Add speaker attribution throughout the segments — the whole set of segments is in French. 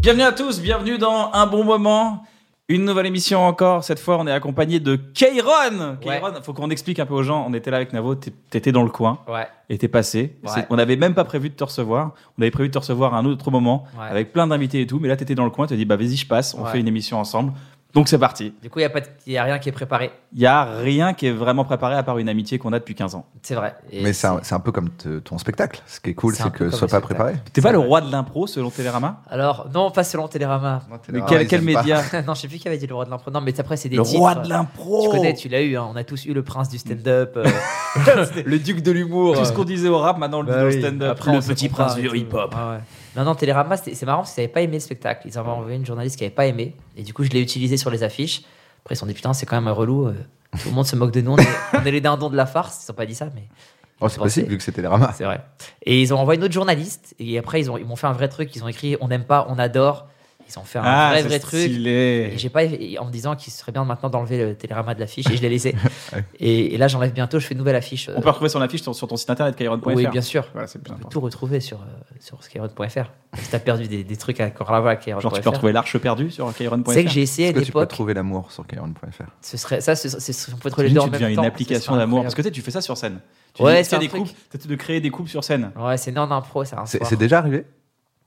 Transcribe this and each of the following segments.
Speaker 1: Bienvenue à tous, bienvenue dans Un Bon Moment. Une nouvelle émission encore. Cette fois, on est accompagné de Kairon.
Speaker 2: Ouais.
Speaker 1: Kairon, faut qu'on explique un peu aux gens. On était là avec Navo, t'é- t'étais dans le coin
Speaker 2: Ouais.
Speaker 1: et t'es passé.
Speaker 2: Ouais.
Speaker 1: C'est- On n'avait même pas prévu de te recevoir. On avait prévu de te recevoir à un autre moment
Speaker 2: Ouais.
Speaker 1: avec plein d'invités et tout. Mais là, t'étais dans le coin, t'as dit, bah vas-y, je passe, on
Speaker 2: Ouais.
Speaker 1: fait une émission ensemble. Donc c'est parti.
Speaker 2: Du coup, il n'y a, pas de- y a rien qui est préparé.
Speaker 1: Il y a rien qui est vraiment préparé à part une amitié qu'on a depuis 15 ans.
Speaker 2: C'est vrai. Et
Speaker 3: Mais c'est un, c'est un peu comme te- ton spectacle. Ce qui est cool,
Speaker 2: C'est
Speaker 3: c'est
Speaker 2: un peu
Speaker 3: que ce
Speaker 2: comme
Speaker 3: soit
Speaker 2: un
Speaker 3: pas
Speaker 2: spectacle.
Speaker 3: préparé.
Speaker 1: T'es pas
Speaker 2: C'est
Speaker 1: le
Speaker 2: vrai.
Speaker 1: roi de l'impro selon Télérama
Speaker 2: Alors, non, pas selon Télérama.
Speaker 1: Ah, Mais quel, quel média
Speaker 2: non, je sais plus qui avait dit le roi de l'impro. Non, mais après, c'est des
Speaker 1: Le
Speaker 2: titres. euh,
Speaker 1: roi de l'impro
Speaker 2: Tu connais, tu l'as eu. hein. On a tous eu le prince du stand-up, euh, le duc de l'humour.
Speaker 1: Tout ce qu'on disait au rap, maintenant on le dit
Speaker 2: Bah
Speaker 1: dans
Speaker 2: oui.
Speaker 1: le stand-up.
Speaker 2: Après, on
Speaker 1: le
Speaker 2: se
Speaker 1: petit
Speaker 2: compare
Speaker 1: prince
Speaker 2: et
Speaker 1: du
Speaker 2: tout.
Speaker 1: hip-hop.
Speaker 2: Ah ouais. Non, non, Télérama, c'était- c'est marrant parce qu'ils n'avaient pas aimé le spectacle. Ils avaient envoyé une journaliste qui n'avait pas aimé. Et du coup, je l'ai utilisé sur les affiches. Après, ils se sont dit putain, c'est quand même un relou. euh, Tout le monde se moque de nous. On est, on est les dindons de la farce. Ils n'ont pas dit ça, mais.
Speaker 3: Oh, c'est possible vu que c'était les ramas.
Speaker 2: C'est vrai. Et ils ont envoyé une autre journaliste. Et après, ils ont- ils m'ont fait un vrai truc. Ils ont écrit On n'aime pas, on adore. Ils ont fait un
Speaker 1: Ah,
Speaker 2: vrai, vrai truc. Et j'ai pas, et en me disant qu'il serait bien maintenant d'enlever le télérama de l'affiche. Et je l'ai laissé. et, et là, j'enlève bientôt. Je fais une nouvelle affiche. euh,
Speaker 1: On peut retrouver son affiche sur, sur ton site internet kairon.fr.
Speaker 2: oui, bien sûr.
Speaker 1: Voilà, c'est le plus
Speaker 2: On peut
Speaker 1: important.
Speaker 2: tout retrouver sur, euh, sur skyroad.fr. Si t'as perdu des, des trucs à Corlava à
Speaker 1: Genre, tu peux
Speaker 2: Skyroad.fr.
Speaker 1: retrouver l'arche perdue sur kairon.fr.
Speaker 2: C'est que j'ai essayé à
Speaker 3: Est-ce
Speaker 2: une
Speaker 3: que tu peux
Speaker 2: époque.
Speaker 3: trouver l'amour sur Kairon.fr
Speaker 2: Ce serait, ça, ce- ce- ce- on peut trouver les
Speaker 1: Imagine,
Speaker 2: deux en
Speaker 1: tu
Speaker 2: même
Speaker 1: deviens
Speaker 2: temps,
Speaker 1: une
Speaker 2: ce
Speaker 1: application
Speaker 2: serait
Speaker 1: d'amour. Parce
Speaker 2: incroyable.
Speaker 1: que tu sais, tu fais ça sur scène. Tu
Speaker 2: Ouais,
Speaker 1: dis,
Speaker 2: c'est
Speaker 1: tiens,
Speaker 2: un
Speaker 1: des
Speaker 2: truc.
Speaker 1: couples, t'essaies de créer des couples sur scène.
Speaker 2: Ouais, c'est non, impro, c'est un
Speaker 3: C'est
Speaker 2: sport.
Speaker 3: c'est déjà arrivé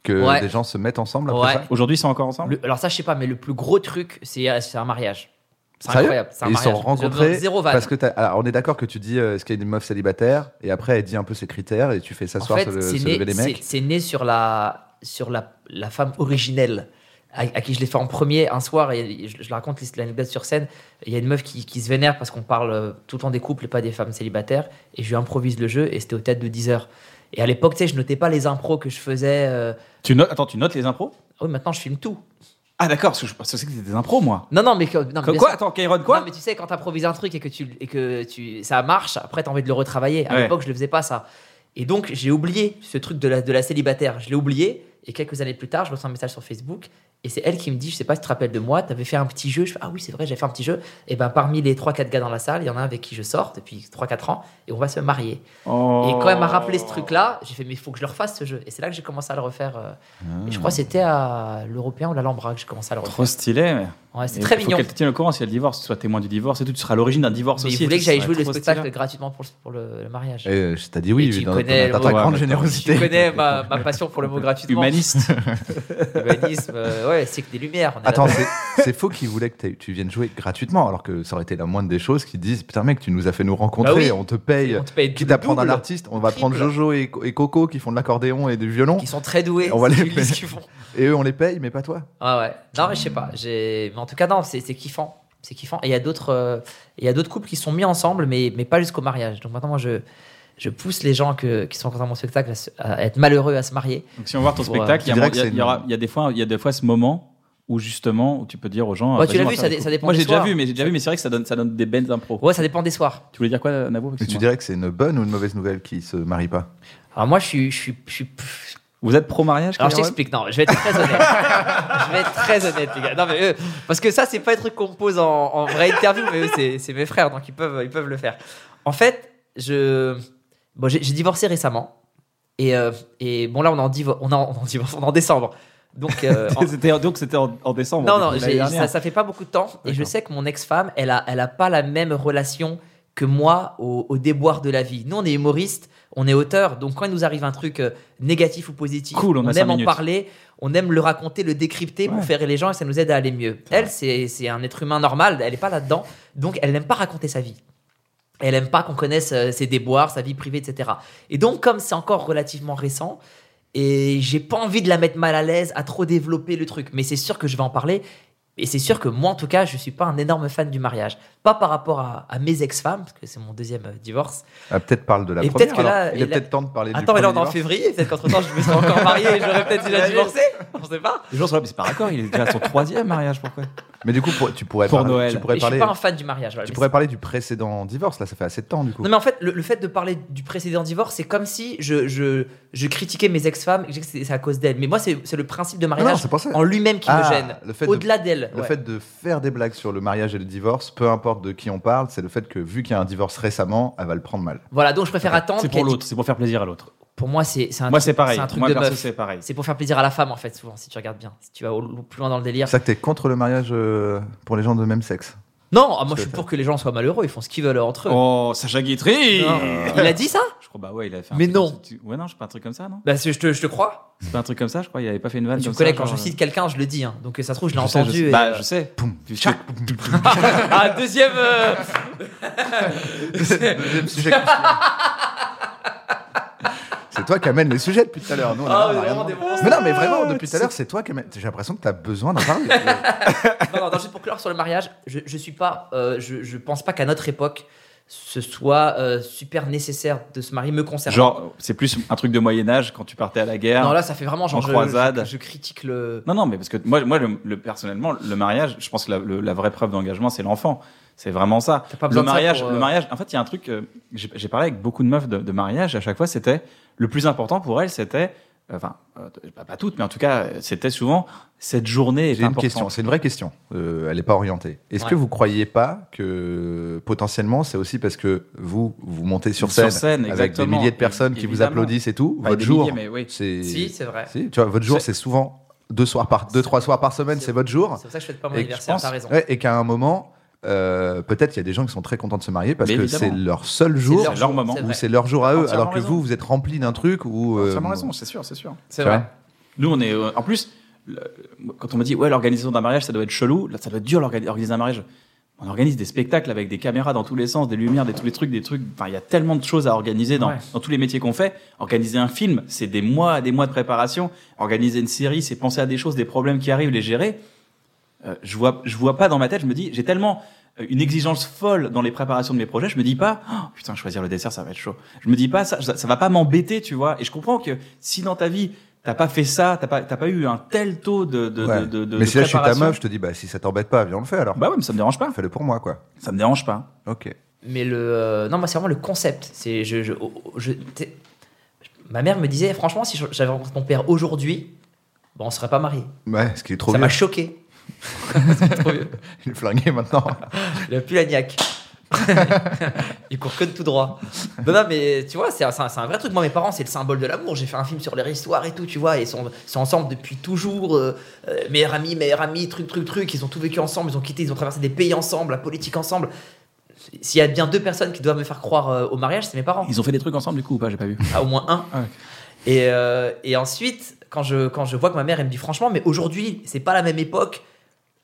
Speaker 3: que
Speaker 2: Ouais.
Speaker 3: des gens se mettent ensemble
Speaker 2: Ouais.
Speaker 3: après ça
Speaker 1: Aujourd'hui, ils sont encore ensemble
Speaker 2: Le- alors ça, je sais pas, mais le plus gros truc, c'est c'est un mariage. C'est
Speaker 3: Sérieux
Speaker 2: incroyable. C'est un
Speaker 3: Et Ils se
Speaker 2: mariage.
Speaker 3: sont rencontrés
Speaker 2: Zéro- Zéro vanne.
Speaker 3: parce que t'as- alors, on est d'accord que tu dis euh, est-ce qu'il y a une meuf célibataire et après elle dit un peu ses critères et tu fais
Speaker 2: en
Speaker 3: s'asseoir
Speaker 2: fait,
Speaker 3: sur le-
Speaker 2: c'est
Speaker 3: se
Speaker 2: né,
Speaker 3: lever les
Speaker 2: c'est-
Speaker 3: mecs.
Speaker 2: c'est né sur la, sur la, la femme originelle à, à qui je l'ai fait en premier un soir et je, je raconte l'anecdote sur scène. Il y a une meuf qui, qui se vénère parce qu'on parle euh, tout le temps des couples et pas des femmes célibataires et je lui improvise le jeu et c'était au théâtre de 10 heures. Et à l'époque, tu sais, je notais pas les impros que je faisais. euh,
Speaker 1: tu notes, Attends, tu notes les impros
Speaker 2: Oui, maintenant je filme tout.
Speaker 1: Ah, d'accord, parce que je pensais que c'était des impros, moi.
Speaker 2: Non, non, mais que- non, mais
Speaker 1: Quoi,
Speaker 2: bien
Speaker 1: quoi
Speaker 2: sûr.
Speaker 1: Attends, Kairon, quoi
Speaker 2: non, mais tu sais, quand t'improvises un truc et que, tu, et que tu, ça marche, après t'as envie de le retravailler. À
Speaker 1: Ouais.
Speaker 2: l'époque, je le faisais pas ça. Et donc, j'ai oublié ce truc de la, de la célibataire. Je l'ai oublié. Et quelques années plus tard, je reçois un message sur Facebook. Et c'est elle qui me dit Je sais pas si tu te rappelles de moi, t'avais fait un petit jeu. Je fais Ah oui, c'est vrai, j'ai fait un petit jeu. Et ben parmi les 3-4 gars dans la salle, il y en a un avec qui je sors depuis 3-4 ans. Et on va se marier. Et quand elle m'a rappelé ce truc-là, j'ai fait Mais il faut que je le refasse ce jeu. Et c'est là que j'ai commencé à le refaire. euh, et je crois que c'était à l'Européen ou la Lambra que j'ai commencé à le refaire.
Speaker 1: Oh, Trop stylé. mais-
Speaker 2: Ouais, c'est
Speaker 1: Ah. Et
Speaker 2: très
Speaker 1: faut
Speaker 2: mignon.
Speaker 1: qu'elle te tienne au courant si elle divorce, soit témoin du divorce et tout. Tu seras à l'origine d'un divorce
Speaker 2: Mais
Speaker 1: aussi.
Speaker 2: il voulait
Speaker 1: et
Speaker 2: que
Speaker 1: tout,
Speaker 2: j'aille
Speaker 1: ça
Speaker 2: jouer
Speaker 1: serait
Speaker 2: le
Speaker 1: trop
Speaker 2: spectacle
Speaker 1: stylé.
Speaker 2: gratuitement pour, le- pour le, le mariage.
Speaker 3: Et, euh, je t'ai dit oui,
Speaker 2: Et tu
Speaker 3: dans,
Speaker 2: connais
Speaker 3: dans
Speaker 2: le-
Speaker 3: ta
Speaker 1: Ouais,
Speaker 3: grande
Speaker 1: mais-
Speaker 3: générosité.
Speaker 2: Tu connais ma, ma passion pour le mot gratuitement.
Speaker 1: Humaniste.
Speaker 2: Humanisme, euh, ouais, c'est que des lumières. on est
Speaker 3: Attends,
Speaker 2: là-
Speaker 3: c'est c'est faux qu'ils voulaient que t'aies- tu viennes jouer gratuitement, alors que ça aurait été la moindre des choses qu'ils disent Putain, mec, tu nous as fait nous rencontrer,
Speaker 2: Bah oui.
Speaker 3: on te paye.
Speaker 2: on te paye
Speaker 3: Quitte
Speaker 2: double,
Speaker 3: à prendre un
Speaker 2: double.
Speaker 3: artiste, on va
Speaker 2: triple.
Speaker 3: prendre Jojo et, et Coco qui font de l'accordéon et du violon,
Speaker 2: Qui sont très doués.
Speaker 3: On va
Speaker 2: c'est
Speaker 3: les
Speaker 2: qu'ils
Speaker 3: payer.
Speaker 2: lisent ce qu'ils font. Ah
Speaker 3: et eux on les paye, mais pas toi.
Speaker 2: Ouais, ouais. Non, mais je sais pas. j'ai- Mais en tout cas, non, c'est c'est kiffant. C'est kiffant. Et il y a d'autres euh, il y a d'autres couples qui se sont mis ensemble, mais, mais pas jusqu'au mariage. Donc maintenant, moi, je, je pousse les gens que- qui sont dans mon spectacle à, se- à être malheureux à se marier.
Speaker 1: Donc si on voit ton
Speaker 2: Ouais.
Speaker 1: spectacle, il y a-
Speaker 3: Je dirais que
Speaker 1: il y, a-
Speaker 3: c'est
Speaker 1: il y aura- il y a des fois, il y a des fois ce moment où justement où tu peux dire aux gens.
Speaker 2: Ouais,
Speaker 1: euh,
Speaker 2: tu
Speaker 1: vas-y,
Speaker 2: l'as vu,
Speaker 1: on va
Speaker 2: ça
Speaker 1: faire
Speaker 2: dé-
Speaker 1: des
Speaker 2: ça
Speaker 1: coups.
Speaker 2: dépend
Speaker 1: Moi
Speaker 2: des
Speaker 1: j'ai déjà
Speaker 2: soirs.
Speaker 1: vu, mais j'ai déjà vu, mais c'est vrai que ça donne ça donne des belles impros.
Speaker 2: Ouais, ça dépend des soirs.
Speaker 1: Tu voulais dire quoi, Navo
Speaker 3: Mais tu
Speaker 1: excuse-moi
Speaker 3: dirais que c'est une bonne ou une mauvaise nouvelle qui se marie pas
Speaker 2: Alors moi, je suis- je suis, je suis
Speaker 1: Vous êtes pro mariage
Speaker 2: Alors je t'explique, non, je vais être très honnête. je vais être très honnête, les gars. Non, mais eux, parce que ça, c'est pas des trucs qu'on me pose en, en vraie interview, mais eux, c'est c'est mes frères, donc ils peuvent, ils peuvent le faire. En fait, je, bon, j'ai j'ai divorcé récemment. Et, euh, et bon, là, on est en, divo- on est en, on est en divorce, on est en décembre. Donc, euh, en-
Speaker 1: C'était- Donc c'était en, en décembre.
Speaker 2: non,
Speaker 1: du coup,
Speaker 2: non,
Speaker 1: l'année
Speaker 2: j'ai-
Speaker 1: dernière.
Speaker 2: ça, ça fait pas beaucoup de temps. Et je
Speaker 1: D'accord.
Speaker 2: sais que mon ex-femme, elle a, elle a pas la même relation que moi au, au déboire de la vie. Nous, on est humoriste, on est auteur. Donc, quand il nous arrive un truc euh, négatif ou positif,
Speaker 1: Cool, on a cinq
Speaker 2: aime en
Speaker 1: minutes.
Speaker 2: parler, on aime le raconter, le décrypter
Speaker 1: Ouais.
Speaker 2: pour faire rire les gens et ça nous aide à aller mieux. Elle, c'est c'est un être humain normal, elle est pas là-dedans. Donc, elle n'aime pas raconter sa vie. Elle aime pas qu'on connaisse euh, ses déboires, sa vie privée, etc. Et donc, comme c'est encore relativement récent, et j'ai pas envie de la mettre mal à l'aise, à trop développer le truc, mais c'est sûr que je vais en parler. Et c'est sûr que moi, en tout cas, je suis pas un énorme fan du mariage. Pas par rapport à, à mes ex-femmes, parce que c'est mon deuxième euh, divorce.
Speaker 3: Ah, peut-être parle de la
Speaker 2: Et
Speaker 3: première.
Speaker 2: peut-être que là,
Speaker 3: alors. il
Speaker 2: et
Speaker 3: est
Speaker 2: là-
Speaker 3: peut-être temps de parler
Speaker 2: Attends,
Speaker 3: du
Speaker 2: mais là, on est
Speaker 3: premier
Speaker 2: en
Speaker 3: divorce.
Speaker 2: février, peut-être qu'entre temps, je me serais encore marié et j'aurais peut-être déjà divorcé. Je sais pas.
Speaker 1: Les gens sont là, mais c'est pas d'accord, il est déjà à son troisième mariage, pourquoi
Speaker 3: Mais du coup, pour- tu pourrais
Speaker 1: Pour
Speaker 3: parler,
Speaker 1: Noël.
Speaker 3: Tu
Speaker 2: Mais
Speaker 3: pourrais
Speaker 2: Je suis
Speaker 3: parler,
Speaker 2: pas un fan du mariage. voilà.
Speaker 3: tu
Speaker 2: Mais
Speaker 3: pourrais parler du précédent divorce. Là, ça fait assez de temps du coup.
Speaker 2: Non, mais en fait, le, le fait de parler du précédent divorce, c'est comme si je, je, je critiquais mes ex-femmes et que je disais que c'est c'est à cause d'elles. Mais moi, c'est c'est le principe de
Speaker 3: Non, non,
Speaker 2: mariage
Speaker 3: c'est pour ça.
Speaker 2: en lui-même qui
Speaker 3: Ah,
Speaker 2: me gêne.
Speaker 3: le fait de-
Speaker 2: Au-delà d'elles.
Speaker 3: Le
Speaker 2: ouais.
Speaker 3: fait de faire des blagues sur le mariage et le divorce, peu importe de qui on parle, c'est le fait que vu qu'il y a un divorce récemment, elle va le prendre mal.
Speaker 2: Voilà, donc je préfère attendre.
Speaker 1: C'est pour
Speaker 2: qu'elle-
Speaker 1: l'autre, c'est pour faire plaisir à l'autre.
Speaker 2: Pour moi, c'est c'est un
Speaker 1: Moi,
Speaker 2: truc-
Speaker 1: c'est pareil.
Speaker 2: un truc
Speaker 1: Moi,
Speaker 2: de
Speaker 1: perso,
Speaker 2: meuf.
Speaker 1: c'est pareil.
Speaker 2: C'est pour faire plaisir à la femme, en fait, souvent, si tu regardes bien. Si tu vas au- plus loin dans le délire.
Speaker 3: C'est ça que t'es contre le mariage euh, pour les gens de même sexe.
Speaker 2: Non, ah, moi, je
Speaker 3: que
Speaker 2: suis pour que les gens soient malheureux. Ils font ce qu'ils veulent entre eux.
Speaker 1: Oh, Sacha Guitry
Speaker 2: Non. Il a dit ça
Speaker 1: Je crois, bah ouais, il a fait un
Speaker 2: Mais
Speaker 1: truc
Speaker 2: non.
Speaker 1: comme ça. Tu- Ouais, non, je fais pas un truc comme ça, non
Speaker 2: Bah, c'est- je te, je te crois.
Speaker 1: C'est pas un truc comme ça, je crois, il avait pas fait une vanne.
Speaker 2: tu
Speaker 1: Ah, comme
Speaker 2: me connais,
Speaker 1: ça,
Speaker 2: quand je
Speaker 1: genre, euh.
Speaker 2: cite quelqu'un, je le dis. hein. Donc, ça se trouve, je l'ai
Speaker 1: je sais,
Speaker 2: entendu.
Speaker 1: je sais.
Speaker 2: et,
Speaker 1: Bah,
Speaker 2: euh,
Speaker 1: je sais. Tu-
Speaker 2: Ah, deuxième. euh,
Speaker 3: Deuxième sujet. C'est toi qui amène les sujets depuis tout à l'heure. Nous, on est
Speaker 2: Ah,
Speaker 3: là, on
Speaker 2: mais
Speaker 3: a rien
Speaker 2: vraiment des
Speaker 3: demandé.
Speaker 2: monstres.
Speaker 3: mais non, mais vraiment, depuis tout à l'heure, c'est toi qui amène. J'ai l'impression que t'as besoin d'en parler.
Speaker 2: non, non, non, juste pour clore sur le mariage, je, je suis pas, euh, je, je pense pas qu'à notre époque, ce soit euh, super nécessaire de se marier, me concernant.
Speaker 1: Genre, c'est plus un truc de Moyen-Âge quand tu partais à la guerre.
Speaker 2: non, là, ça fait vraiment genre.
Speaker 1: en
Speaker 2: je-
Speaker 1: croisade.
Speaker 2: Je, je critique le.
Speaker 1: Non, non, mais parce que moi, moi le, le- personnellement, le mariage, je pense que la, le- la vraie preuve d'engagement, c'est l'enfant. C'est vraiment ça.
Speaker 2: T'as pas
Speaker 1: le
Speaker 2: besoin de ça
Speaker 1: mariage,
Speaker 2: pour, euh,
Speaker 1: le mariage. En fait, il y a un truc. euh, J'ai j'ai parlé avec beaucoup de meufs de, de mariage. et À chaque fois, c'était le plus important pour elles, c'était. euh, Enfin, euh, pas, pas toutes, mais en tout cas, euh, c'était souvent cette journée. Est
Speaker 3: J'ai une
Speaker 1: importante.
Speaker 3: question, c'est une vraie question. Euh, elle n'est pas orientée. Est-ce
Speaker 2: Ouais.
Speaker 3: que vous croyez pas que potentiellement c'est aussi parce que vous vous montez sur
Speaker 1: Sur
Speaker 3: scène,
Speaker 1: scène,
Speaker 3: avec des
Speaker 1: exactement.
Speaker 3: milliers de personnes qui vous
Speaker 1: Évidemment.
Speaker 3: applaudissent et tout,
Speaker 1: Enfin,
Speaker 3: votre
Speaker 1: des
Speaker 3: jour,
Speaker 1: milliers, mais oui.
Speaker 3: c'est
Speaker 2: Si, c'est vrai.
Speaker 3: si, tu vois, votre jour
Speaker 1: C'est-
Speaker 3: c'est souvent deux soirs par deux trois soirs par semaine, c'est votre jour.
Speaker 2: C'est pour ça que je fête pas mon
Speaker 3: Et
Speaker 2: anniversaire,
Speaker 1: je pense-
Speaker 2: t'as raison.
Speaker 3: Ouais, et qu'à un moment, euh, peut-être il y a des gens qui sont très contents de se marier parce
Speaker 1: Mais
Speaker 3: que
Speaker 1: évidemment.
Speaker 3: c'est leur seul
Speaker 2: C'est
Speaker 3: jour
Speaker 1: leur jour, moment.
Speaker 2: c'est
Speaker 3: où
Speaker 2: vrai.
Speaker 3: c'est leur jour à eux,
Speaker 1: Entièrement
Speaker 3: alors que
Speaker 1: raison.
Speaker 3: vous vous êtes rempli d'un truc où. euh,
Speaker 1: Entièrement raison, c'est sûr, c'est sûr.
Speaker 2: C'est
Speaker 3: tu vois.
Speaker 2: vrai.
Speaker 1: Nous, on est. euh, en plus, le- quand on me dit, ouais, l'organisation d'un mariage, ça doit être chelou, là, ça doit être dur, l'orga- organiser un mariage. On organise des spectacles avec des caméras dans tous les sens, des lumières, des tous les trucs, des trucs. Enfin, il y a tellement de choses à organiser dans,
Speaker 2: Ouais.
Speaker 1: dans tous les métiers qu'on fait. Organiser un film, c'est des mois, des mois de préparation. Organiser une série, c'est penser à des choses, des problèmes qui arrivent, les gérer. Euh, je vois, je vois pas dans ma tête. Je me dis, j'ai tellement euh, une exigence folle dans les préparations de mes projets. Je me dis pas, oh, putain, choisir le dessert, ça va être chaud. Je me dis pas, ça, ça, ça va pas m'embêter, tu vois. Et je comprends que si dans ta vie t'as pas fait ça, t'as pas, t'as pas eu un tel taux de, de,
Speaker 3: Ouais.
Speaker 1: de, de, de
Speaker 3: Mais si là je suis ta
Speaker 1: préparation,
Speaker 3: meuf, je te dis bah si ça t'embête pas, viens on le fait alors.
Speaker 1: bah ouais, mais ça me dérange pas.
Speaker 3: Fais-le pour moi quoi.
Speaker 1: Ça me dérange pas.
Speaker 3: Ok.
Speaker 2: Mais le. euh, non, moi, c'est vraiment le concept. C'est. Je, je, oh, oh, je- t'es- ma mère me disait, franchement, si je- j'avais rencontré mon père aujourd'hui, bon, on serait pas mariés.
Speaker 3: Ouais, ce qui est trop
Speaker 2: ça
Speaker 3: bien.
Speaker 2: m'a choqué.
Speaker 3: Il est flingué maintenant.
Speaker 2: Il a plus la niaque. il court que de tout droit. Non, non, mais tu vois, c'est un, c'est un- c'est un vrai truc. Moi, mes parents, c'est le symbole de l'amour. J'ai fait un film sur leur histoire et tout, tu vois. et Ils sont, ils sont ensemble depuis toujours. Euh, euh, meilleur ami, meilleur ami, truc, truc, truc. Ils ont tout vécu ensemble. Ils ont quitté, ils ont traversé des pays ensemble, la politique ensemble. S'il y a bien deux personnes qui doivent me faire croire euh, au mariage, c'est mes parents.
Speaker 1: Ils ont fait des trucs ensemble du coup ou pas J'ai pas vu.
Speaker 2: Ah, au moins un.
Speaker 1: Ah, ok.
Speaker 2: et, euh, et ensuite, quand je, quand je vois que ma mère, elle me dit franchement, mais aujourd'hui, c'est pas la même époque.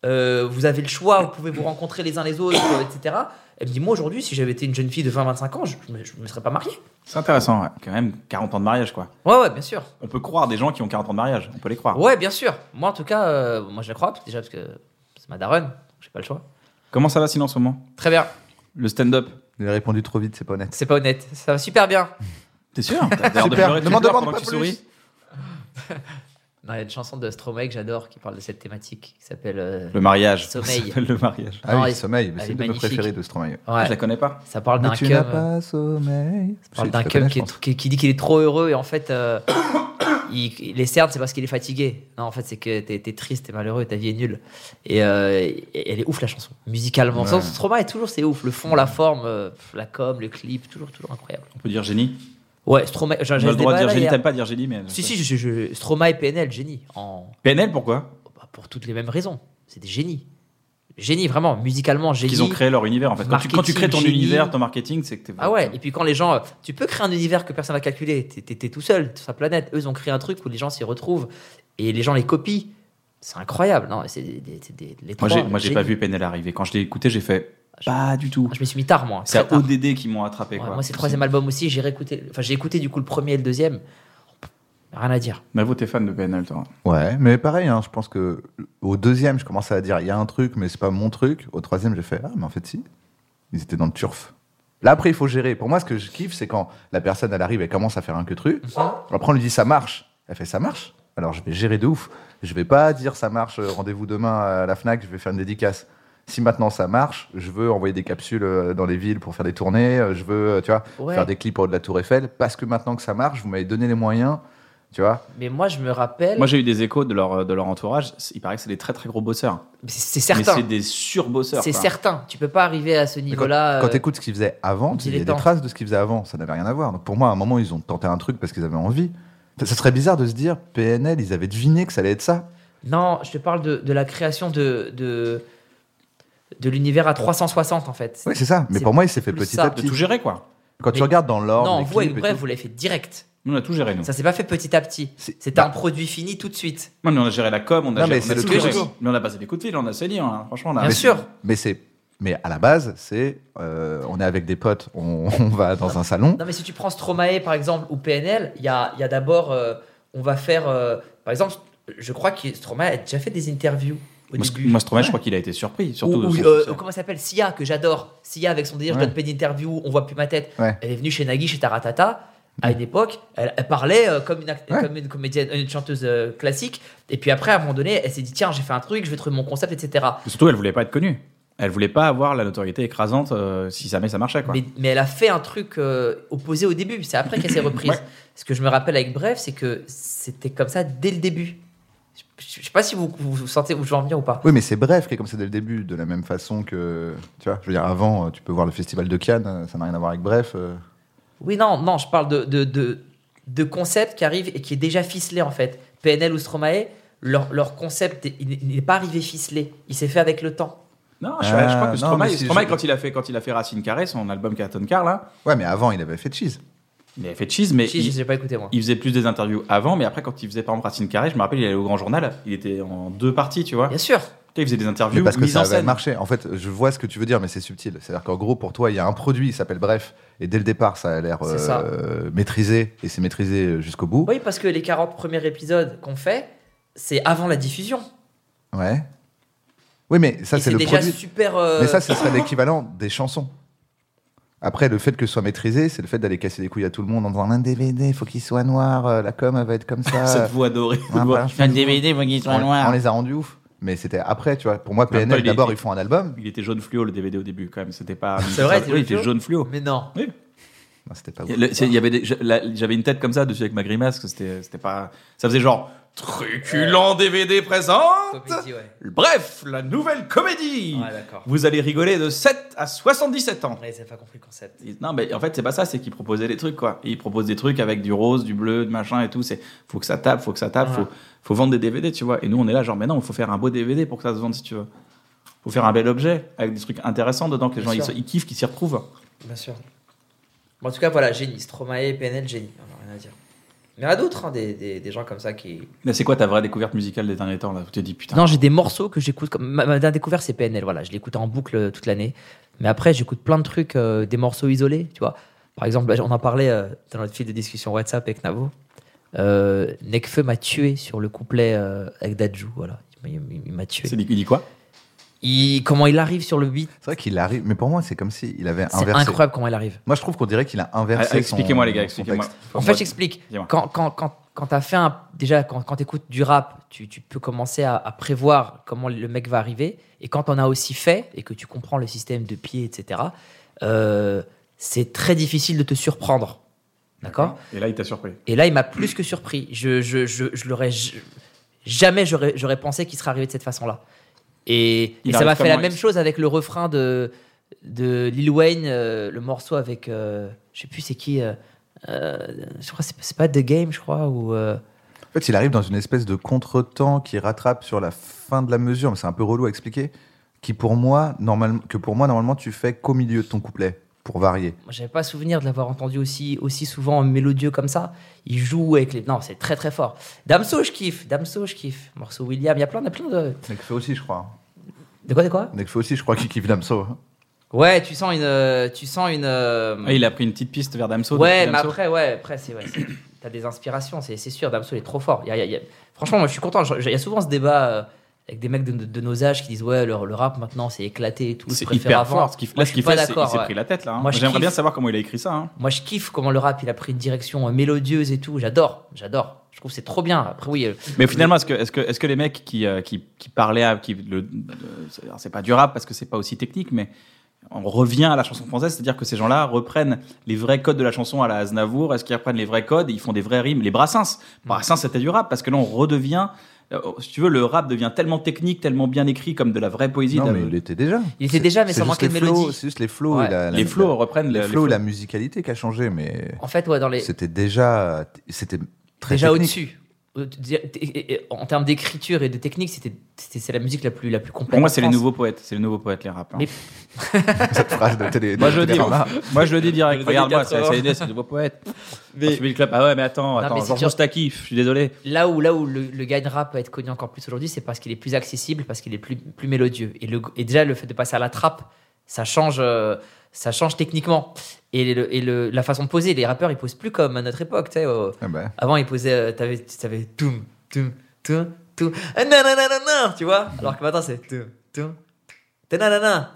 Speaker 2: Euh, vous avez le choix, vous pouvez vous rencontrer les uns les autres, euh, etc. Elle me dit, moi aujourd'hui, si j'avais été une jeune fille de 20-25 ans, je, je me, je me serais pas mariée.
Speaker 1: C'est intéressant, ouais. Quand même, 40 ans de mariage, quoi.
Speaker 2: Ouais, ouais, bien sûr.
Speaker 1: On peut croire des gens qui ont 40 ans de mariage. On peut les croire.
Speaker 2: Ouais, bien sûr. Moi, en tout cas, euh, moi je la crois, déjà parce que c'est ma daronne, j'ai pas le choix.
Speaker 1: Comment ça va sinon en ce moment
Speaker 2: Très bien,
Speaker 1: Le stand-up
Speaker 3: Il a répondu trop vite, c'est pas honnête.
Speaker 2: c'est pas honnête, ça va super bien.
Speaker 1: T'es sûr T'as l'air de
Speaker 3: Super,
Speaker 1: pleurer tout
Speaker 3: ne
Speaker 1: à
Speaker 3: m'en
Speaker 1: l'heure
Speaker 3: demande
Speaker 1: pendant que
Speaker 3: pas
Speaker 1: tu
Speaker 3: plus.
Speaker 1: souris.
Speaker 2: Non, Il y a une chanson de Stromae que j'adore qui parle de cette thématique qui s'appelle. euh,
Speaker 1: Le mariage.
Speaker 2: Sommeil.
Speaker 1: Ça s'appelle Le mariage.
Speaker 3: Ah
Speaker 2: Non,
Speaker 3: oui,
Speaker 2: elle-
Speaker 3: sommeil, mais
Speaker 2: elle est
Speaker 3: c'est une de mes
Speaker 2: magnifique.
Speaker 3: préférées de Stromae.
Speaker 1: Je la
Speaker 2: Ouais,
Speaker 1: connais pas.
Speaker 2: ça parle
Speaker 3: Mais
Speaker 2: d'un
Speaker 3: tu n'as
Speaker 2: cum. euh,
Speaker 3: pas sommeil.
Speaker 2: Je parle
Speaker 3: Tu
Speaker 2: d'un
Speaker 3: la connais,
Speaker 2: cum
Speaker 3: je
Speaker 2: qui, est-
Speaker 3: pense.
Speaker 2: qui- qui dit qu'il est trop heureux et en fait, euh, il, il est certes, c'est parce qu'il est fatigué. Non, en fait, c'est que t'es es triste, t'es malheureux, ta vie est nulle. Et, euh, et- elle est ouf la chanson, musicalement.
Speaker 3: Ouais.
Speaker 2: Sans Stroma est toujours, c'est ouf. Le fond, la forme, euh, pff, la com, le clip, toujours, toujours incroyable.
Speaker 1: On peut dire génie.
Speaker 2: Ouais, Stromae, j'ai
Speaker 1: On
Speaker 2: j'ai
Speaker 1: a le droit de
Speaker 2: débat
Speaker 1: dire
Speaker 2: là
Speaker 1: génie.
Speaker 2: hier.
Speaker 1: T'aimes pas dire génie, mais.
Speaker 2: Si, si, je, je- Stromae et PNL, génie. En,
Speaker 1: PNL, pourquoi
Speaker 2: bah, pour toutes les mêmes raisons. C'est des génies. Génie, vraiment, musicalement, génie.
Speaker 1: Qu'ils ont créé leur univers, en fait. Quand tu, quand tu
Speaker 2: Marketing,
Speaker 1: crées ton
Speaker 2: génie.
Speaker 1: univers, ton marketing, c'est que t'es.
Speaker 2: Ah ouais, et puis quand les gens. euh, Tu peux créer un univers que personne n'a calculé. T'es- T'es t'es tout seul sur sa planète. Eux, ils ont créé un truc où les gens s'y retrouvent et les gens les copient. C'est incroyable. Non, c'est des, des- des- des- les
Speaker 1: Moi,
Speaker 2: trois
Speaker 1: j'ai, moi, j'ai pas
Speaker 2: génies.
Speaker 1: vu PNL arriver. Quand je l'ai écouté, j'ai fait Pas du tout.
Speaker 2: Ah, Je me suis mis tard, moi.
Speaker 1: C'est
Speaker 2: très
Speaker 1: à
Speaker 2: tard.
Speaker 1: ODD qui m'ont attrapé.
Speaker 2: Ouais,
Speaker 1: quoi.
Speaker 2: moi, c'est le troisième album aussi. J'ai réécouté, enfin, j'ai écouté du coup le premier et le deuxième. Rien à dire.
Speaker 1: Navo, t'es fan de PNL, toi.
Speaker 3: Ouais, mais pareil, hein, je pense que au deuxième, je commençais à dire il y a un truc, mais c'est pas mon truc. Au troisième, j'ai fait ah, mais en fait, si. Ils étaient dans le turf. Là, après, il faut gérer. Pour moi, ce que je kiffe, c'est quand la personne, elle arrive, elle commence à faire un queutru.
Speaker 1: Mhm.
Speaker 3: Après, on lui dit ça marche. Elle fait ça marche. Alors, je vais gérer de ouf. Je vais pas dire ça marche, euh, rendez-vous demain à la Fnac, je vais faire une dédicace. Si maintenant ça marche, je veux envoyer des capsules euh, dans les villes pour faire des tournées, euh, je veux, euh, tu vois,
Speaker 2: Ouais.
Speaker 3: faire des clips au de la Tour Eiffel, parce que maintenant que ça marche, vous m'avez donné les moyens, tu vois.
Speaker 2: Mais moi, je me rappelle.
Speaker 1: Moi, j'ai eu des échos de leur, de leur entourage. Il paraît que c'est des très très gros bosseurs.
Speaker 2: Mais c'est c'est
Speaker 1: Mais
Speaker 2: certain.
Speaker 1: c'est des surbosseurs.
Speaker 2: C'est
Speaker 1: quoi.
Speaker 2: certain. Tu peux pas arriver à ce
Speaker 3: Mais quand-
Speaker 2: niveau-là.
Speaker 3: Quand
Speaker 2: euh,
Speaker 3: tu écoutes ce qu'ils faisaient avant, tu dis, il y a des
Speaker 2: dilettante.
Speaker 3: traces de ce qu'ils faisaient avant, ça n'avait rien à voir. Donc pour moi, à un moment, ils ont tenté un truc parce qu'ils avaient envie. Ça ça serait bizarre de se dire, PNL, ils avaient deviné que ça allait être ça.
Speaker 2: euh, Non, je te parle de, de la création de, de, de l'univers à 360 en fait.
Speaker 3: Oui, c'est ça. Mais
Speaker 2: C'est
Speaker 3: pour moi, il s'est fait
Speaker 2: plus
Speaker 3: petit
Speaker 2: ça,
Speaker 3: à
Speaker 1: De
Speaker 3: petit.
Speaker 1: tout gérer, quoi.
Speaker 3: Quand tu
Speaker 2: Mais-
Speaker 3: regardes dans l'ordre.
Speaker 2: non,
Speaker 3: les
Speaker 2: vous avec
Speaker 3: clips et
Speaker 2: Bref,
Speaker 3: tout,
Speaker 2: vous l'avez fait direct.
Speaker 1: Nous, on a tout géré, nous.
Speaker 2: Ça s'est pas fait petit à petit.
Speaker 3: c'est-
Speaker 2: C'était
Speaker 3: bah,
Speaker 2: un produit fini tout de suite.
Speaker 1: Non, mais on a géré la com, on a
Speaker 3: Non,
Speaker 1: géré
Speaker 3: mais c'est
Speaker 1: on a
Speaker 3: le
Speaker 1: tout
Speaker 2: truc.
Speaker 1: géré. Mais on a passé des coups de fil, on a saigné, hein. franchement. on a-
Speaker 2: Bien
Speaker 1: Mais-
Speaker 2: sûr.
Speaker 3: Mais c'est. Mais à la base, c'est euh, on est avec des potes, on, on va dans un salon.
Speaker 2: Non, mais si tu prends Stromae par exemple ou PNL, il y a, il y a d'abord, euh, on va faire, euh, par exemple, je crois que Stromae a déjà fait des interviews au
Speaker 1: Moi,
Speaker 2: début.
Speaker 1: Moi, Stromae, je crois qu'il a été surpris, surtout.
Speaker 2: ou,
Speaker 1: de
Speaker 2: ou,
Speaker 1: son
Speaker 2: euh,
Speaker 1: succès.
Speaker 2: comment ça s'appelle Sia que j'adore Sia avec son délire
Speaker 3: Ouais.
Speaker 2: je donne pas d'interview on voit plus ma tête
Speaker 3: Ouais.
Speaker 2: elle est venue chez Nagui chez Taratata à une époque elle, elle parlait euh, comme une, act-
Speaker 3: Ouais.
Speaker 2: comme une comédienne une chanteuse euh, classique et puis après à un moment donné elle s'est dit tiens j'ai fait un truc je vais trouver mon concept etc
Speaker 1: Surtout, elle voulait pas être connue. Elle voulait pas avoir la notoriété écrasante euh, si jamais ça marchait, quoi.
Speaker 2: mais, mais elle a fait un truc euh, opposé au début c'est après qu'elle s'est reprise
Speaker 1: Ouais.
Speaker 2: ce que je me rappelle avec Bref c'est que c'était comme ça dès le début je, je- je sais pas si vous vous vous sentez où je veux en venir ou pas
Speaker 3: Oui, mais c'est bref qui est comme ça dès le début, de la même façon que. Tu vois, je veux dire, avant, euh, tu peux voir le festival de Cannes, euh, ça n'a rien à voir avec bref. euh.
Speaker 2: Oui, non, non, je parle de, de, de, de concept qui arrive et qui est déjà ficelé en fait. PNL ou Stromae, leur, leur concept, il il n'est pas arrivé ficelé. Il s'est fait avec le temps.
Speaker 1: Non, je, je crois
Speaker 3: Ah,
Speaker 1: que
Speaker 3: non,
Speaker 1: Stromae,
Speaker 3: mais si
Speaker 1: Stromae,
Speaker 3: je-
Speaker 1: quand, il a fait, quand il a fait Racine Carrée, son album Carton Car, là,
Speaker 3: Ouais, mais avant, il avait fait Cheese.
Speaker 1: il avait fait Cheese, mais
Speaker 2: Si,
Speaker 1: il-
Speaker 2: je n'ai pas écouté moi.
Speaker 1: Il faisait plus des interviews avant, mais après, quand il faisait par exemple Racine Carré, je me rappelle, il allait au Grand Journal, il était en deux parties, tu vois. Tu
Speaker 2: Bien sûr.
Speaker 1: sais, Il faisait des interviews,
Speaker 3: Mais parce que
Speaker 1: mises
Speaker 3: ça
Speaker 1: en
Speaker 3: avait
Speaker 1: scène.
Speaker 3: marché. En fait, je vois ce que tu veux dire, mais c'est subtil. C'est-à-dire qu'en gros, pour toi, il y a un produit, il s'appelle Bref, et dès le départ, ça a l'air
Speaker 2: C'est
Speaker 3: euh,
Speaker 2: ça.
Speaker 3: maîtrisé, et c'est maîtrisé euh, jusqu'au bout.
Speaker 2: Oui, parce que les 40 premiers épisodes qu'on fait, c'est avant la diffusion.
Speaker 3: Ouais. Oui, mais ça,
Speaker 2: Et
Speaker 3: c'est
Speaker 2: c'est
Speaker 3: le
Speaker 2: déjà
Speaker 3: produit.
Speaker 2: super. euh,
Speaker 3: Mais ça, ce serait l'équivalent des chansons. Après, le fait que ce soit maîtrisé, c'est le fait d'aller casser les couilles à tout le monde en disant un DVD, faut qu'il soit noir, euh, la com, elle va être comme ça.
Speaker 1: Cette voix dorée. cette
Speaker 3: Ah,
Speaker 1: voix-
Speaker 3: bah, je-
Speaker 1: DVD, moi, qui
Speaker 3: on, on les a rendus ouf. Mais c'était après, tu vois. Pour moi,
Speaker 1: même temps,
Speaker 3: PNL,
Speaker 1: il est-
Speaker 3: d'abord, ils font un album.
Speaker 1: Il était jaune fluo, le DVD, au début, quand même. C'était pas.
Speaker 2: C'est vrai,
Speaker 1: Oui, il était jaune fluo.
Speaker 2: Mais non.
Speaker 3: Non, c'était pas ouf.
Speaker 1: Il y a- le- c'est- il y avait des- je- la- J'avais une tête comme ça dessus avec ma grimace, que c'était c'était pas. Ça faisait genre. Truculent DVD présente
Speaker 2: Comédie, ouais.
Speaker 1: Bref, la nouvelle comédie
Speaker 2: Ouais, d'accord.
Speaker 1: Vous allez rigoler de 7 à 77 ans
Speaker 2: Ouais, ils n'avaient pas compris le concept.
Speaker 1: Ils- Non, mais en fait, c'est pas ça, c'est qu'ils proposaient des trucs, quoi. Et Ils proposent des trucs avec du rose, du bleu, du machin et tout. C'est faut que ça tape, faut que ça tape,
Speaker 2: Voilà.
Speaker 1: faut, faut vendre des DVD, tu vois. Et nous, on est là, genre, mais non, il faut faire un beau DVD pour que ça se vende, si tu veux. Faut faire un bel objet avec des trucs intéressants dedans que les
Speaker 2: Bien
Speaker 1: gens ils,
Speaker 2: sûr.
Speaker 1: se- ils kiffent, qu'ils s'y retrouvent.
Speaker 2: Bien sûr. Bon, en tout cas, voilà, génie. Stromae, PNL, génie. On n'a rien à dire. Mais il y en a d'autres, hein, des, des, des gens comme ça qui,
Speaker 1: Mais c'est quoi ta vraie découverte musicale des derniers temps là Tu te dis putain.
Speaker 2: Non, j'ai des morceaux que j'écoute. comme- Ma, ma dernière découverte, c'est PNL. Voilà, je l'écoute en boucle euh, toute l'année. Mais après, j'écoute plein de trucs, euh, des morceaux isolés, tu vois. Par exemple, là, on en parlait euh, dans notre fil de discussion WhatsApp avec Navo. Euh, Nekfeu m'a tué sur le couplet euh, avec Dajou. Voilà, il, m'a- il- il m'a tué.
Speaker 1: C'est dit, il dit quoi
Speaker 2: Il- comment il arrive sur le beat
Speaker 3: C'est vrai qu'il arrive. Mais pour moi, c'est comme s'il avait
Speaker 2: C'est
Speaker 3: inversé.
Speaker 2: incroyable comment il arrive.
Speaker 3: Moi, je trouve qu'on dirait qu'il a inversé.
Speaker 1: Ah,
Speaker 3: son-
Speaker 1: Expliquez-moi les gars,
Speaker 3: son
Speaker 1: expliquez-moi.
Speaker 3: texte.
Speaker 2: En fait, j'explique.
Speaker 1: Dis-moi.
Speaker 2: Quand, quand, quand, quand t'as fait un. Déjà, quand, quand t'écoutes du rap, tu, tu peux commencer à, à prévoir comment le mec va arriver. Et quand on a aussi fait, et que tu comprends le système de pied, etc., euh, c'est très difficile de te surprendre. D'accord
Speaker 1: Et là, il t'a surpris.
Speaker 2: Et là, il m'a plus que surpris. Je, je, je, je l'aurais. je- jamais j'aurais, j'aurais pensé qu'il serait arrivé de cette façon-là. Et,
Speaker 1: Il
Speaker 2: et ça
Speaker 1: arrive
Speaker 2: m'a fait la
Speaker 1: comment,
Speaker 2: même
Speaker 1: il-
Speaker 2: chose avec le refrain de, de Lil Wayne, euh, le morceau avec. euh, je sais plus c'est qui. euh, euh, je crois que c'est, c'est pas The Game, je crois. Ou, euh,
Speaker 3: En fait, il arrive dans une espèce de contretemps qui rattrape sur la fin de la mesure, mais c'est un peu relou à expliquer. Qui pour moi, normalement, que pour moi, normalement, tu fais qu'au milieu de ton couplet, pour varier.
Speaker 2: moi, j'avais pas souvenir de l'avoir entendu aussi, aussi souvent mélodieux comme ça. Il joue avec les. Non, c'est très très fort. Damso, je kiffe. Damso, je kiffe. Morceau William, il y a plein, il y a plein de.
Speaker 3: Nekfeu aussi, je crois.
Speaker 2: De quoi, de quoi
Speaker 3: Nekfeu aussi, je crois, qui kiffe Damso. hein.
Speaker 2: Ouais, tu sens une. euh, Tu sens une euh,
Speaker 1: Ouais, Ah, il a pris une petite piste vers Damso.
Speaker 2: Ouais,
Speaker 1: depuis
Speaker 2: mais
Speaker 1: Damso.
Speaker 2: après, ouais, après, c'est. Ouais, c'est- T'as des inspirations, c'est c'est sûr. Damso, il est trop fort. Il y a- il y a- il y a- Franchement, moi, je suis content. Je- je- Il y a souvent ce débat euh, avec des mecs de, de- de nos âges qui disent Ouais, le, le rap maintenant, c'est éclaté et tout. je
Speaker 1: c'est
Speaker 2: préfère
Speaker 1: hyper
Speaker 2: avant.
Speaker 1: fort. Ce qu'il-
Speaker 2: Moi,
Speaker 1: là,
Speaker 2: je
Speaker 1: ce
Speaker 2: suis
Speaker 1: qu'il
Speaker 2: pas
Speaker 1: fait, c'est il s'est
Speaker 2: d'accord.
Speaker 1: pris la tête. là. hein.
Speaker 2: Moi, je
Speaker 1: J'aimerais bien
Speaker 2: kiffe.
Speaker 1: savoir comment il a écrit ça. hein.
Speaker 2: Moi, je kiffe comment le rap, il a pris une direction euh, mélodieuse et tout. J'adore, j'adore. Je trouve que c'est trop bien. Après, oui. euh,
Speaker 1: Mais finalement, est-ce que, est-ce que, est-ce que les mecs qui, euh, qui, qui parlaient, à, qui le, euh, c'est- alors, c'est pas du rap parce que c'est pas aussi technique, mais on revient à la chanson française, c'est-à-dire que ces gens-là reprennent les vrais codes de la chanson à la Aznavour, est-ce qu'ils reprennent les vrais codes, et ils font des vrais rimes, les Brassens.
Speaker 2: Mm.
Speaker 1: Brassens, c'était du rap parce que là, on redevient. euh, Si tu veux, le rap devient tellement technique, tellement bien écrit, comme de la vraie poésie. de
Speaker 3: Non,
Speaker 1: la-
Speaker 3: mais il était déjà.
Speaker 2: Il était
Speaker 3: C'est-
Speaker 2: déjà, mais
Speaker 3: c'est
Speaker 2: sans
Speaker 3: juste
Speaker 2: manquer
Speaker 3: les
Speaker 2: de
Speaker 3: flows,
Speaker 2: mélodie.
Speaker 3: C'est juste les flows.
Speaker 2: Ouais.
Speaker 3: et la- la-
Speaker 1: les flows
Speaker 3: la-
Speaker 1: reprennent
Speaker 3: les
Speaker 1: le-
Speaker 3: flows et
Speaker 1: flows.
Speaker 3: la musicalité qui a changé, mais
Speaker 2: En fait, ouais, dans les.
Speaker 3: c'était déjà. C'était très
Speaker 2: déjà
Speaker 3: technique.
Speaker 2: au-dessus. Euh, tu dis- et- et- et- En termes d'écriture et de technique, c'était c'était- c'est la musique la plus la plus complète.
Speaker 1: Pour moi,
Speaker 2: en
Speaker 1: c'est les
Speaker 2: France.
Speaker 1: nouveaux poètes, c'est les nouveaux poètes, les rap. hein.
Speaker 2: Mais-
Speaker 3: Cette phrase de télé. de
Speaker 1: Moi je le dis,
Speaker 3: Télérama.
Speaker 1: moi je le dis direct.
Speaker 2: Les années
Speaker 1: Regarde, moi, c'est
Speaker 2: 80.
Speaker 1: c'est les nouveaux poètes. Mais... le club. Ah ouais, mais attends,
Speaker 2: mais
Speaker 1: attends,
Speaker 2: c'est
Speaker 1: Georges
Speaker 2: sûr.
Speaker 1: Moustaki, je suis désolé.
Speaker 2: Là où là où le, le gain rap peut être connu encore plus aujourd'hui, c'est parce qu'il est plus accessible, parce qu'il est plus plus mélodieux. Et le et déjà le fait de passer à la trappe, ça change euh, ça change techniquement. Et le, et le la façon de poser, les rappeurs ils posent plus comme à notre époque, tu sais. au-
Speaker 3: Ah bah.
Speaker 2: Avant, ils posaient, euh, t'avais, t'avais toum, toum, toum, toum, ah, nananana, tu
Speaker 1: Mm.
Speaker 2: vois. Alors que maintenant, c'est toum, toum, tananana,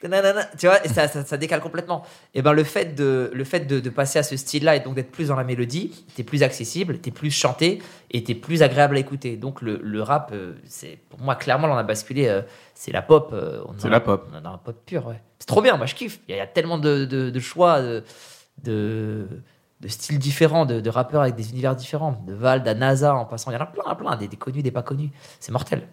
Speaker 2: tananana, tu vois, et ça, ça, ça décale complètement. Et ben le fait de, le fait de, de passer à ce style-là et donc d'être plus dans la mélodie, t'es plus accessible, t'es plus chanté et t'es plus agréable à écouter. Donc le, le rap, euh, c'est pour moi clairement, là, on a basculé, euh, c'est la pop. euh, on
Speaker 1: C'est
Speaker 2: en a-
Speaker 1: la pop.
Speaker 2: On en a un pop pur, ouais. C'est trop bien, moi je kiffe. Il y, a- il y a tellement de, de, de choix. De, de, de styles différents, de, de rappeurs avec des univers différents, de Val, à NASA en passant, il y en a plein, plein, des, des connus, des pas connus. C'est mortel.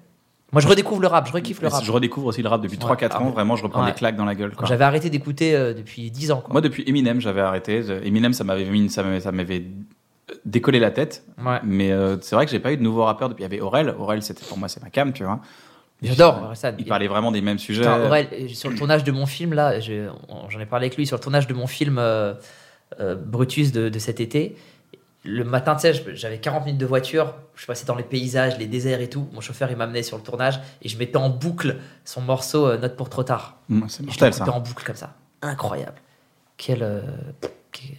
Speaker 2: Moi, je redécouvre le rap, je rekiffe le
Speaker 1: Mais
Speaker 2: rap.
Speaker 1: Je redécouvre aussi le rap depuis
Speaker 2: Ouais,
Speaker 1: 3-4
Speaker 2: ah
Speaker 1: ans.
Speaker 2: ouais.
Speaker 1: Vraiment, je reprends
Speaker 2: Ouais.
Speaker 1: des claques dans la gueule. quoi.
Speaker 2: J'avais arrêté d'écouter euh, depuis 10 ans. Quoi.
Speaker 1: Moi, depuis Eminem, j'avais arrêté. Eminem, ça m'avait mis- ça m'avait- ça m'avait décollé la tête.
Speaker 2: Ouais.
Speaker 1: Mais euh, c'est vrai que j'ai pas eu de nouveaux rappeurs depuis. Il y avait Aurel. Aurel, c'était pour moi, c'est ma cam, tu vois.
Speaker 2: J'adore Orelsan.
Speaker 1: Il parlait vraiment des mêmes sujets.
Speaker 2: Putain, Aurel, euh, sur le tournage de mon film, là, je- on- j'en ai parlé avec lui, sur le tournage de mon film euh, euh, Brutus de, de cet été, le matin, tu sais, je- j'avais 40 minutes de voiture, je passais dans les paysages, les déserts et tout, mon chauffeur, il m'amenait sur le tournage, et je mettais en boucle son morceau euh, Note pour trop tard.
Speaker 1: Mmh, c'est
Speaker 2: Et je
Speaker 1: mortel, ça.
Speaker 2: l'écoutais en boucle comme ça. Incroyable. Quel. euh, quel-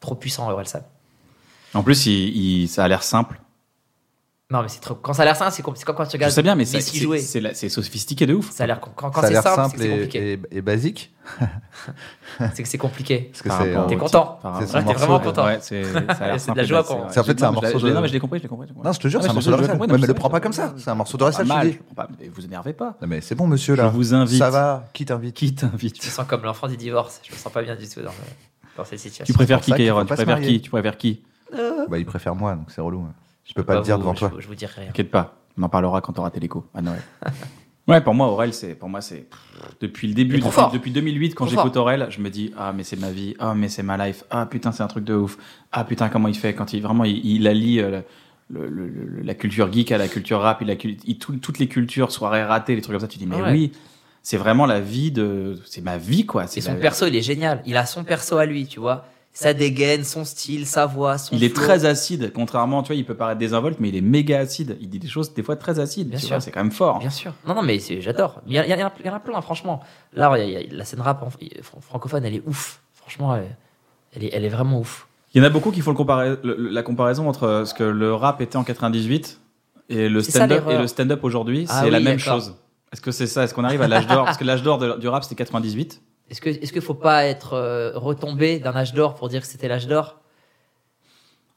Speaker 2: trop puissant, Orelsan.
Speaker 1: En plus, il- il- ça a l'air simple.
Speaker 2: Non, mais c'est trop. Quand ça a l'air simple, c'est com- c'est comme quand tu
Speaker 1: Je
Speaker 2: regardes.
Speaker 1: sais bien, mais ça-
Speaker 2: Messi
Speaker 1: c'est
Speaker 2: jouer.
Speaker 1: c'est la- c'est sophistiqué de ouf.
Speaker 2: Ça a l'air. com- Quand, quand
Speaker 3: Ça a
Speaker 2: c'est
Speaker 3: l'air
Speaker 2: simple,
Speaker 3: simple
Speaker 2: c'est que c'est compliqué.
Speaker 3: et, et- et basique.
Speaker 2: C'est que c'est compliqué.
Speaker 3: Parce que
Speaker 1: Par
Speaker 3: c'est.
Speaker 1: rapport
Speaker 2: T'es
Speaker 1: au
Speaker 2: content.
Speaker 1: titre, par
Speaker 3: C'est
Speaker 1: rapport-
Speaker 3: son
Speaker 1: Ouais,
Speaker 3: morceau,
Speaker 2: vraiment content.
Speaker 1: Ouais, c'est ça a l'air
Speaker 2: C'est de
Speaker 1: simple
Speaker 2: la
Speaker 1: et
Speaker 2: joie
Speaker 1: basique,
Speaker 2: pour-
Speaker 3: C'est- en fait, c'est un
Speaker 1: Non, mais je l'ai-
Speaker 3: morceau de-
Speaker 1: Non, mais je l'ai compris, je l'ai compris. je l'ai compris.
Speaker 3: Non, je te jure,
Speaker 1: Ah,
Speaker 3: c'est un
Speaker 1: je-
Speaker 3: morceau
Speaker 1: je
Speaker 3: de
Speaker 1: le
Speaker 3: Orelsan.
Speaker 1: comprends, non,
Speaker 3: Ouais,
Speaker 1: mais
Speaker 3: mais le
Speaker 1: c'est
Speaker 3: prends
Speaker 1: vrai,
Speaker 3: pas comme
Speaker 1: je-
Speaker 3: ça. C'est un morceau de Orelsan,
Speaker 1: Mal,
Speaker 3: je
Speaker 1: je
Speaker 3: dis.
Speaker 1: comprends pas, mais vous énervez pas.
Speaker 3: Non, mais c'est bon, monsieur, là.
Speaker 1: Je vous invite.
Speaker 3: Ça va, qui t'invite
Speaker 1: Qui
Speaker 2: Je me
Speaker 1: t'invite
Speaker 2: sens comme l'enfant du divorce. Je me sens pas bien du tout dans, le- dans cette situation.
Speaker 1: Tu préfères
Speaker 3: pour
Speaker 1: qui,
Speaker 3: ça qu'il faut
Speaker 1: Kairon Tu
Speaker 3: pas se
Speaker 1: préfères
Speaker 3: marier.
Speaker 1: qui Tu préfères qui
Speaker 3: Bah, il préfère moi, donc c'est relou. hein. Je peux pas le
Speaker 2: vous-
Speaker 3: dire devant
Speaker 2: je-
Speaker 3: toi.
Speaker 2: Je vous dirai rien.
Speaker 1: T'inquiète pas, on en parlera quand t'auras Téléco à Noël. ouais, pour moi, Aurel, c'est pour moi c'est depuis le début,
Speaker 2: Il est trop
Speaker 1: depuis,
Speaker 2: fort.
Speaker 1: depuis 2008, quand
Speaker 2: Trop
Speaker 1: j'écoute
Speaker 2: fort.
Speaker 1: Aurel, je me dis ah mais c'est ma vie, ah mais c'est ma life, ah putain c'est un truc de ouf, ah putain comment il fait quand il vraiment il, il allie euh, le- le- le- la culture geek à la culture rap, il, accu- il- tout- toutes les cultures, soirées ratées, les trucs comme ça, tu dis mais
Speaker 2: Ouais.
Speaker 1: oui, c'est vraiment la vie de, c'est ma vie quoi,
Speaker 2: Et
Speaker 1: c'est
Speaker 2: son
Speaker 1: la-
Speaker 2: perso, il est génial. Il a son perso à lui, tu vois. Sa dégaine, son style, sa voix, son.
Speaker 1: Il est
Speaker 2: flow.
Speaker 1: très acide, contrairement, tu vois, il peut paraître désinvolte, mais il est méga acide. Il dit des choses des fois très acides.
Speaker 2: Bien
Speaker 1: tu
Speaker 2: sûr.
Speaker 1: vois, c'est quand même fort.
Speaker 2: Bien sûr. Non, non, mais c'est- j'adore. Il y, a- il y en a- il y en a plein, franchement. Là, il y a- il y a- la scène rap en- fr- francophone, elle est ouf. Franchement, elle, elle est, elle est vraiment ouf.
Speaker 1: Il y en a beaucoup qui font le compara- le- le- la comparaison entre euh, ce que le rap était en 98 et le
Speaker 2: C'est ça,
Speaker 1: stand-up
Speaker 2: l'erreur.
Speaker 1: et le stand-up aujourd'hui,
Speaker 2: Ah
Speaker 1: c'est
Speaker 2: oui,
Speaker 1: la même
Speaker 2: d'accord.
Speaker 1: chose. Est-ce que c'est ça Est-ce qu'on arrive à l'âge d'or Parce que l'âge d'or de- du rap c'était 98.
Speaker 2: Est-ce que est-ce qu'il faut pas être euh, retombé d'un âge d'or pour dire que c'était l'âge d'or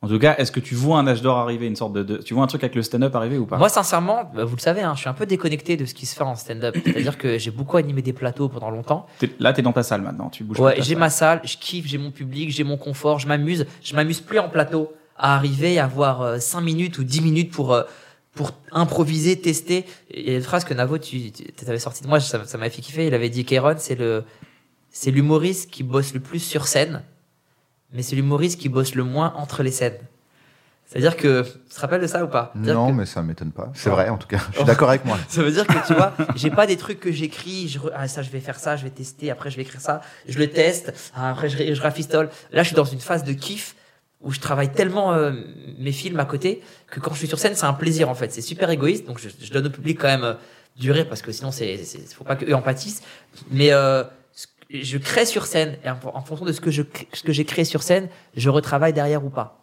Speaker 1: En tout cas, est-ce que tu vois un âge d'or arriver, une sorte de, de- tu vois un truc avec le stand-up arriver ou pas
Speaker 2: Moi, sincèrement, bah, vous le savez, hein, je suis un peu déconnecté de ce qui se fait en stand-up. C'est-à-dire que j'ai beaucoup animé des plateaux pendant longtemps.
Speaker 1: T'es- Là, t'es dans ta salle maintenant. Tu bouges. pas de
Speaker 2: Ouais,
Speaker 1: ta
Speaker 2: j'ai
Speaker 1: salle.
Speaker 2: ma salle, je kiffe, j'ai mon public, j'ai mon confort, je m'amuse. Je m'amuse plus en plateau à arriver à avoir 5 minutes ou 10 minutes pour, euh, pour improviser, tester. Et Il y a une phrase que Navo, tu, tu avais sortie de moi, ça ça m'a fait kiffer. Il avait dit Kairon, c'est le c'est l'humoriste qui bosse le plus sur scène, mais c'est l'humoriste qui bosse le moins entre les scènes. C'est-à-dire que. Tu te rappelles de ça ou pas C'est-à-dire
Speaker 3: Non,
Speaker 2: que-
Speaker 3: mais ça m'étonne pas. C'est
Speaker 2: Ouais.
Speaker 3: vrai, en tout cas. Je suis d'accord avec moi.
Speaker 2: ça veut dire que tu vois, j'ai pas des trucs que j'écris, je re- ah, ça je vais faire ça, je vais tester, après je vais écrire ça, je le teste, ah, après je, ré- je rafistole. Là, je suis dans une phase de kiff où je travaille tellement euh, mes films à côté que quand je suis sur scène, c'est un plaisir en fait. C'est super égoïste, donc je, je donne au public quand même euh, du rire parce que sinon, c'est c'est- faut pas qu'eux en pâtissent. Mais euh, je crée sur scène et en, en fonction de ce que je ce que j'ai créé sur scène, je retravaille derrière ou pas.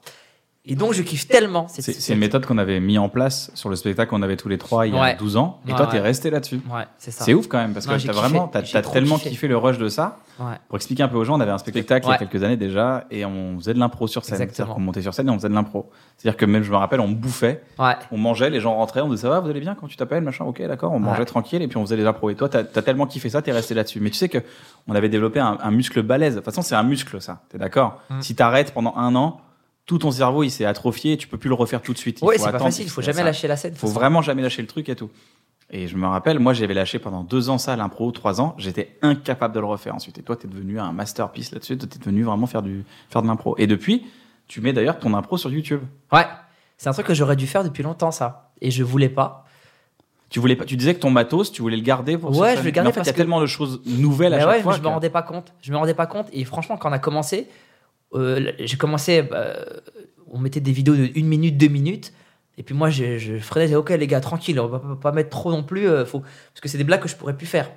Speaker 2: Et donc je kiffe tellement. cette-
Speaker 1: C'est
Speaker 2: cette-
Speaker 1: c'est une méthode qu'on avait mis en place sur le spectacle qu'on avait tous les trois il y a
Speaker 2: Ouais.
Speaker 1: 12 ans. Et
Speaker 2: Ouais,
Speaker 1: toi, t'es
Speaker 2: ouais.
Speaker 1: resté là-dessus.
Speaker 2: Ouais, c'est ça.
Speaker 1: C'est ouf quand même, parce
Speaker 2: Non,
Speaker 1: que
Speaker 2: j'ai
Speaker 1: t'as
Speaker 2: kiffé.
Speaker 1: vraiment, t'as
Speaker 2: J'ai
Speaker 1: t'as
Speaker 2: trop
Speaker 1: tellement
Speaker 2: kiffé.
Speaker 1: kiffé le rush de ça.
Speaker 2: Ouais.
Speaker 1: Pour expliquer un peu aux gens, on avait un spectacle
Speaker 2: Ouais.
Speaker 1: il y a quelques années déjà, et on faisait de l'impro sur scène.
Speaker 2: Exactement.
Speaker 1: C'est-à-dire qu'on montait sur scène et on faisait de l'impro. C'est-à-dire que même, je me rappelle, on bouffait,
Speaker 2: Ouais.
Speaker 1: on mangeait, les gens rentraient, on disait ça va, vous allez bien, quand tu t'appelles, machin, ok, d'accord, on mangeait
Speaker 2: Ouais.
Speaker 1: tranquille, et puis on faisait des impros. Et toi, t'as as tellement kiffé ça, t'es resté là-dessus. Mais tu sais que on avait développé un, un muscle balèze. De toute façon, c'est un muscle, ça. T'es d'accord
Speaker 2: Mm.
Speaker 1: Si t'arrêtes pendant un an, tout ton cerveau, il s'est atrophié, et tu peux plus le refaire tout de suite. Il
Speaker 2: Ouais,
Speaker 1: faut
Speaker 2: c'est pas
Speaker 1: attendre,
Speaker 2: facile. Il faut
Speaker 1: ça-
Speaker 2: jamais
Speaker 1: ça-
Speaker 2: lâcher la scène.
Speaker 1: faut vraiment jamais lâcher le truc et tout. Et je me rappelle, moi, j'avais lâché pendant deux ans ça, l'impro, trois ans. J'étais incapable de le refaire ensuite. Et toi, t'es devenu un masterpiece là-dessus. Toi, T'es devenu vraiment faire du, faire de l'impro. Et depuis, tu mets d'ailleurs ton impro sur YouTube.
Speaker 2: Ouais. C'est un truc que j'aurais dû faire depuis longtemps, ça. Et je voulais pas.
Speaker 1: Tu voulais pas, tu disais que ton matos, tu voulais le garder pour.
Speaker 2: Ouais,
Speaker 1: sur
Speaker 2: je
Speaker 1: scène.
Speaker 2: veux le garder
Speaker 1: Mais en fait, il
Speaker 2: parce
Speaker 1: y a
Speaker 2: que-
Speaker 1: tellement de choses nouvelles à
Speaker 2: Mais
Speaker 1: chaque
Speaker 2: ouais, mais
Speaker 1: fois.
Speaker 2: je me
Speaker 1: que-
Speaker 2: rendais pas compte. Je me rendais pas compte. Et franchement, quand on a commencé, euh, j'ai commencé. bah, on mettait des vidéos de 1 minute, 2 minutes. Et puis moi, je, je freinais. je disais, Ok, les gars, tranquille. On va pas, pas mettre trop non plus. euh, faut... Parce que c'est des blagues que je pourrais plus faire.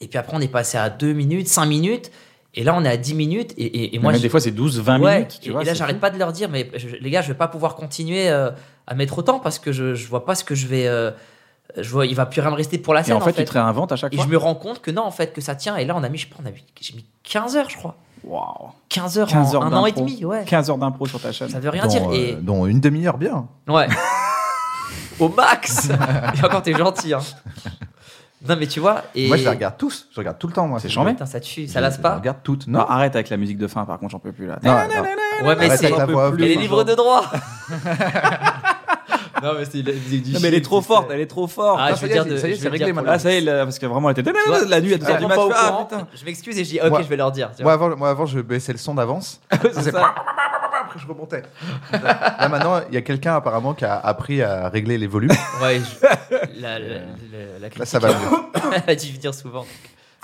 Speaker 2: Et puis après, on est passé à 2 minutes, 5 minutes. Et là, on est à 10 minutes. Et, et- et
Speaker 1: Mais
Speaker 2: moi,
Speaker 1: même
Speaker 2: je-
Speaker 1: des fois, c'est 12, 20
Speaker 2: Ouais,
Speaker 1: minutes. Tu
Speaker 2: et,
Speaker 1: vois,
Speaker 2: et là,
Speaker 1: c'est
Speaker 2: j'arrête
Speaker 1: fou.
Speaker 2: pas de leur dire, mais je- les gars, je vais pas pouvoir continuer euh, à mettre autant parce que je, je vois pas ce que je vais. euh, je vois, il va plus rien me rester pour la
Speaker 1: Et
Speaker 2: scène.
Speaker 1: en fait, tu te réinventes à chaque
Speaker 2: Et
Speaker 1: fois.
Speaker 2: je me rends compte que non, en fait, que ça tient. Et là, on a mis, je sais pas, on a mis, j'ai mis 15 heures, je crois.
Speaker 1: Waouh.
Speaker 2: 15 heures,
Speaker 1: 15
Speaker 2: en
Speaker 1: heures
Speaker 2: un an et
Speaker 1: d'impro.
Speaker 2: demi, ouais.
Speaker 1: 15 heures d'impro sur ta chaîne.
Speaker 2: Ça veut rien dire.
Speaker 3: Dont,
Speaker 2: Et
Speaker 3: euh, dont une demi-heure bien.
Speaker 1: euh,
Speaker 2: ouais, au max. et encore, t'es gentil. hein. Non, mais tu vois. Et
Speaker 3: Moi, je les regarde tous. Je regarde tout le temps, moi.
Speaker 1: C'est
Speaker 3: ces
Speaker 1: chambé.
Speaker 3: jeux.
Speaker 2: Putain, ça tue,
Speaker 3: Je-
Speaker 2: ça lasse
Speaker 3: Je
Speaker 2: pas. Ah,
Speaker 3: regarde toutes.
Speaker 1: Non,
Speaker 3: Non.
Speaker 1: arrête avec la musique de fin, par contre, j'en peux plus là.
Speaker 3: Non, non.
Speaker 2: Ouais, mais
Speaker 3: Arrête
Speaker 2: c'est.
Speaker 3: avec la voix off.
Speaker 2: Mais les
Speaker 1: hein.
Speaker 2: livres de droit. non, mais c'est
Speaker 1: Non, mais elle est trop forte, elle est trop forte.
Speaker 2: Ah,
Speaker 3: Ah,
Speaker 2: je
Speaker 3: ça
Speaker 2: veux
Speaker 3: y est,
Speaker 2: dire, de-
Speaker 3: ça y est,
Speaker 2: je
Speaker 3: c'est
Speaker 2: veux
Speaker 3: réglé,
Speaker 2: dire pour
Speaker 3: maintenant.
Speaker 2: le-
Speaker 1: Ah, ça y est, là, parce que vraiment, elle était
Speaker 2: Tu vois,
Speaker 1: la nuit à 2h du
Speaker 2: vraiment
Speaker 1: match.
Speaker 2: pas au
Speaker 1: Ah,
Speaker 2: courant.
Speaker 1: putain.
Speaker 2: Je m'excuse et je dis ok,
Speaker 3: Moi-
Speaker 2: je vais leur dire. tu
Speaker 3: Moi
Speaker 2: vois.
Speaker 3: avant, moi, avant, je baissais le son d'avance.
Speaker 1: C'est ça.
Speaker 3: Après, je remontais. Là, maintenant, il y a quelqu'un apparemment qui a appris à régler les volumes.
Speaker 2: Ouais, je- la, la, la- la
Speaker 3: Là,
Speaker 2: critique,
Speaker 3: ça va mieux.
Speaker 2: elle a dû venir souvent.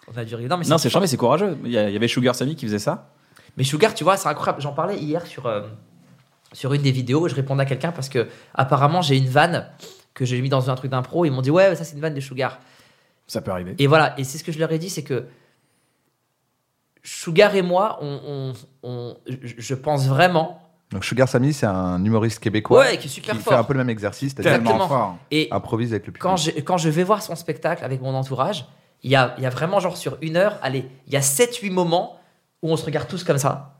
Speaker 2: On a dû rigoler. Non, mais,
Speaker 1: Non,
Speaker 2: c'est-
Speaker 1: c'est charmé, c'est courageux. Il y, a- il y avait Sugar Sammy qui faisait ça.
Speaker 2: mais Sugar, tu vois, c'est incroyable. J'en parlais hier sur, euh, sur une des vidéos. Je répondais à quelqu'un parce que apparemment j'ai une vanne que j'ai mis dans un truc d'impro. Ils m'ont dit ouais, ça c'est une vanne de Sugar.
Speaker 1: Ça peut arriver.
Speaker 2: Et voilà, et c'est ce que je leur ai dit, c'est que Sugar et moi, on, on- on- je je pense vraiment.
Speaker 3: Donc, Sugar Sammy, c'est un humoriste québécois
Speaker 2: Ouais, qui est super
Speaker 3: qui fait
Speaker 2: fort.
Speaker 3: un peu le même exercice, c'est-à-dire
Speaker 2: Exactement.
Speaker 1: fort.
Speaker 2: Et,
Speaker 3: improvise avec le public.
Speaker 2: quand je, quand je vais voir son spectacle avec mon entourage, il y a, il y a vraiment genre sur une heure, allez, il y a 7-8 moments où on se regarde tous comme ça.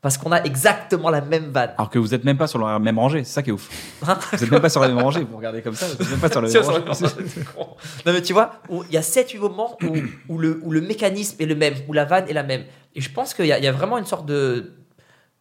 Speaker 2: Parce qu'on a exactement la même vanne.
Speaker 1: Alors que vous êtes même pas sur la même rangée, c'est ça qui est ouf. Vous êtes même pas sur la même rangée, vous regardez comme ça, vous êtes même pas sur la
Speaker 2: Sur-
Speaker 1: même
Speaker 2: sur-
Speaker 1: rangée.
Speaker 2: non mais tu vois, où il y a 7-8 moments où, où le, où le mécanisme est le même, où la vanne est la même. Et je pense qu'il y, a- il y a vraiment une sorte de,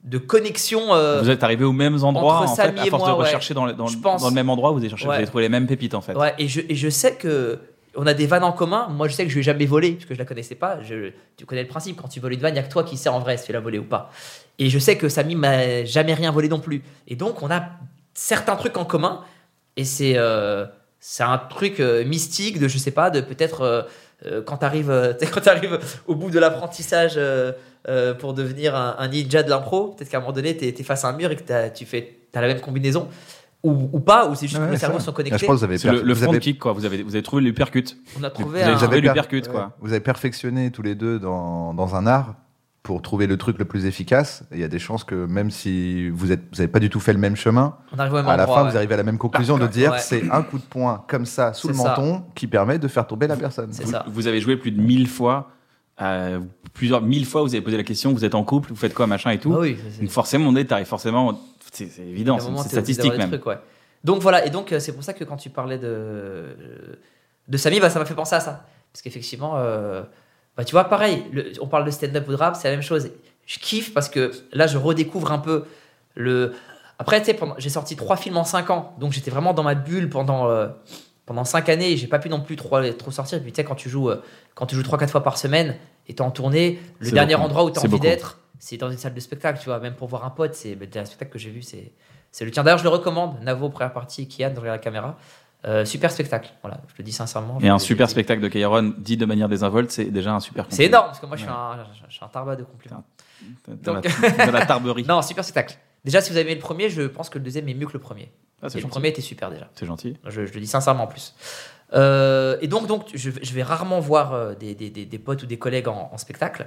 Speaker 2: de connexion. euh,
Speaker 1: Vous êtes arrivés aux mêmes endroits,
Speaker 2: entre
Speaker 1: en fait,
Speaker 2: Samy
Speaker 1: à
Speaker 2: et
Speaker 1: force de
Speaker 2: moi, ouais.
Speaker 1: rechercher dans, le, dans, le-
Speaker 2: Je pense.
Speaker 1: dans le même endroit, vous avez, cherché, vous
Speaker 2: Ouais.
Speaker 1: avez trouvé les mêmes pépites en fait.
Speaker 2: Ouais, et je, et je sais que on a des vannes en commun. Moi, je sais que je lui ai jamais volé, parce que je la connaissais pas. Je, tu connais le principe, quand tu voles une vanne, il n'y a que toi qui sais en vrai si tu l'as volée ou pas. Et je sais que Samy m'a jamais rien volé non plus. Et donc, on a certains trucs en commun. Et c'est euh, c'est un truc euh, mystique de, je sais pas, de peut-être euh, euh, quand tu arrives, au bout de l'apprentissage euh, euh, pour devenir un, un ninja de l'impro, peut-être qu'à un moment donné, tu es, face à un mur et que t'as- tu fais, as la même combinaison. Ou, ou pas, ou c'est juste
Speaker 3: Ouais,
Speaker 2: que les
Speaker 3: ouais,
Speaker 2: cerveaux
Speaker 3: ça.
Speaker 2: sont
Speaker 3: Là, je
Speaker 2: connectés.
Speaker 3: pense que vous avez,
Speaker 1: C'est le,
Speaker 3: perf-
Speaker 1: le
Speaker 3: vous
Speaker 1: front
Speaker 3: avez-
Speaker 1: kick, quoi. Vous avez, vous avez trouvé le percute.
Speaker 2: On a
Speaker 1: Vous
Speaker 2: trouvé
Speaker 1: avez-
Speaker 2: un-
Speaker 1: vous avez
Speaker 3: per-
Speaker 1: le percute,
Speaker 3: ouais.
Speaker 1: quoi.
Speaker 3: Vous avez perfectionné tous les deux dans, dans un art pour trouver le truc le plus efficace. Et Il y a des chances que même si vous n'avez vous avez pas du tout fait le même chemin,
Speaker 2: On arrive au même
Speaker 3: à la
Speaker 2: endroit,
Speaker 3: fin
Speaker 2: ouais. Ah
Speaker 3: vous arrivez à la même conclusion de dire
Speaker 2: ouais.
Speaker 3: c'est un coup de poing comme ça sous
Speaker 2: C'est
Speaker 3: le
Speaker 2: ça.
Speaker 3: menton qui permet de faire tomber la personne.
Speaker 2: C'est
Speaker 1: Vous,
Speaker 2: ça.
Speaker 1: vous avez joué plus de 1000 fois, euh, plusieurs mille fois, vous avez posé la question, vous êtes en couple, vous faites quoi, machin et tout.
Speaker 2: Ah oui, c'est- c'est-
Speaker 1: Donc forcément, on est taré, forcément, c'est c'est évident,
Speaker 2: à un
Speaker 1: c'est
Speaker 2: moment,
Speaker 1: c'est
Speaker 2: t'es obligé
Speaker 1: statistique
Speaker 2: d'avoir
Speaker 1: même.
Speaker 2: des trucs, ouais. Donc voilà, et donc euh, c'est pour ça que quand tu parlais de de Samy, bah, ça m'a fait penser à ça, parce qu'effectivement, euh, bah, tu vois, pareil, le- on parle de stand-up ou de rap, c'est la même chose. Je kiffe parce que là, je redécouvre un peu le. Après, tu sais, pendant- j'ai sorti trois films en cinq ans, donc j'étais vraiment dans ma bulle pendant. euh, Pendant cinq années, et j'ai pas pu non plus trop, trop sortir. Et puis tu sais, quand tu joues, euh, quand tu joues trois, quatre fois par semaine, et t'es en tournée, le
Speaker 1: C'est
Speaker 2: dernier
Speaker 1: beaucoup.
Speaker 2: endroit où t'as
Speaker 1: C'est
Speaker 2: envie
Speaker 1: beaucoup.
Speaker 2: d'être, c'est dans une salle de spectacle, tu vois. Même pour voir un pote, c'est le dernier spectacle que j'ai vu, c'est c'est le tien. D'ailleurs, je le recommande. Navo, première partie, Kian, derrière la caméra. Euh, super spectacle. Voilà, je le dis sincèrement.
Speaker 1: Et
Speaker 2: Je-
Speaker 1: un
Speaker 2: je-
Speaker 1: super spectacle de Kairon dit de manière désinvolte, c'est déjà un super
Speaker 2: C'est
Speaker 1: compliment.
Speaker 2: énorme, parce que moi, je suis un, je- je suis un tarbat de compliments.
Speaker 1: Dans,
Speaker 2: Donc-
Speaker 1: la, dans la tarberie.
Speaker 2: Non, super spectacle. Déjà, si vous avez aimé le premier, je pense que le deuxième est mieux que le premier.
Speaker 1: Ah,
Speaker 2: Et
Speaker 1: c'est
Speaker 2: le
Speaker 1: gentil.
Speaker 2: premier était super déjà.
Speaker 1: C'est gentil.
Speaker 2: Je, je le dis sincèrement en plus. Euh, et donc, donc je, je vais rarement voir euh, des, des- des- des potes ou des collègues en, en spectacle.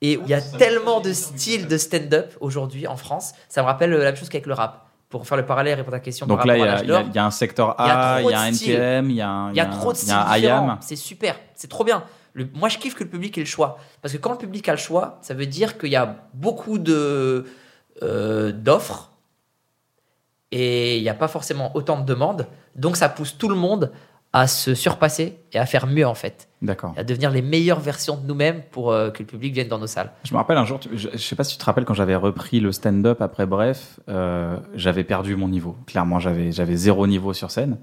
Speaker 2: Et il y a tellement de styles de stand-up aujourd'hui en France. Ça me rappelle euh, la même chose qu'avec le rap. Pour faire le parallèle et répondre à la question
Speaker 1: Donc
Speaker 2: par
Speaker 1: là, il
Speaker 2: rapport
Speaker 1: y,
Speaker 2: à
Speaker 1: a-
Speaker 2: l'âge
Speaker 1: il y a-
Speaker 2: d'or.
Speaker 1: il y a un secteur
Speaker 2: Il y a
Speaker 1: A,
Speaker 2: trop
Speaker 1: il y a un
Speaker 2: de styles.
Speaker 1: NTM, il y a un
Speaker 2: Il y a trop
Speaker 1: il
Speaker 2: de
Speaker 1: y
Speaker 2: styles
Speaker 1: a un IAM.
Speaker 2: différents. C'est super, c'est trop bien. Le- moi, je kiffe que le public ait le choix. Parce que quand le public a le choix, ça veut dire qu'il y a beaucoup de euh, d'offres et il n'y a pas forcément autant de demandes. Donc, ça pousse tout le monde à se surpasser et à faire mieux, en fait.
Speaker 1: D'accord.
Speaker 2: À devenir les meilleures versions de nous-mêmes pour euh, que le public vienne dans nos salles.
Speaker 1: Je me rappelle un jour, tu- je, je sais pas si tu te rappelles quand j'avais repris le stand-up après Bref, euh, j'avais perdu mon niveau. Clairement, j'avais j'avais zéro niveau sur scène.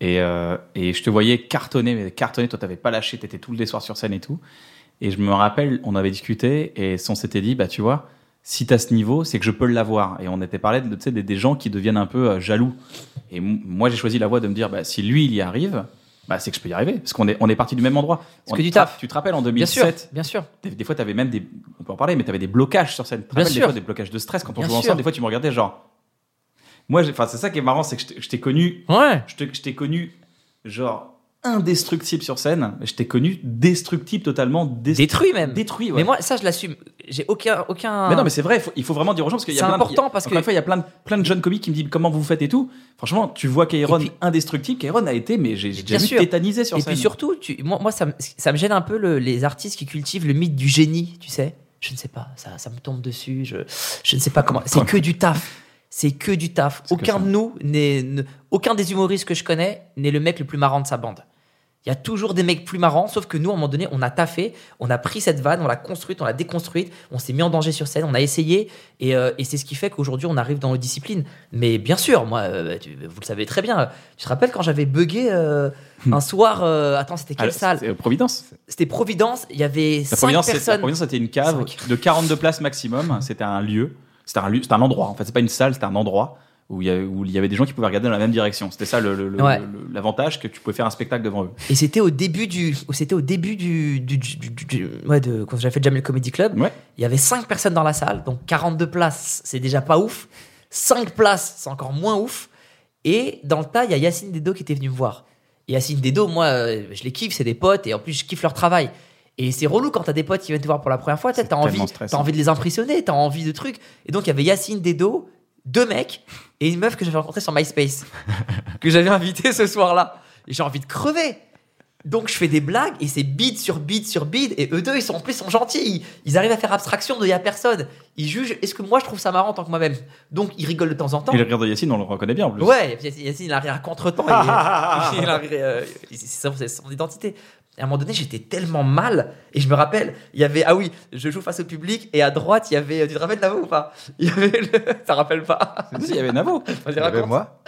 Speaker 1: Et, euh, et je te voyais cartonner, mais cartonner, toi t'avais pas lâché, t'étais tous les soirs sur scène et tout. Et je me rappelle, on avait discuté et on s'était dit, bah tu vois, si t'as ce niveau, c'est que je peux l'avoir. Et on était parlé de, tu sais, des, des gens qui deviennent un peu euh, jaloux. Et m- moi j'ai choisi la voie de me dire, bah si lui il y arrive, bah c'est que je peux y arriver. Parce qu'on est, on est parti du même endroit.
Speaker 2: Parce
Speaker 1: On-
Speaker 2: que du
Speaker 1: tu te-
Speaker 2: taf.
Speaker 1: Tu te rappelles en
Speaker 2: Bien
Speaker 1: 2007
Speaker 2: sûr, bien sûr.
Speaker 1: des, des fois, t'avais même des. On peut en parler, mais t'avais des blocages sur scène. Tu te
Speaker 2: Bien
Speaker 1: rappelles des
Speaker 2: sûr.
Speaker 1: fois des blocages de stress quand on
Speaker 2: Bien
Speaker 1: jouait
Speaker 2: sûr.
Speaker 1: ensemble. Des fois, tu me regardais genre. Moi, j'ai- enfin, c'est ça qui est marrant, c'est que je t'ai- je t'ai connu.
Speaker 2: Ouais.
Speaker 1: Je t'ai je t'ai connu genre indestructible sur scène. Je t'ai connu destructible totalement. dest-
Speaker 2: Détruit même.
Speaker 1: Détruit. ouais.
Speaker 2: Mais moi, ça, je l'assume. J'ai aucun, aucun.
Speaker 1: Mais non, mais c'est vrai. Il faut, il faut vraiment dire aux gens parce qu'il y a
Speaker 2: C'est
Speaker 1: plein de-
Speaker 2: important, parce
Speaker 1: encore
Speaker 2: que-
Speaker 1: une fois, il y a plein de plein de jeunes comiques qui me disent comment vous faites et tout. Franchement, tu vois qu'Aaron
Speaker 2: Et puis-
Speaker 1: indestructible, qu'Aaron a été, mais j'ai j'ai
Speaker 2: Bien
Speaker 1: déjà vu
Speaker 2: sûr.
Speaker 1: tétanisé sur
Speaker 2: Et
Speaker 1: scène.
Speaker 2: puis surtout, tu- moi, moi ça, me- ça me gêne un peu le- les artistes qui cultivent le mythe du génie, tu sais. Je ne sais pas, ça, ça me tombe dessus, je, je ne sais pas comment. C'est que du taf. C'est que du taf.
Speaker 1: C'est que
Speaker 2: Aucun
Speaker 1: ça.
Speaker 2: de nous, n'est, ne- aucun des humoristes que je connais n'est le mec le plus marrant de sa bande. Il y a toujours des mecs plus marrants, sauf que nous, à un moment donné, on a taffé, on a pris cette vanne, on l'a construite, on l'a déconstruite, on s'est mis en danger sur scène, on a essayé, et, euh, et c'est ce qui fait qu'aujourd'hui, on arrive dans nos disciplines. Mais bien sûr, moi, euh, tu- vous le savez très bien, euh, tu te rappelles quand j'avais bugué euh, un soir, euh, attends, c'était quelle
Speaker 1: Alors,
Speaker 2: salle
Speaker 1: Hmm. c'est- euh, Providence.
Speaker 2: C'était Providence, il y avait
Speaker 1: La
Speaker 2: 5
Speaker 1: Providence, c'est- la
Speaker 2: personnes.
Speaker 1: Providence, c'était une cave de 42 places maximum. C'était un lieu. C'était un lieu. C'était un endroit. En fait, c'est pas une salle. C'était un endroit où il y avait, où il y avait des gens qui pouvaient regarder dans la même direction. C'était ça le- le- le-
Speaker 2: Ouais.
Speaker 1: le- l'avantage que tu pouvais faire un spectacle devant eux.
Speaker 2: Et c'était au début du. C'était au début du. du, du- du- du- du- ouais, de, quand j'avais fait Jamel Comedy Club.
Speaker 1: Ouais.
Speaker 2: Il y avait 5 personnes dans la salle, donc 42 places, c'est déjà pas ouf. 5 places, c'est encore moins ouf. Et dans le tas, il y a Yacine Dedo qui était venu me voir. Et Yacine Dedo, moi, euh, je les kiffe, c'est des potes, et en plus, je kiffe leur travail. Et c'est relou quand t'as des potes qui viennent te voir pour la première fois, t'as
Speaker 1: C'est
Speaker 2: t'as envie,
Speaker 1: tellement stressant.
Speaker 2: t'as envie de les impressionner, t'as envie de trucs. Et donc, il y avait Yacine Dedo, deux mecs, et une meuf que j'avais rencontrée sur MySpace, que j'avais invitée ce soir-là. Et j'ai envie de crever. Donc je fais des blagues et c'est bide sur bide sur bide et eux deux ils sont en plus ils sont gentils ils, ils arrivent à faire abstraction de y a personne ils jugent est-ce que moi je trouve ça marrant en tant que moi-même donc ils rigolent de temps en temps
Speaker 1: Et le regard de Yacine, on le reconnaît bien en plus.
Speaker 2: ouais Yac- Yacine il a rien contre temps il, il a ri, euh, il- c'est son- c'est son identité à un moment donné j'étais tellement mal et je me rappelle il y avait ah oui je joue face au public et à droite il y avait tu te rappelles Navo ou pas il y avait le... t'en rappelles pas
Speaker 1: Ah, si, Il y avait Navo.
Speaker 2: Je les
Speaker 3: Il y avait
Speaker 2: raconte.
Speaker 3: moi.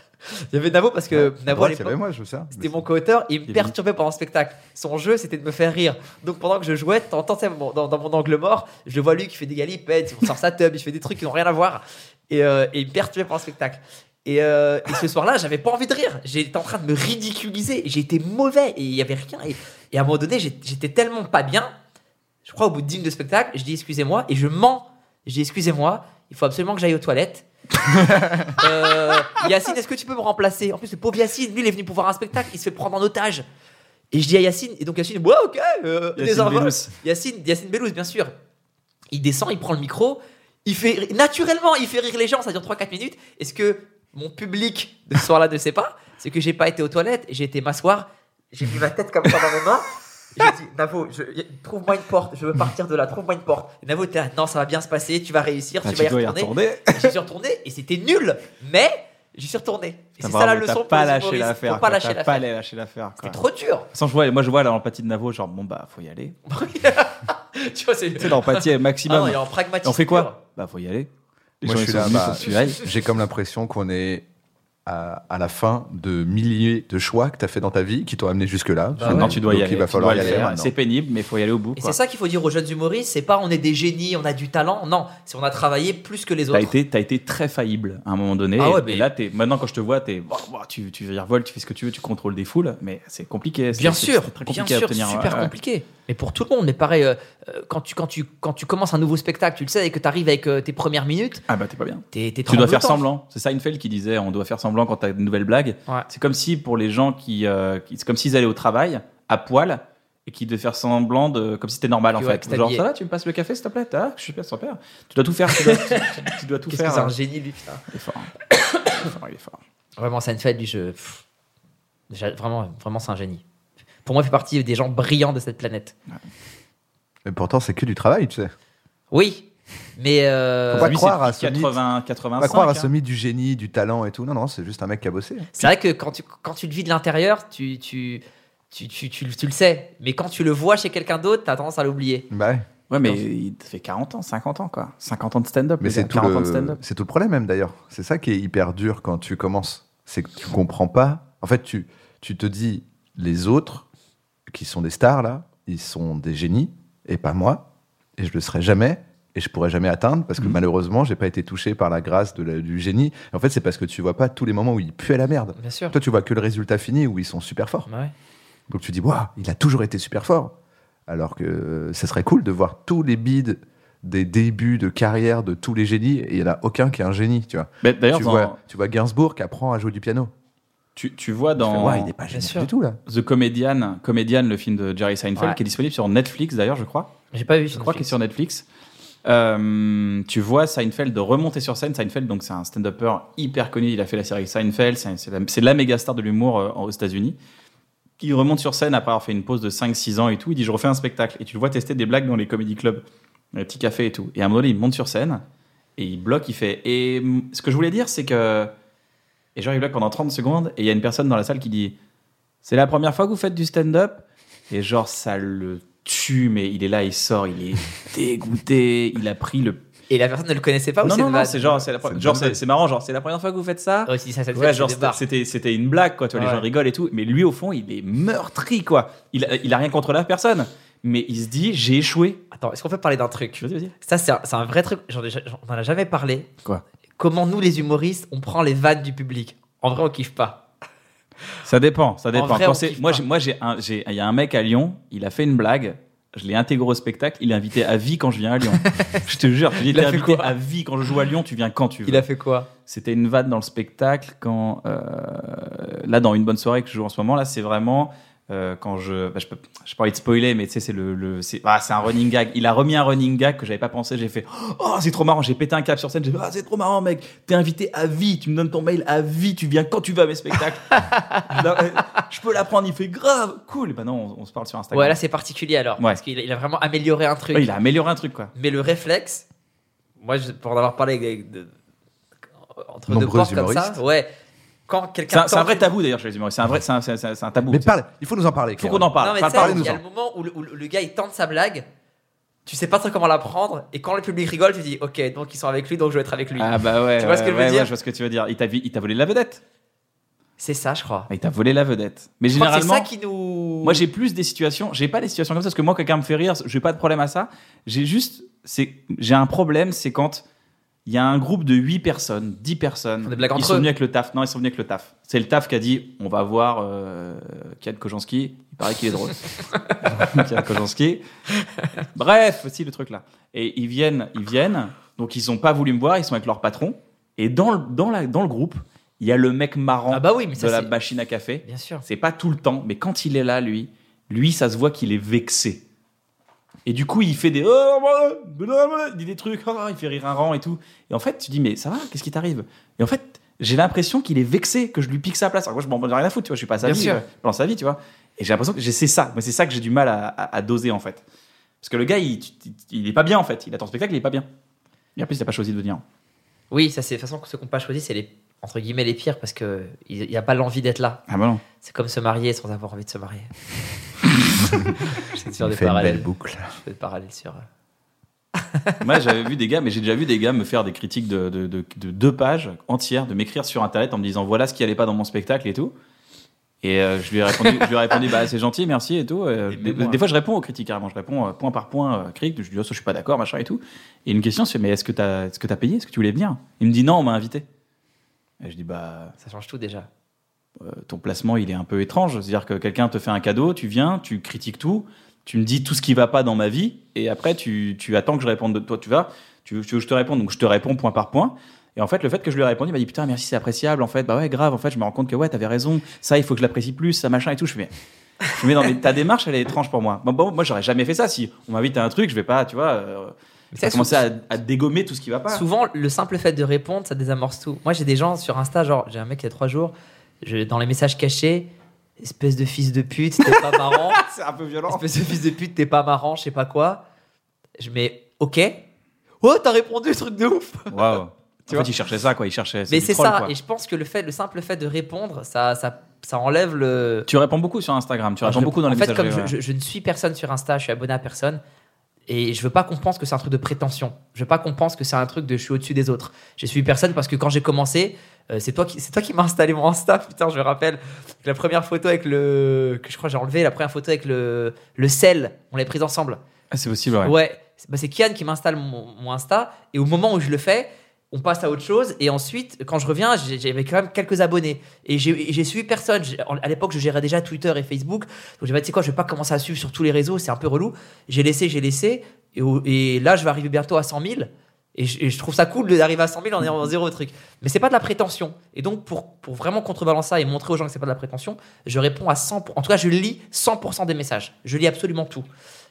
Speaker 2: il y avait Navo parce que
Speaker 3: Ouais.
Speaker 2: Navo à
Speaker 3: Droite, il y
Speaker 2: l'époque-
Speaker 3: avait moi, je sais.
Speaker 2: c'était mon co-auteur, il me
Speaker 1: Il est
Speaker 2: perturbait pendant le spectacle. Son jeu, c'était de me faire rire. Donc pendant que je jouais, t'entends, tu sais, mon- dans, dans mon angle mort, je le vois lui qui fait des galipettes, on sort sa tub, il fait des trucs qui n'ont rien à voir. Et, euh, et il me perturbait pendant le spectacle. Et, euh, et ce soir-là, j'avais pas envie de rire. J'étais en train de me ridiculiser. J'étais mauvais et il y avait rien. Et, et à un moment donné, j'ai- j'étais tellement pas bien. Je crois au bout de 10 minutes de spectacle, je dis excusez-moi et je mens. Je dis excusez-moi, il faut absolument que j'aille aux toilettes. Euh, Yacine, est-ce que tu peux me remplacer En plus, le pauvre Yacine, lui, il est venu pour voir un spectacle, il se fait prendre en otage. Et je dis à Yacine, et donc Yacine, ouais, ok, euh,
Speaker 1: Yacine
Speaker 2: désenvol.
Speaker 1: Bellous.
Speaker 2: Yacine, Yacine Bellouz, bien sûr. Il descend, il prend le micro, il fait naturellement, il fait rire les gens, ça dure 3-4 minutes. Est-ce que mon public de ce soir-là ne sait pas C'est que j'ai pas été aux toilettes, j'ai été m'asseoir, j'ai mis ma tête comme ça dans mes mains. J'ai dit, Navo, je- y- trouve-moi une porte, je veux partir de là, trouve-moi une porte. Navo, t'es là, non, ça va bien se passer, tu vas réussir,
Speaker 1: Ah,
Speaker 2: tu vas y
Speaker 1: dois
Speaker 2: retourner.
Speaker 1: retourner.
Speaker 2: J'y suis retourné et c'était nul, mais j'y suis retourné. Et
Speaker 1: T'as
Speaker 2: c'est ça la
Speaker 1: bravo, t'as
Speaker 2: leçon pour
Speaker 1: pas
Speaker 2: les
Speaker 1: lâché
Speaker 2: humoristes,
Speaker 1: l'affaire.
Speaker 2: faut pas
Speaker 1: quoi.
Speaker 2: lâcher
Speaker 1: T'as
Speaker 2: l'affaire.
Speaker 1: pas lâché l'affaire. quoi.
Speaker 2: C'était trop dur.
Speaker 1: Sans, je vois, moi je vois l'empathie de Navo, genre bon bah faut y aller.
Speaker 2: tu vois, c'est
Speaker 1: Tu sais, l'empathie est
Speaker 2: Ah non,
Speaker 1: maximum.
Speaker 2: il y a un pragmatisme
Speaker 1: on fait
Speaker 2: pur.
Speaker 1: quoi Bah faut y aller. Les
Speaker 3: Moi,
Speaker 1: gens,
Speaker 3: je
Speaker 1: ils
Speaker 3: suis
Speaker 1: sont
Speaker 3: là,
Speaker 1: venus,
Speaker 3: bah,
Speaker 1: faut que tu ailles.
Speaker 2: Ah
Speaker 3: J'ai comme l'impression qu'on est à, à la fin de milliers de choix que tu as fait dans ta vie qui t'ont amené jusque-là.
Speaker 2: Bah
Speaker 1: Maintenant
Speaker 2: ouais.
Speaker 1: tu dois y
Speaker 3: Donc,
Speaker 1: aller.
Speaker 3: Il va
Speaker 1: tu
Speaker 3: falloir
Speaker 1: dois
Speaker 3: y
Speaker 1: le
Speaker 3: aller.
Speaker 1: faire.
Speaker 3: maintenant.
Speaker 1: C'est pénible, mais faut y aller au bout.
Speaker 2: Et
Speaker 1: quoi.
Speaker 2: c'est ça qu'il faut dire aux jeunes humoristes, c'est pas on est des génies, on a du talent, non, c'est on a travaillé plus que les autres.
Speaker 1: T'as été, t'as été très faillible à un moment donné.
Speaker 2: Ah ouais,
Speaker 1: et
Speaker 2: mais-
Speaker 1: là, t'es- maintenant, quand je te vois, t'es, Wouah, wouah, tu, tu virevoltes, tu fais ce que tu veux, tu contrôles des foules, mais c'est compliqué. c'est-
Speaker 2: Bien
Speaker 1: c'est-
Speaker 2: sûr,
Speaker 1: c'est très
Speaker 2: bien
Speaker 1: compliqué à
Speaker 2: sûr,
Speaker 1: obtenir.
Speaker 2: super
Speaker 1: ouais, ouais.
Speaker 2: compliqué. Mais pour tout le monde, mais pareil, euh, euh, quand, tu, quand, tu, quand tu commences un nouveau spectacle, tu le sais, et que tu arrives avec euh, tes premières minutes,
Speaker 1: Ah bah, t'es pas bien.
Speaker 2: t'es es
Speaker 1: Tu dois faire semblant. C'est Seinfeld qui disait on doit faire semblant quand t'as une nouvelle blague.
Speaker 2: Ouais.
Speaker 1: C'est comme si pour les gens qui, euh, qui- c'est comme s'ils allaient au travail à poil et qui devaient faire semblant de, comme si c'était normal en
Speaker 2: Ouais, que
Speaker 1: fait.
Speaker 2: t'es
Speaker 1: Genre
Speaker 2: habillé.
Speaker 1: ça va, tu me passes le café s'il te plaît, Ah, je suis bien père. Tu dois tout faire, tu dois, tu, tu dois tout
Speaker 2: Qu'est-ce
Speaker 1: faire. hein.
Speaker 2: que c'est un génie, lui, putain.
Speaker 1: Il est fort. hein. Il est fort, il est fort.
Speaker 2: Vraiment, Seinfeld, lui, je. pff. J'a- Vraiment, vraiment c'est un génie. Pour moi, il fait partie des gens brillants de cette planète.
Speaker 3: Mais pourtant, c'est que du travail, tu sais.
Speaker 2: Oui, mais. euh,
Speaker 3: Faut pas
Speaker 1: Lui,
Speaker 3: croire à
Speaker 1: c'est
Speaker 3: ce mythe.
Speaker 1: 80,
Speaker 3: Pas
Speaker 1: 85.
Speaker 3: croire à
Speaker 1: hein.
Speaker 3: ce mythe du génie, du talent et tout. Non, non, c'est juste un mec qui a bossé.
Speaker 2: C'est vrai que quand tu, quand tu le vis de l'intérieur, tu, tu, tu, tu, tu le- tu le sais. Mais quand tu le vois chez quelqu'un d'autre, t'as tendance à l'oublier.
Speaker 3: Bah ouais.
Speaker 1: Ouais, mais il fait 40 ans, 50 ans, quoi. 50 ans de stand-up.
Speaker 3: Mais
Speaker 1: le
Speaker 3: c'est
Speaker 1: gars,
Speaker 3: tout,
Speaker 1: 40 ans de
Speaker 3: le...
Speaker 1: stand-up.
Speaker 3: c'est tout le problème même d'ailleurs. C'est ça qui est hyper dur quand tu commences. C'est que tu comprends pas. En fait, tu, tu te dis, les autres qui sont des stars là, ils sont des génies et pas moi. Et je le serai jamais et je pourrai jamais atteindre
Speaker 1: Mhm.
Speaker 3: parce que malheureusement, j'ai pas été touché par la grâce de la- du génie. Et en fait, c'est parce que tu vois pas tous les moments où ils puent à la merde.
Speaker 2: Bien sûr.
Speaker 3: Toi, tu vois que le résultat fini où ils sont super forts.
Speaker 2: Ouais.
Speaker 3: Donc tu dis, waouh, il a toujours été super fort. Alors que euh, ce serait cool de voir tous les bides des débuts de carrière de tous les génies et il n'y en a aucun qui est un génie, tu vois.
Speaker 1: Mais D'ailleurs,
Speaker 3: Tu
Speaker 1: dans-
Speaker 3: vois, tu vois Gainsbourg qui apprend à jouer du piano.
Speaker 1: tu, tu vois
Speaker 3: Tu fais,
Speaker 1: dans
Speaker 3: Waouh, il n'est pas
Speaker 2: Bien
Speaker 3: génial
Speaker 2: sûr.
Speaker 3: du tout là.
Speaker 1: The Comedian, Comedian, le film de Jerry Seinfeld,
Speaker 2: Ouais.
Speaker 1: qui est disponible sur Netflix d'ailleurs, je crois.
Speaker 2: J'ai pas vu.
Speaker 1: Je crois qu'il est sur Netflix. Euh, tu vois Seinfeld remonter sur scène. Seinfeld, donc c'est un stand-upper hyper connu. Il a fait la série Seinfeld. C'est c'est la, c'est la méga star de l'humour euh, aux États-Unis. Il remonte sur scène après avoir fait une pause de 5-6 ans et tout. Il dit Je refais un spectacle. Et tu le vois tester des blagues dans les comedy clubs, dans les petits cafés et tout. Et à un moment donné, il monte sur scène et il bloque. Il fait. Et hum, ce que je voulais dire, c'est que. Et genre, il bloque pendant 30 secondes et il y a une personne dans la salle qui dit C'est la première fois que vous faites du stand-up et genre, ça le tue, mais il est là, il sort, il est dégoûté, il a pris le.
Speaker 2: Et la personne ne le connaissait pas ou
Speaker 1: non,
Speaker 2: c'est
Speaker 1: non,
Speaker 2: une
Speaker 1: non,
Speaker 2: vanne
Speaker 1: c'est genre, c'est la pre-
Speaker 3: C'est une
Speaker 1: genre,
Speaker 3: bonne
Speaker 1: c'est-
Speaker 3: blague.
Speaker 1: c'est marrant, genre, c'est la première fois que vous faites ça.
Speaker 2: Ouais, si Ah, ça, ça te
Speaker 1: Ouais,
Speaker 2: fait,
Speaker 1: genre,
Speaker 2: tu
Speaker 1: c'était-
Speaker 2: débarres.
Speaker 1: c'était c'était une blague, quoi, tu vois, les
Speaker 2: Ouais.
Speaker 1: gens rigolent et tout. Mais lui, au fond, il est meurtri, quoi. Il a, il a rien contre la personne, mais il se dit, j'ai échoué.
Speaker 2: Attends, est-ce qu'on peut parler d'un truc
Speaker 1: Vas-y, vas-y.
Speaker 2: Ça, c'est un, c'est un vrai truc. J'en ai ja- j'en- on n'en a jamais parlé.
Speaker 1: Quoi
Speaker 2: Comment nous, les humoristes, on prend les vannes du public En vrai, on kiffe pas.
Speaker 1: Ça dépend, ça dépend.
Speaker 2: vrai,
Speaker 1: Quand
Speaker 2: on
Speaker 1: c'est-
Speaker 2: kiffe
Speaker 1: moi,
Speaker 2: pas.
Speaker 1: j'ai- moi, j'ai un, j'ai- il y a un mec à Lyon, il a fait une blague. Je l'ai intégré au spectacle. Il est invité à vie quand je viens à Lyon. je te jure, je lui ai
Speaker 2: Il
Speaker 1: dit, t'es
Speaker 2: a fait
Speaker 1: invité
Speaker 2: quoi
Speaker 1: à vie quand je joue à Lyon. Tu viens quand tu veux.
Speaker 2: Il a fait quoi
Speaker 1: C'était une vanne dans le spectacle quand euh, là dans une bonne soirée que je joue en ce moment là c'est vraiment euh, quand je bah, je peux je pas envie de spoiler mais tu sais c'est le, le- c'est ah, c'est un running gag il a remis un running gag que j'avais pas pensé j'ai fait oh c'est trop marrant j'ai pété un cap sur scène j'ai fait ah c'est trop marrant mec t'es invité à vie tu me donnes ton mail à vie tu viens quand tu veux à mes spectacles je, la- euh, je peux la prendre il fait grave cool bah non on, on se parle sur Instagram
Speaker 2: Ouais, là, c'est particulier alors.
Speaker 1: Ouais.
Speaker 2: Parce qu'il a- il a vraiment amélioré un truc.
Speaker 1: Ouais, il a amélioré un truc quoi
Speaker 2: Mais le réflexe, moi, je- pour en avoir parlé avec- de- entre deux
Speaker 3: Nombreux
Speaker 2: portes comme ça,
Speaker 3: humoristes.
Speaker 2: ouais. Quand
Speaker 1: c'est
Speaker 2: quelqu'un.
Speaker 1: un, c'est un vrai
Speaker 2: tente-
Speaker 1: tabou d'ailleurs chez les humoristes c'est un vrai c'est un, c'est un- c'est un tabou
Speaker 3: Mais
Speaker 1: C'est-
Speaker 3: parle, il faut nous en parler.
Speaker 1: faut
Speaker 3: Claire.
Speaker 1: qu'on en
Speaker 2: Non,
Speaker 1: parle
Speaker 2: mais
Speaker 1: Parle-
Speaker 2: tu sais,
Speaker 1: parle-nous-en.
Speaker 2: il y a le moment où le, où le- le gars il tente sa blague, tu sais pas trop comment la prendre, et quand le public rigole, tu dis ok, donc ils sont avec lui, donc je vais être avec lui.
Speaker 1: Ah bah ouais.
Speaker 2: Tu vois ce que
Speaker 1: ouais,
Speaker 2: je veux
Speaker 1: ouais,
Speaker 2: dire
Speaker 1: ouais, Je vois ce que tu veux dire. Il t'a vi- il t'a volé la vedette.
Speaker 2: C'est ça, je crois.
Speaker 1: Ah, Il t'a volé la vedette. Mais
Speaker 2: Je crois que c'est
Speaker 1: généralement,
Speaker 2: ça qui nous.
Speaker 1: moi j'ai plus des situations. J'ai pas des situations comme ça parce que moi, quand quelqu'un me fait rire, j'ai pas de problème à ça. J'ai juste, c'est, j'ai un problème, c'est quand il y a un groupe de 8 personnes, 10 personnes.
Speaker 2: Font des blagues
Speaker 1: ils
Speaker 2: entre
Speaker 1: sont
Speaker 2: eux.
Speaker 1: venus avec le taf. Non, ils sont venus avec le taf. C'est le taf qui a dit, on va voir euh, Kian Kojanski. Il paraît qu'il est drôle. Kian Kojanski. Bref, aussi le truc là. Et ils viennent, ils viennent. Donc ils ont pas voulu me voir. Ils sont avec leur patron. Et dans le, dans la, dans le groupe, il y a le mec marrant
Speaker 2: Ah bah oui, mais
Speaker 1: de
Speaker 2: ça
Speaker 1: la
Speaker 2: c'est.
Speaker 1: machine à café.
Speaker 2: Bien sûr.
Speaker 1: C'est pas tout le temps, mais quand il est là, lui, lui, ça se voit qu'il est vexé. Et du coup, il fait des. euh, Il dit des trucs, ah, il fait rire un rang et tout. Et en fait, tu dis, mais ça va, qu'est-ce qui t'arrive Et en fait, j'ai l'impression qu'il est vexé, que je lui pique sa place. Alors, moi, je m'en ai rien à foutre, tu vois, je suis pas à sa
Speaker 2: Bien
Speaker 1: vie,
Speaker 2: sûr.
Speaker 1: euh, dans sa vie, tu vois. Et j'ai l'impression que j'ai- c'est ça, mais c'est ça que j'ai du mal à, à- à doser, en fait. Parce que le gars, il, il est pas bien, en fait. Il attend ton spectacle, il est pas bien. Et en plus, il a pas choisi de venir.
Speaker 2: Oui, ça c'est. De toute façon, ceux qu'on pas choisi, c'est les entre guillemets les pires parce que il n'y a pas l'envie d'être là.
Speaker 1: Ah bah non.
Speaker 2: C'est comme se marier sans avoir envie de se marier. J'essaie de faire
Speaker 3: On
Speaker 2: des
Speaker 3: fait une belle
Speaker 2: parallèles.
Speaker 3: boucle.
Speaker 2: Je fais des parallèles sur. euh,
Speaker 1: Moi, j'avais vu des gars, mais j'ai déjà vu des gars me faire des critiques de, de, de- de deux pages entières, de m'écrire sur Internet en me disant voilà ce qui allait pas dans mon spectacle et tout. Et euh, je lui ai répondu, je lui ai répondu bah, c'est gentil, merci et tout. Euh,
Speaker 2: Et
Speaker 1: des,
Speaker 2: moi.
Speaker 1: des fois, je réponds aux critiques carrément, je réponds euh, point par point, euh, critique, je lui dis oh, ça, je suis pas d'accord, machin et tout. Et une question, c'est mais est-ce que t'as est-ce que t'as payé Est-ce que tu voulais venir Il me dit non, on m'a invité. Et je dis bah
Speaker 2: Ça change tout déjà.
Speaker 1: euh, ton placement il est un peu étrange. C'est-à-dire que quelqu'un te fait un cadeau, tu viens, tu critiques tout, tu me dis tout ce qui va pas dans ma vie, et après tu, tu attends que je réponde de toi. Tu vas, tu, tu veux que je te réponde, donc je te réponds point par point. Et en fait, le fait que je lui ai répondu, il m'a dit putain, merci, c'est appréciable. En fait, bah ouais, grave. En fait, je me rends compte que ouais, t'avais raison. Ça, il faut que je l'apprécie plus, ça, machin et tout. Je fais, mais, je fais, mais non, mais ta démarche, elle est étrange pour moi. Bon, bon, moi, j'aurais jamais fait ça. Si on m'invite à un truc, je vais pas, tu vois, euh,
Speaker 2: Mais
Speaker 1: ça
Speaker 2: ça,
Speaker 1: commencer à, à dégommer tout ce qui va pas.
Speaker 2: Souvent, le simple fait de répondre, ça désamorce tout. Moi, j'ai des gens sur Insta, genre, j'ai un mec il y a trois jours, je, dans les messages cachés, espèce de fils de pute, t'es pas marrant,
Speaker 1: c'est un peu violent.
Speaker 2: espèce de fils de pute, t'es pas marrant, je sais pas quoi. Je mets OK. Oh, t'as répondu, truc de ouf!
Speaker 1: Waouh. Tu
Speaker 2: Tu
Speaker 1: en
Speaker 2: vois
Speaker 1: fait, il cherchait ça, quoi. Il cherchait.
Speaker 2: Mais
Speaker 1: du
Speaker 2: c'est
Speaker 1: troll,
Speaker 2: ça,
Speaker 1: quoi.
Speaker 2: et je pense que le, fait, le simple fait de répondre, ça, ça, ça enlève le.
Speaker 1: Tu réponds beaucoup sur Instagram. Tu
Speaker 2: Enfin,
Speaker 1: réponds
Speaker 2: Ah, je-
Speaker 1: beaucoup dans les
Speaker 2: En fait,
Speaker 1: messageries,
Speaker 2: comme je-
Speaker 1: ouais.
Speaker 2: je, je ne suis personne sur Insta, je suis abonné à personne. Et je veux pas qu'on pense que c'est un truc de prétention. Je veux pas qu'on pense que c'est un truc de je suis au-dessus des autres. J'ai suivi personne parce que quand j'ai commencé, euh, c'est toi qui c'est toi qui m'as installé mon Insta. Putain, je me rappelle la première photo avec le que je crois que j'ai enlevé la première photo avec le le sel. On l'a prise ensemble.
Speaker 1: Ah, c'est possible, ouais.
Speaker 2: Ouais. C'est- bah, c'est Kian qui m'installe mon, mon Insta. Et au moment où je le fais, on passe à autre chose. Et ensuite, quand je reviens, j'ai- j'avais quand même quelques abonnés. Et j'ai et j'ai suivi personne. J'ai- en- À l'époque, je gérais déjà Twitter et Facebook. Donc j'ai dit, bah, tu sais quoi, je vais pas commencer à suivre sur tous les réseaux. C'est un peu relou. J'ai laissé, j'ai laissé. Et, au- et là, je vais arriver bientôt à 100 000. Et je, et je trouve ça cool d'arriver à 100 000 en ayant zéro truc. Mais c'est pas de la prétention. Et donc, pour, pour vraiment contrebalancer ça et montrer aux gens que c'est pas de la prétention, je réponds à 100%. En tout cas, je lis 100% des messages. Je lis absolument tout.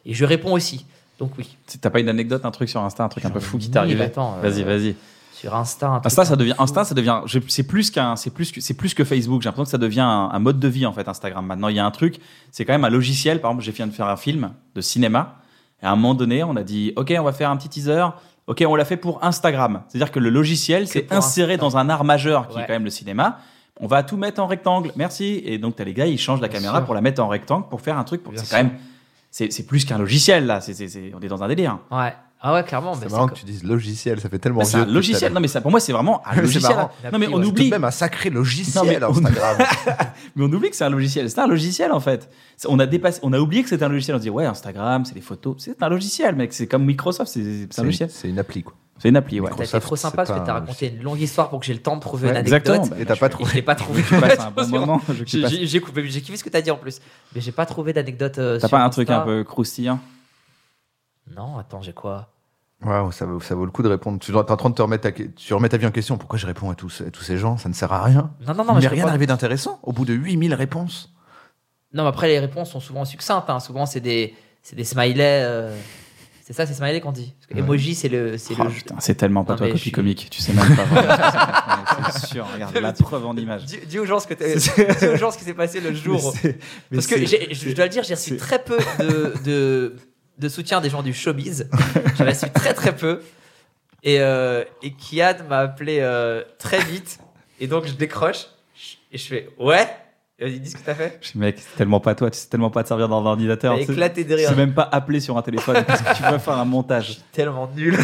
Speaker 2: Et je réponds aussi. Donc, oui.
Speaker 1: Tu- T'as pas une anecdote, un truc sur Insta, un truc un peu fou qui t'est
Speaker 2: Mille,
Speaker 1: arrivé
Speaker 2: attends, euh,
Speaker 1: Vas-y, vas-y.
Speaker 2: Sur Insta. un truc
Speaker 1: Insta, ça
Speaker 2: comme
Speaker 1: devient,
Speaker 2: fou.
Speaker 1: Insta, ça devient, je- c'est plus qu'un, c'est plus que, c'est plus que Facebook. J'ai l'impression que ça devient un, un mode de vie en fait. Instagram. Maintenant, il y a un truc, c'est quand même un logiciel. Par exemple, j'ai viens de faire un film de cinéma. Et à un moment donné, on a dit, ok, on va faire un petit teaser. Ok, on l'a fait pour Instagram. C'est-à-dire que le logiciel s'est
Speaker 2: pour
Speaker 1: inséré
Speaker 2: Insta.
Speaker 1: dans un art majeur qui est
Speaker 2: Ouais.
Speaker 1: quand même le cinéma. On va tout mettre en rectangle. Merci. Et donc, t'as les gars, ils changent la
Speaker 2: Bien
Speaker 1: caméra
Speaker 2: sûr.
Speaker 1: pour la mettre en rectangle pour faire un truc. Pour,
Speaker 2: Bien
Speaker 1: c'est quand
Speaker 2: sûr.
Speaker 1: même, c'est, c'est plus qu'un logiciel là. C'est, c'est- c'est- on est dans un délire.
Speaker 2: Ouais. Ah ouais, clairement.
Speaker 3: C'est
Speaker 2: bah,
Speaker 3: marrant
Speaker 2: c'est
Speaker 3: que tu dises logiciel, ça fait tellement
Speaker 1: Bah, c'est un
Speaker 3: vieux tout à
Speaker 1: logiciel.
Speaker 3: l'heure.
Speaker 1: Non, mais ça, pour moi, c'est vraiment un
Speaker 3: C'est
Speaker 1: logiciel.
Speaker 3: marrant.
Speaker 1: Non, mais
Speaker 2: L'appli,
Speaker 1: on
Speaker 2: ouais.
Speaker 3: C'est tout de
Speaker 1: oublie.
Speaker 3: même un sacré
Speaker 1: Non, mais
Speaker 3: logiciel
Speaker 1: on-
Speaker 3: Instagram.
Speaker 1: Mais on oublie que c'est un logiciel. C'est un logiciel en fait. C'est- On a dépassé, on a oublié que c'était un logiciel. On se dit ouais, Instagram, c'est des photos. C'est un logiciel, mec. C'est comme Microsoft, c'est- c'est c'est un
Speaker 3: C'est
Speaker 1: logiciel.
Speaker 3: c'est une appli quoi.
Speaker 1: C'est une appli, ouais.
Speaker 2: T'as été
Speaker 3: Microsoft,
Speaker 2: trop sympa
Speaker 3: c'est
Speaker 2: parce que
Speaker 3: pas
Speaker 2: t'as
Speaker 3: un
Speaker 2: raconté une longue histoire pour que j'ai le temps de trouver une
Speaker 3: Ouais,
Speaker 2: anecdote.
Speaker 1: exactement. Bah,
Speaker 3: Et t'as pas trouvé.
Speaker 2: Et je l'ai pas trouvé.
Speaker 1: Tu passes un bon moment. je kiffe
Speaker 2: J'ai-
Speaker 1: pas.
Speaker 2: J'ai j'ai coupé, j'ai kiffé ce que t'as dit en plus. Mais j'ai pas trouvé d'anecdote. euh,
Speaker 1: T'as
Speaker 2: sur
Speaker 1: pas un truc
Speaker 2: Insta.
Speaker 1: un peu croustillant
Speaker 2: Non, attends, j'ai quoi
Speaker 3: Waouh, ça, vaut- ça vaut le coup de répondre. Tu es en train de te remettre ta, tu remets ta vie en question. Pourquoi je réponds à tous, à tous ces gens Ça ne sert à rien.
Speaker 2: Non, non, non,
Speaker 3: Non,
Speaker 2: mais,
Speaker 3: mais
Speaker 2: je
Speaker 3: rien
Speaker 2: réponds-
Speaker 3: arrivé d'intéressant au bout de 8000 réponses.
Speaker 2: Non, mais après, les réponses sont souvent succinctes. hein. Souvent, c'est des, c'est des smileys. euh, C'est ça, c'est smiley qu'on dit. Parce que
Speaker 3: Ouais.
Speaker 2: emoji, c'est le. c'est
Speaker 1: Oh,
Speaker 2: le...
Speaker 1: putain, C'est tellement pas
Speaker 2: Non,
Speaker 1: toi,
Speaker 2: mais
Speaker 1: copie
Speaker 2: je suis-
Speaker 1: comique. Tu sais même pas. vraiment. C'est sûr. Regarde la preuve en image.
Speaker 2: Dis, dis aux gens ce que t'es- dis aux gens ce qui s'est passé le jour. Parce que j'ai- je dois le dire, j'ai reçu
Speaker 1: c'est-
Speaker 2: très peu de, de, de soutien des gens du showbiz. J'en ai reçu très très peu. Et, euh, et Kian m'a appelé euh, très vite. Et donc je décroche et je fais Ouais Et Vas-y, dis ce que t'as fait.
Speaker 1: Je dis, Mec, c'est tellement pas toi, tu sais tellement pas te servir dans l'ordinateur.
Speaker 2: J'ai
Speaker 1: Tu sais-
Speaker 2: éclaté de
Speaker 1: tu
Speaker 2: rire.
Speaker 1: sais même pas appeler sur un téléphone parce que tu vas faire un montage.
Speaker 2: tellement nul.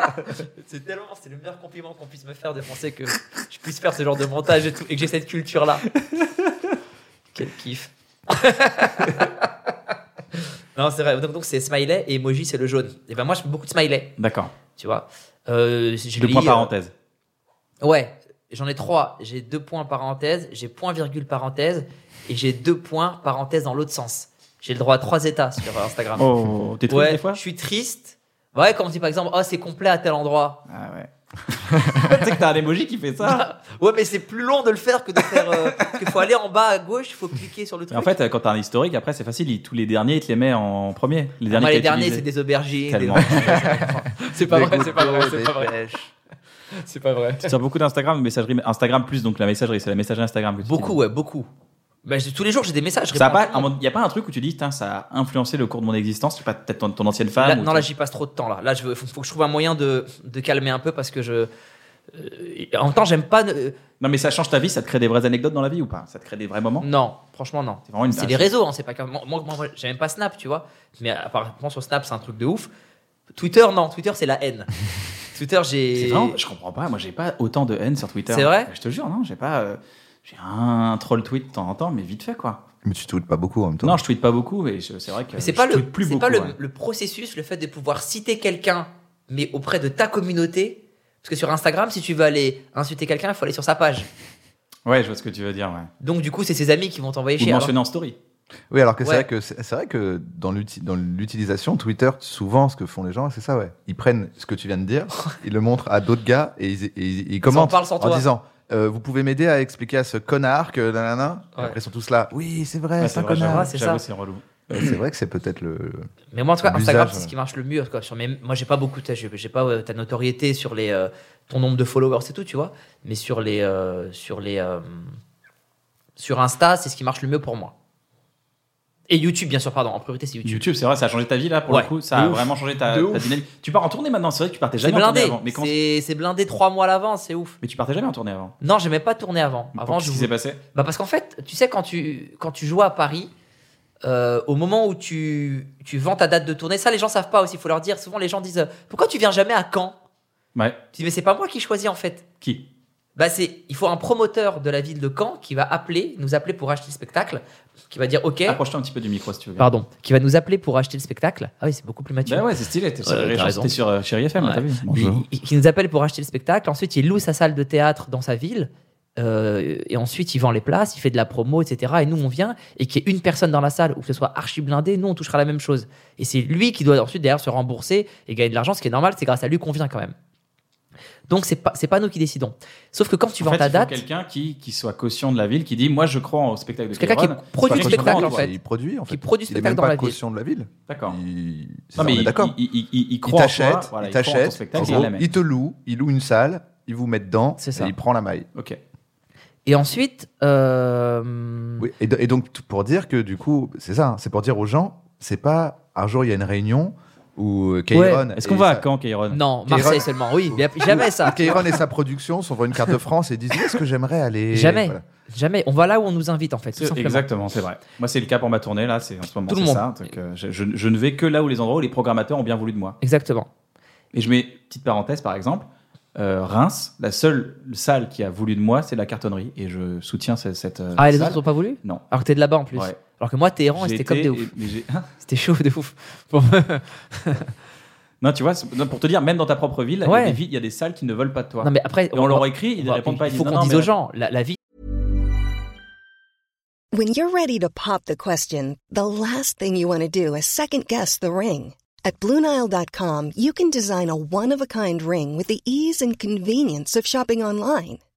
Speaker 2: c'est tellement, c'est le meilleur compliment qu'on puisse me faire de penser que je puisse faire ce genre de montage et tout, et que j'ai cette culture là. Quel kiff. non, c'est vrai. Donc, donc c'est smiley et emoji, c'est le jaune. Et ben moi, je fais beaucoup de smiley,
Speaker 1: D'accord.
Speaker 2: tu vois. Euh, je
Speaker 1: Deux
Speaker 2: lis,
Speaker 1: points
Speaker 2: euh,
Speaker 1: parenthèse.
Speaker 2: Ouais, j'en ai trois. J'ai deux points parenthèse, j'ai point virgule parenthèse, et j'ai deux points parenthèse dans l'autre sens. J'ai le droit à trois états sur Instagram.
Speaker 1: Oh, t'es triste
Speaker 2: ouais,
Speaker 1: des fois
Speaker 2: je suis triste. Ouais, quand on me dit par exemple, oh, c'est complet à tel endroit. Bah,
Speaker 1: Ah ouais. tu sais que t'as un emoji qui fait ça.
Speaker 2: Ouais, mais c'est plus long de le faire que de faire. euh, parce qu'il faut aller en bas à gauche, il faut cliquer sur le
Speaker 1: Mais
Speaker 2: truc.
Speaker 1: en fait, euh, quand t'as un historique, après, c'est facile. il- Tous les derniers, ils te les met en premier. Les
Speaker 2: Moi,
Speaker 1: derniers,
Speaker 2: Ah, bah, les
Speaker 1: que t'as
Speaker 2: derniers, c'est
Speaker 1: utilisés.
Speaker 2: des aubergines. des-
Speaker 1: Tellement.
Speaker 2: C'est pas
Speaker 3: Des
Speaker 2: vrai, c'est pas
Speaker 3: gouttes
Speaker 2: vrai,
Speaker 3: d'eau,
Speaker 2: c'est
Speaker 3: des
Speaker 2: pas vrai. C'est pas vrai.
Speaker 1: Tu sors beaucoup d'Instagram, messagerie. Instagram plus, donc la messagerie, c'est la messagerie Instagram. que tu
Speaker 2: Beaucoup,
Speaker 1: utilises.
Speaker 2: ouais, beaucoup. Bah, j'ai- tous les jours, j'ai des messages. je
Speaker 1: Ça a
Speaker 2: réponds à
Speaker 1: pas,
Speaker 2: tout le monde.
Speaker 1: il y a pas un truc où tu dis, Putain, ça a influencé le cours de mon existence. Je sais pas, peut-être ton, ton ancienne femme.
Speaker 2: Là,
Speaker 1: ou
Speaker 2: non,
Speaker 1: ton-
Speaker 2: là, j'y passe trop de temps. Là, là, je veux, faut, faut que je trouve un moyen de, de calmer un peu parce que je. euh, en même temps, j'aime pas. euh,
Speaker 1: non, mais ça change ta vie. Ça te crée des vraies anecdotes dans la vie ou pas Ça te crée des vrais moments.
Speaker 2: Non, franchement, non.
Speaker 1: C'est vraiment une
Speaker 2: Mm. C'est les réseaux, hein, c'est pas comme moi, moi, moi, j'ai même pas Snap, tu vois. Mais apparemment sur Snap, c'est un truc de ouf. Twitter, non, Twitter, c'est la haine. Twitter,
Speaker 1: C'est
Speaker 2: j'ai.
Speaker 1: vraiment- je comprends pas. Moi, j'ai pas autant de haine sur Twitter.
Speaker 2: C'est vrai
Speaker 1: Je te jure, non, j'ai pas. euh, J'ai un troll tweet de temps en temps, mais vite fait quoi.
Speaker 3: Mais tu te doutes pas beaucoup en même temps.
Speaker 1: Non, je tweete pas beaucoup, mais je- c'est vrai que
Speaker 2: Mais c'est
Speaker 1: je
Speaker 2: pas, le,
Speaker 1: tweete plus
Speaker 2: c'est
Speaker 1: beaucoup.
Speaker 2: pas le,
Speaker 1: ouais.
Speaker 2: le processus, le fait de pouvoir citer quelqu'un, mais auprès de ta communauté. Parce que sur Instagram, si tu veux aller insulter quelqu'un, il faut aller sur sa page.
Speaker 1: Ouais, je vois ce que tu veux dire. Ouais.
Speaker 2: Donc, du coup, c'est ses amis qui vont t'envoyer
Speaker 1: Ou
Speaker 2: chez
Speaker 1: mentionner en story.
Speaker 3: Oui, alors que c'est
Speaker 2: Ouais.
Speaker 3: vrai que c'est c'est vrai que dans l'uti- dans l'utilisation Twitter, souvent ce que font les gens, c'est ça, ouais. Ils prennent ce que tu viens de dire, ils le montrent à d'autres gars et ils, et ils- ils commentent
Speaker 2: parlent sans
Speaker 3: en
Speaker 2: toi.
Speaker 3: disant. euh, vous pouvez m'aider à expliquer à ce connard que nanana. Et
Speaker 2: Ouais.
Speaker 3: Après, ils sont tous là. Oui, c'est vrai,
Speaker 1: Ouais,
Speaker 3: c'est un
Speaker 1: vrai,
Speaker 3: connard.
Speaker 2: Ouais,
Speaker 1: j'avoue,
Speaker 2: c'est
Speaker 1: j'avoue,
Speaker 2: ça.
Speaker 1: c'est relou.
Speaker 3: Ouais, C'est vrai que c'est peut-être le.
Speaker 2: Mais moi, en tout cas, Instagram,
Speaker 3: L'usage,
Speaker 2: c'est ce
Speaker 3: ouais.
Speaker 2: qui marche le mieux. Quoi, sur mes... Moi, j'ai pas beaucoup, t'as- j'ai j'ai pas euh, ta notoriété sur les, euh, ton nombre de followers, c'est tout, tu vois. Mais sur les, euh, sur les, euh, sur Insta, c'est ce qui marche le mieux pour moi. Et YouTube, bien sûr, pardon. En priorité, c'est YouTube.
Speaker 1: YouTube, c'est vrai, ça a changé ta vie là pour
Speaker 2: Ouais.
Speaker 1: le coup. Ça a
Speaker 2: De ouf.
Speaker 1: vraiment changé ta,
Speaker 3: De
Speaker 1: ta
Speaker 3: ouf.
Speaker 1: dynamique. Tu pars en tournée maintenant, c'est vrai que tu partais
Speaker 2: C'est
Speaker 1: jamais en tournée
Speaker 2: blindé.
Speaker 1: avant. Mais, comment...
Speaker 2: C'est- C'est blindé trois mois à l'avance, c'est ouf.
Speaker 1: mais tu partais jamais en tournée avant.
Speaker 2: Non, j'aimais pas tourner avant. Avant,
Speaker 1: Qu'est-ce
Speaker 2: je
Speaker 1: qui s'est passé
Speaker 2: Bah parce qu'en fait, tu sais, quand tu, quand tu joues à Paris, euh, au moment où tu, tu vends ta date de tournée, ça les gens savent pas aussi, il faut leur dire. Souvent les gens disent euh, Pourquoi tu viens jamais à Caen
Speaker 1: Ouais.
Speaker 2: Tu dis Mais c'est pas moi qui choisis en fait.
Speaker 1: Qui
Speaker 2: Bah c'est, il faut un promoteur de la ville de Caen qui va appeler, nous appeler pour acheter le spectacle, qui va dire Ok,
Speaker 1: Approche-toi un petit peu du micro si tu veux. bien.
Speaker 2: pardon, qui va nous appeler pour acheter le spectacle. Ah oui, c'est beaucoup plus mature.
Speaker 1: Bah ouais, c'est stylé. T'es
Speaker 2: Ouais, t'as
Speaker 1: sur,
Speaker 2: raison.
Speaker 1: t'es sur euh, Chéri FM, là,
Speaker 2: Ouais.
Speaker 1: t'as vu
Speaker 2: Il- il- Qui nous appelle pour acheter le spectacle. Ensuite, il loue sa salle de théâtre dans sa ville. Euh, et ensuite, il vend les places, il fait de la promo, etc. Et nous, on vient et qu'il y ait une personne dans la salle ou que ce soit archi blindé, nous, on touchera la même chose. Et c'est lui qui doit ensuite derrière se rembourser et gagner de l'argent, ce qui est normal, c'est grâce à lui qu'on vient quand même. Donc, c'est pas, c'est pas nous qui décidons. Sauf que quand tu
Speaker 1: En
Speaker 2: vends
Speaker 1: fait,
Speaker 2: ta
Speaker 1: il faut
Speaker 2: date,
Speaker 1: quelqu'un qui, qui soit caution de la ville, qui dit Moi, je crois au spectacle de
Speaker 2: C'est quelqu'un qui
Speaker 1: Kéron. Enfin,
Speaker 2: produit
Speaker 1: quand
Speaker 2: le
Speaker 3: Quand
Speaker 1: tu
Speaker 3: il
Speaker 2: spectacle,
Speaker 3: vend,
Speaker 2: en fait.
Speaker 3: Il produit, en fait.
Speaker 2: Qui produit le
Speaker 3: Il est
Speaker 2: spectacle
Speaker 3: même
Speaker 2: dans
Speaker 3: pas
Speaker 2: la ville.
Speaker 3: caution de la ville.
Speaker 1: D'accord.
Speaker 3: Il... c'est
Speaker 1: Non,
Speaker 3: ça,
Speaker 1: mais
Speaker 3: on est
Speaker 1: il,
Speaker 3: d'accord.
Speaker 1: il, il, il, il
Speaker 3: Il
Speaker 1: croit en toi, voilà,
Speaker 3: t'achète, il
Speaker 1: croit en ton
Speaker 3: t'achète,
Speaker 1: spectacle,
Speaker 3: en
Speaker 1: il
Speaker 3: gros,
Speaker 1: l'amène.
Speaker 3: il te loue, il loue une salle, il vous met dedans,
Speaker 2: C'est ça. Mm.
Speaker 3: et il prend la maille.
Speaker 1: Ok.
Speaker 2: et ensuite, euh,
Speaker 3: Oui, et, do- et donc, t- pour dire que du coup, c'est ça, hein, c'est pour dire aux gens, c'est pas un jour il y a une réunion où euh, Kairon.
Speaker 1: Est-ce
Speaker 3: et
Speaker 1: qu'on va à
Speaker 3: sa-
Speaker 1: Caen, Kairon
Speaker 2: non,
Speaker 3: Kéron-
Speaker 2: Marseille seulement, oui, mais jamais ça.
Speaker 3: Kairon et sa production s'envoient une carte de France et disent est-ce que j'aimerais aller
Speaker 2: Jamais,
Speaker 3: Voilà.
Speaker 2: jamais. On va là où on nous invite, en fait, tout
Speaker 1: C'est-
Speaker 2: simplement.
Speaker 1: Exactement, c'est vrai. Moi, c'est le cas pour ma tournée, là, c'est en ce moment,
Speaker 2: Tout le
Speaker 1: c'est
Speaker 2: monde.
Speaker 1: ça. Donc, euh, je, je- je ne vais que là où les endroits où les programmateurs ont bien voulu de moi.
Speaker 2: Exactement.
Speaker 1: Euh, Et je mets, petite parenthèse par exemple, euh, Reims, la seule salle qui a voulu de moi, c'est la cartonnerie. Et je soutiens ce- cette. euh,
Speaker 2: Ah, et les
Speaker 1: salle.
Speaker 2: autres n'ont pas voulu
Speaker 1: Non.
Speaker 2: Alors que t'es de là-bas en plus.
Speaker 1: Ouais.
Speaker 2: Alors que moi, Téhéran,
Speaker 1: J'ai
Speaker 2: c'était comme
Speaker 1: été
Speaker 2: des ouf.
Speaker 1: et- mais j'ai- hein
Speaker 2: C'était chaud de ouf. Bon.
Speaker 1: non, tu vois, c'est- non, pour te dire, même dans ta propre ville, il y a
Speaker 2: Ouais.
Speaker 1: des villes- il y, a des salles qui ne veulent pas de toi.
Speaker 2: non, mais après,
Speaker 1: Et on leur écrit, ils ne
Speaker 2: va-
Speaker 1: répondent pas. ils
Speaker 2: Il faut
Speaker 1: disent,
Speaker 2: qu'on
Speaker 1: non,
Speaker 2: dise
Speaker 1: non,
Speaker 2: aux
Speaker 1: mais-
Speaker 2: gens, la, la vie,
Speaker 4: When you're ready to pop the question, the last thing you want to do is second guess the ring. At Bluenile.com, you can design a one of a kind ring with the ease and convenience of shopping online.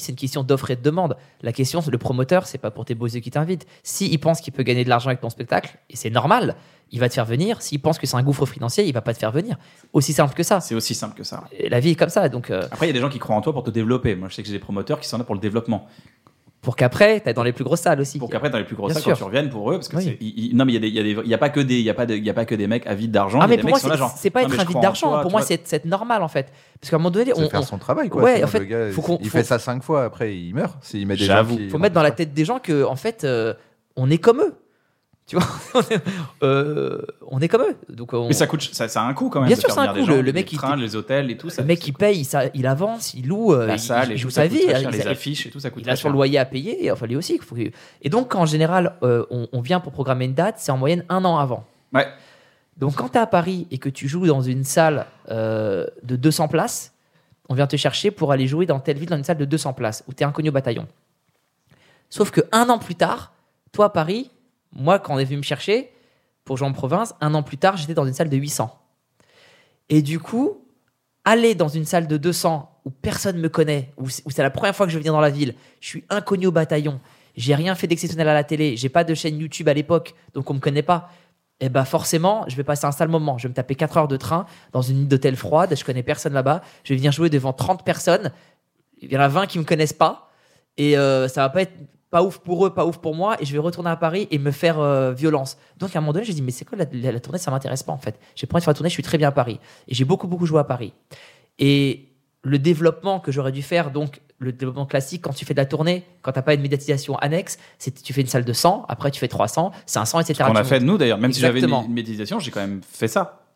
Speaker 2: c'est une question d'offre et de demande. La question, c'est le promoteur, c'est pas pour tes beaux yeux qui t'invitent. S'il pense qu'il peut gagner de l'argent avec ton spectacle, et c'est normal, il va te faire venir. S'il pense que c'est un gouffre financier, il va pas te faire venir. Aussi simple que ça.
Speaker 1: C'est aussi simple que ça.
Speaker 2: La vie est comme ça. Donc, euh,
Speaker 1: Après, il y a des gens qui croient en toi pour te développer. Moi, je sais que j'ai des promoteurs qui sont là pour le développement.
Speaker 2: pour qu'après, t'ailles dans les plus grosses salles aussi.
Speaker 1: Pour qu'après, dans les plus grosses
Speaker 2: Bien
Speaker 1: salles, quand
Speaker 2: sûr.
Speaker 1: tu reviennes pour eux, parce que
Speaker 2: Oui.
Speaker 1: c'est- il- il- non, mais il y a des- il y a des- il y a pas que des, il y a pas de, il y a pas que des mecs avides d'argent. il y
Speaker 2: Ah,
Speaker 1: a
Speaker 2: mais
Speaker 1: des
Speaker 2: pour
Speaker 1: mecs
Speaker 2: moi,
Speaker 1: qui sont là, genre,
Speaker 2: c'est c'est pas
Speaker 1: non, mais je
Speaker 2: être invité
Speaker 1: crois en
Speaker 2: d'argent. hein.
Speaker 1: toi,
Speaker 2: Pour
Speaker 1: tu
Speaker 2: moi,
Speaker 1: vois.
Speaker 2: c'est c'est normal en fait. Parce qu'à un moment donné,
Speaker 3: C'est
Speaker 2: on,
Speaker 3: faire
Speaker 2: on-
Speaker 3: son travail, quoi.
Speaker 2: Ouais,
Speaker 3: Sinon,
Speaker 2: en fait,
Speaker 3: le gars,
Speaker 2: faut qu'on-
Speaker 3: il
Speaker 2: faut-
Speaker 3: fait ça cinq fois, après il meurt. S'il met des gens
Speaker 1: J'avoue.
Speaker 3: qui-
Speaker 2: faut mettre dans la tête des gens que en fait euh, on est comme eux tu vois on est, euh, on est comme eux donc on-
Speaker 1: Mais ça coûte, ça, ça a un coût quand même.
Speaker 2: Bien
Speaker 1: de
Speaker 2: sûr,
Speaker 1: faire
Speaker 2: c'est un
Speaker 1: venir des
Speaker 2: coût,
Speaker 1: gens,
Speaker 2: le- le
Speaker 1: les
Speaker 2: mec, il-
Speaker 1: trains, les hôtels et tout. ça-
Speaker 2: le mec
Speaker 1: ça
Speaker 2: il paye ça, il avance il loue euh,
Speaker 1: la
Speaker 2: il-
Speaker 1: salle,
Speaker 2: il,
Speaker 1: et
Speaker 2: joue
Speaker 1: tout,
Speaker 2: sa
Speaker 1: ça coûte
Speaker 2: vie
Speaker 1: très
Speaker 2: euh,
Speaker 1: cher,
Speaker 2: il,
Speaker 1: les
Speaker 2: a-
Speaker 1: affiches et tout ça coûte
Speaker 2: il a
Speaker 1: très
Speaker 2: son
Speaker 1: cher.
Speaker 2: loyer à payer et enfin lui aussi il faut qu'il- et donc en général euh, on, on vient pour programmer une date c'est en moyenne un an avant
Speaker 1: Ouais.
Speaker 2: donc quand t'es à Paris et que tu joues dans une salle euh, de 200 places on vient te chercher pour aller jouer dans telle ville dans une salle de 200 places où t'es inconnu au bataillon Sauf que un an plus tard, toi à Paris, moi quand on est venu me chercher pour jouer en province, un an plus tard, j'étais dans une salle de 800. Et du coup, aller dans une salle de 200 où personne me connaît, où c'est où c'est la première fois que je viens dans la ville, je suis inconnu au bataillon, j'ai rien fait d'exceptionnel à la télé, j'ai pas de chaîne YouTube à l'époque, donc on me connaît pas. Et bah forcément, je vais passer un sale moment. Je vais me taper 4 heures de train dans une île d'hôtel froide, je connais personne là-bas, je vais venir jouer devant 30 personnes, il y en a 20 qui me connaissent pas, et euh, ça va pas être pas ouf pour eux, pas ouf pour moi, et je vais retourner à Paris et me faire euh, violence. Donc à un moment donné, j'ai dit, mais c'est quoi la, la- la tournée Ça m'intéresse pas en fait. J'ai pas envie de faire la tournée, je suis très bien à Paris. Et j'ai beaucoup, beaucoup joué à Paris. Et le développement que j'aurais dû faire, donc le développement classique, quand tu fais de la tournée, quand t'as pas une médiatisation annexe, c'est tu fais une salle de 100, après tu fais 300, 500, etc.
Speaker 1: Ce qu'on a
Speaker 2: Tu
Speaker 1: fait, nous d'ailleurs, même si j'avais une,
Speaker 2: Exactement.
Speaker 1: une médiatisation, j'ai quand même fait ça.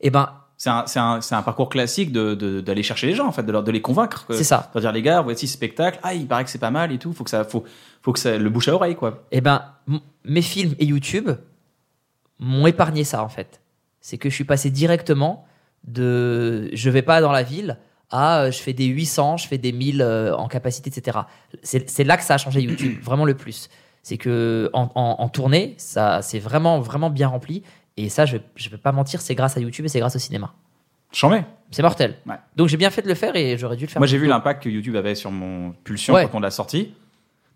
Speaker 2: eh ben,
Speaker 1: c'est un, c'est un, c'est un parcours classique de, de- d'aller chercher les gens, en fait, de, leur, de les convaincre. que-
Speaker 2: C'est ça.
Speaker 1: De leur dire, les gars, voici ce spectacle. Ah, il paraît que c'est pas mal et tout. Faut que ça, faut, faut que ça, le bouche à oreille, quoi.
Speaker 2: Eh ben, m- mes films et YouTube m'ont épargné ça en fait. C'est que je suis passé directement de je vais pas dans la ville à euh, je fais des 800, je fais des 1000 euh, en capacité, etc. C'est c'est là que ça a changé YouTube, vraiment le plus. C'est que en, en- en tournée, ça c'est vraiment vraiment bien rempli. Et ça, je vais, je vais pas mentir, c'est grâce à YouTube et c'est grâce au cinéma.
Speaker 1: J'en mets.
Speaker 2: C'est mortel.
Speaker 1: Ouais.
Speaker 2: Donc j'ai bien fait de le faire et j'aurais dû le faire.
Speaker 1: Moi, j'ai vu l'impact que YouTube avait sur mon pulsion
Speaker 2: Ouais.
Speaker 1: quand on l'a sorti.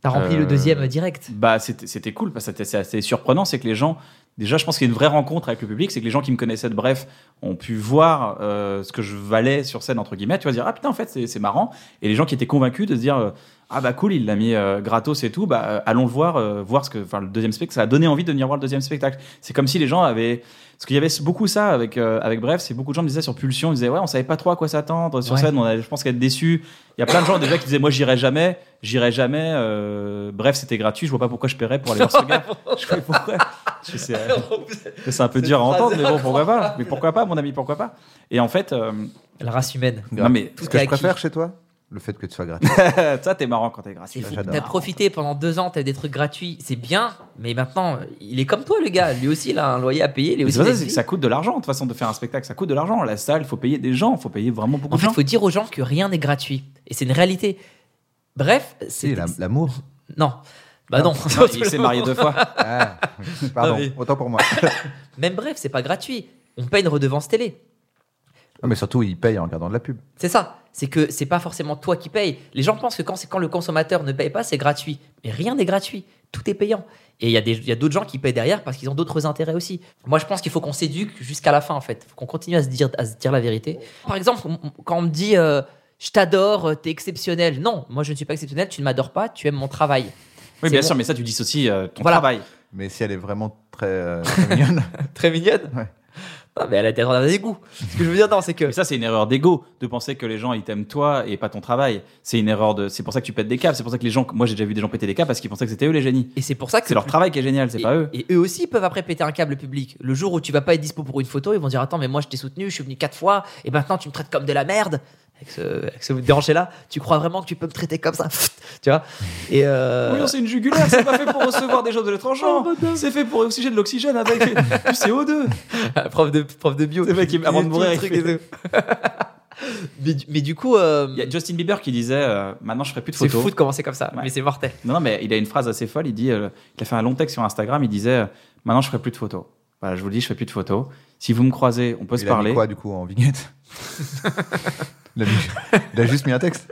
Speaker 2: T'as rempli le
Speaker 1: Euh,
Speaker 2: deuxième direct.
Speaker 1: Bah, c'était c'était cool parce que c'était c'est assez surprenant. C'est que les gens, déjà, je pense qu'il y a une vraie rencontre avec le public. C'est que les gens qui me connaissaient de bref ont pu voir euh, ce que je valais sur scène, entre guillemets. Tu vas dire, ah putain, en fait, c'est c'est marrant. Et les gens qui étaient convaincus de se dire, euh, ah bah cool, il l'a mis euh, gratos et tout, bah euh, allons le voir, euh, voir ce que. Enfin, le deuxième spectacle, ça a donné envie de venir voir le deuxième spectacle. C'est comme si les gens avaient. Parce qu'il y avait beaucoup ça avec, euh, avec Bref, c'est beaucoup de gens me disaient sur Pulsion, ils disaient ouais, on savait pas trop à quoi s'attendre sur
Speaker 2: Ouais.
Speaker 1: scène, on allait, je pense qu'être déçu. Il y a plein de gens déjà qui disaient moi j'irai jamais, j'irai jamais. euh, bref, c'était gratuit, je vois pas pourquoi je paierais pour aller voir ce gars. je sais pourquoi. Je sais, euh, c'est un peu dur à
Speaker 2: Cette phrase
Speaker 1: entendre, mais bon,
Speaker 2: est
Speaker 1: pourquoi pas Mais pourquoi pas, mon ami, pourquoi pas Et en fait, euh,
Speaker 2: La race humaine.
Speaker 1: non mais
Speaker 3: Ce
Speaker 2: Tout
Speaker 3: que
Speaker 2: est
Speaker 3: je
Speaker 2: acquis.
Speaker 3: préfère chez toi, le fait que tu sois gratuit.
Speaker 1: ça t'es marrant quand t'es gratuit.
Speaker 2: C'est fou.
Speaker 3: j'adore.
Speaker 2: T'as profité pendant deux ans, t'as des trucs gratuits, c'est bien, mais maintenant, il est comme toi, le gars. Lui aussi, il a un loyer à payer. Il
Speaker 1: Mais
Speaker 2: est aussi
Speaker 1: c'est pas ça,
Speaker 2: des-
Speaker 1: c'est que ça coûte de l'argent. De toute façon, de faire un spectacle, ça coûte de l'argent. La salle, il faut payer des gens, il faut payer vraiment beaucoup
Speaker 2: En
Speaker 1: de
Speaker 2: fait,
Speaker 1: gens.
Speaker 2: il faut dire aux gens que rien n'est gratuit. Et c'est une réalité. Bref, c'est.
Speaker 3: Si, la- l'amour.
Speaker 2: Non. Bah non.
Speaker 1: Non, il s'est marié deux fois.
Speaker 3: Ah, pardon,
Speaker 2: Non, mais-
Speaker 3: autant pour moi.
Speaker 2: Même bref, c'est pas gratuit. On paye une redevance télé.
Speaker 3: Non, mais surtout, ils payent en regardant de la pub.
Speaker 2: C'est ça. C'est que c'est pas forcément toi qui paye. Les gens pensent que quand, c'est- quand le consommateur ne paye pas, c'est gratuit. Mais rien n'est gratuit. Tout est payant. Et il y a des- il y a d'autres gens qui payent derrière parce qu'ils ont d'autres intérêts aussi. Moi, je pense qu'il faut qu'on s'éduque jusqu'à la fin, en fait. faut qu'on continue à se, dire, à se dire la vérité. Par exemple, on- on- quand on me dit euh, je t'adore, euh, t'es exceptionnel. Non, moi, je ne suis pas exceptionnel, tu ne m'adores pas, tu aimes mon travail.
Speaker 1: Oui, bien
Speaker 2: bon.
Speaker 1: sûr, mais ça, tu dissocies euh, ton
Speaker 2: Voilà.
Speaker 1: travail.
Speaker 3: Mais si elle est vraiment très, euh, très mignonne,
Speaker 2: Très mignonne.
Speaker 3: Ouais.
Speaker 2: Non, mais elle a des elle a des goûts. Ce que je veux dire, non, c'est que.
Speaker 1: Mais ça, c'est une erreur d'ego de penser que les gens ils t'aiment toi et pas ton travail. C'est une erreur de. C'est pour ça que tu pètes des câbles. C'est pour ça que les gens. Moi, j'ai déjà vu des gens péter des câbles parce qu'ils pensaient que c'était eux les génies.
Speaker 2: Et c'est pour ça que
Speaker 1: C'est leur travail qui est génial, c'est
Speaker 2: et,
Speaker 1: pas eux.
Speaker 2: et eux aussi peuvent après péter un câble le public. Le jour où tu vas pas être dispo pour une photo, ils vont dire attends mais moi je t'ai soutenu, je suis venu quatre fois et maintenant tu me traites comme de la merde. Avec ce, avec ce déhanché là, tu crois vraiment que tu peux me traiter comme ça Tu vois Et euh,
Speaker 1: Oui, non, c'est une jugulaire, c'est pas fait pour recevoir des gens de l'étranger. c'est fait pour oxygéner de l'oxygène avec du CO2.
Speaker 2: prof de prof de bio.
Speaker 1: C'est vrai qu'il- avant de mourir, il
Speaker 2: Truc et tout. mais, du- mais du coup, euh,
Speaker 1: Il y a Justin Bieber qui disait euh, Maintenant, je ferai plus de
Speaker 2: c'est
Speaker 1: photos.
Speaker 2: fou de commencer comme ça,
Speaker 1: Ouais.
Speaker 2: mais c'est mortel.
Speaker 1: Non, non, mais il a une phrase assez folle. Il dit, euh, il a fait un long texte sur Instagram. Il disait, euh, maintenant je ferai plus de photos. Voilà, je vous le dis, je fais plus de photos. Si vous me croisez, on peut se
Speaker 3: il a mis
Speaker 1: parler.
Speaker 3: quoi du coup en vignette il, a mis- il a juste mis un texte.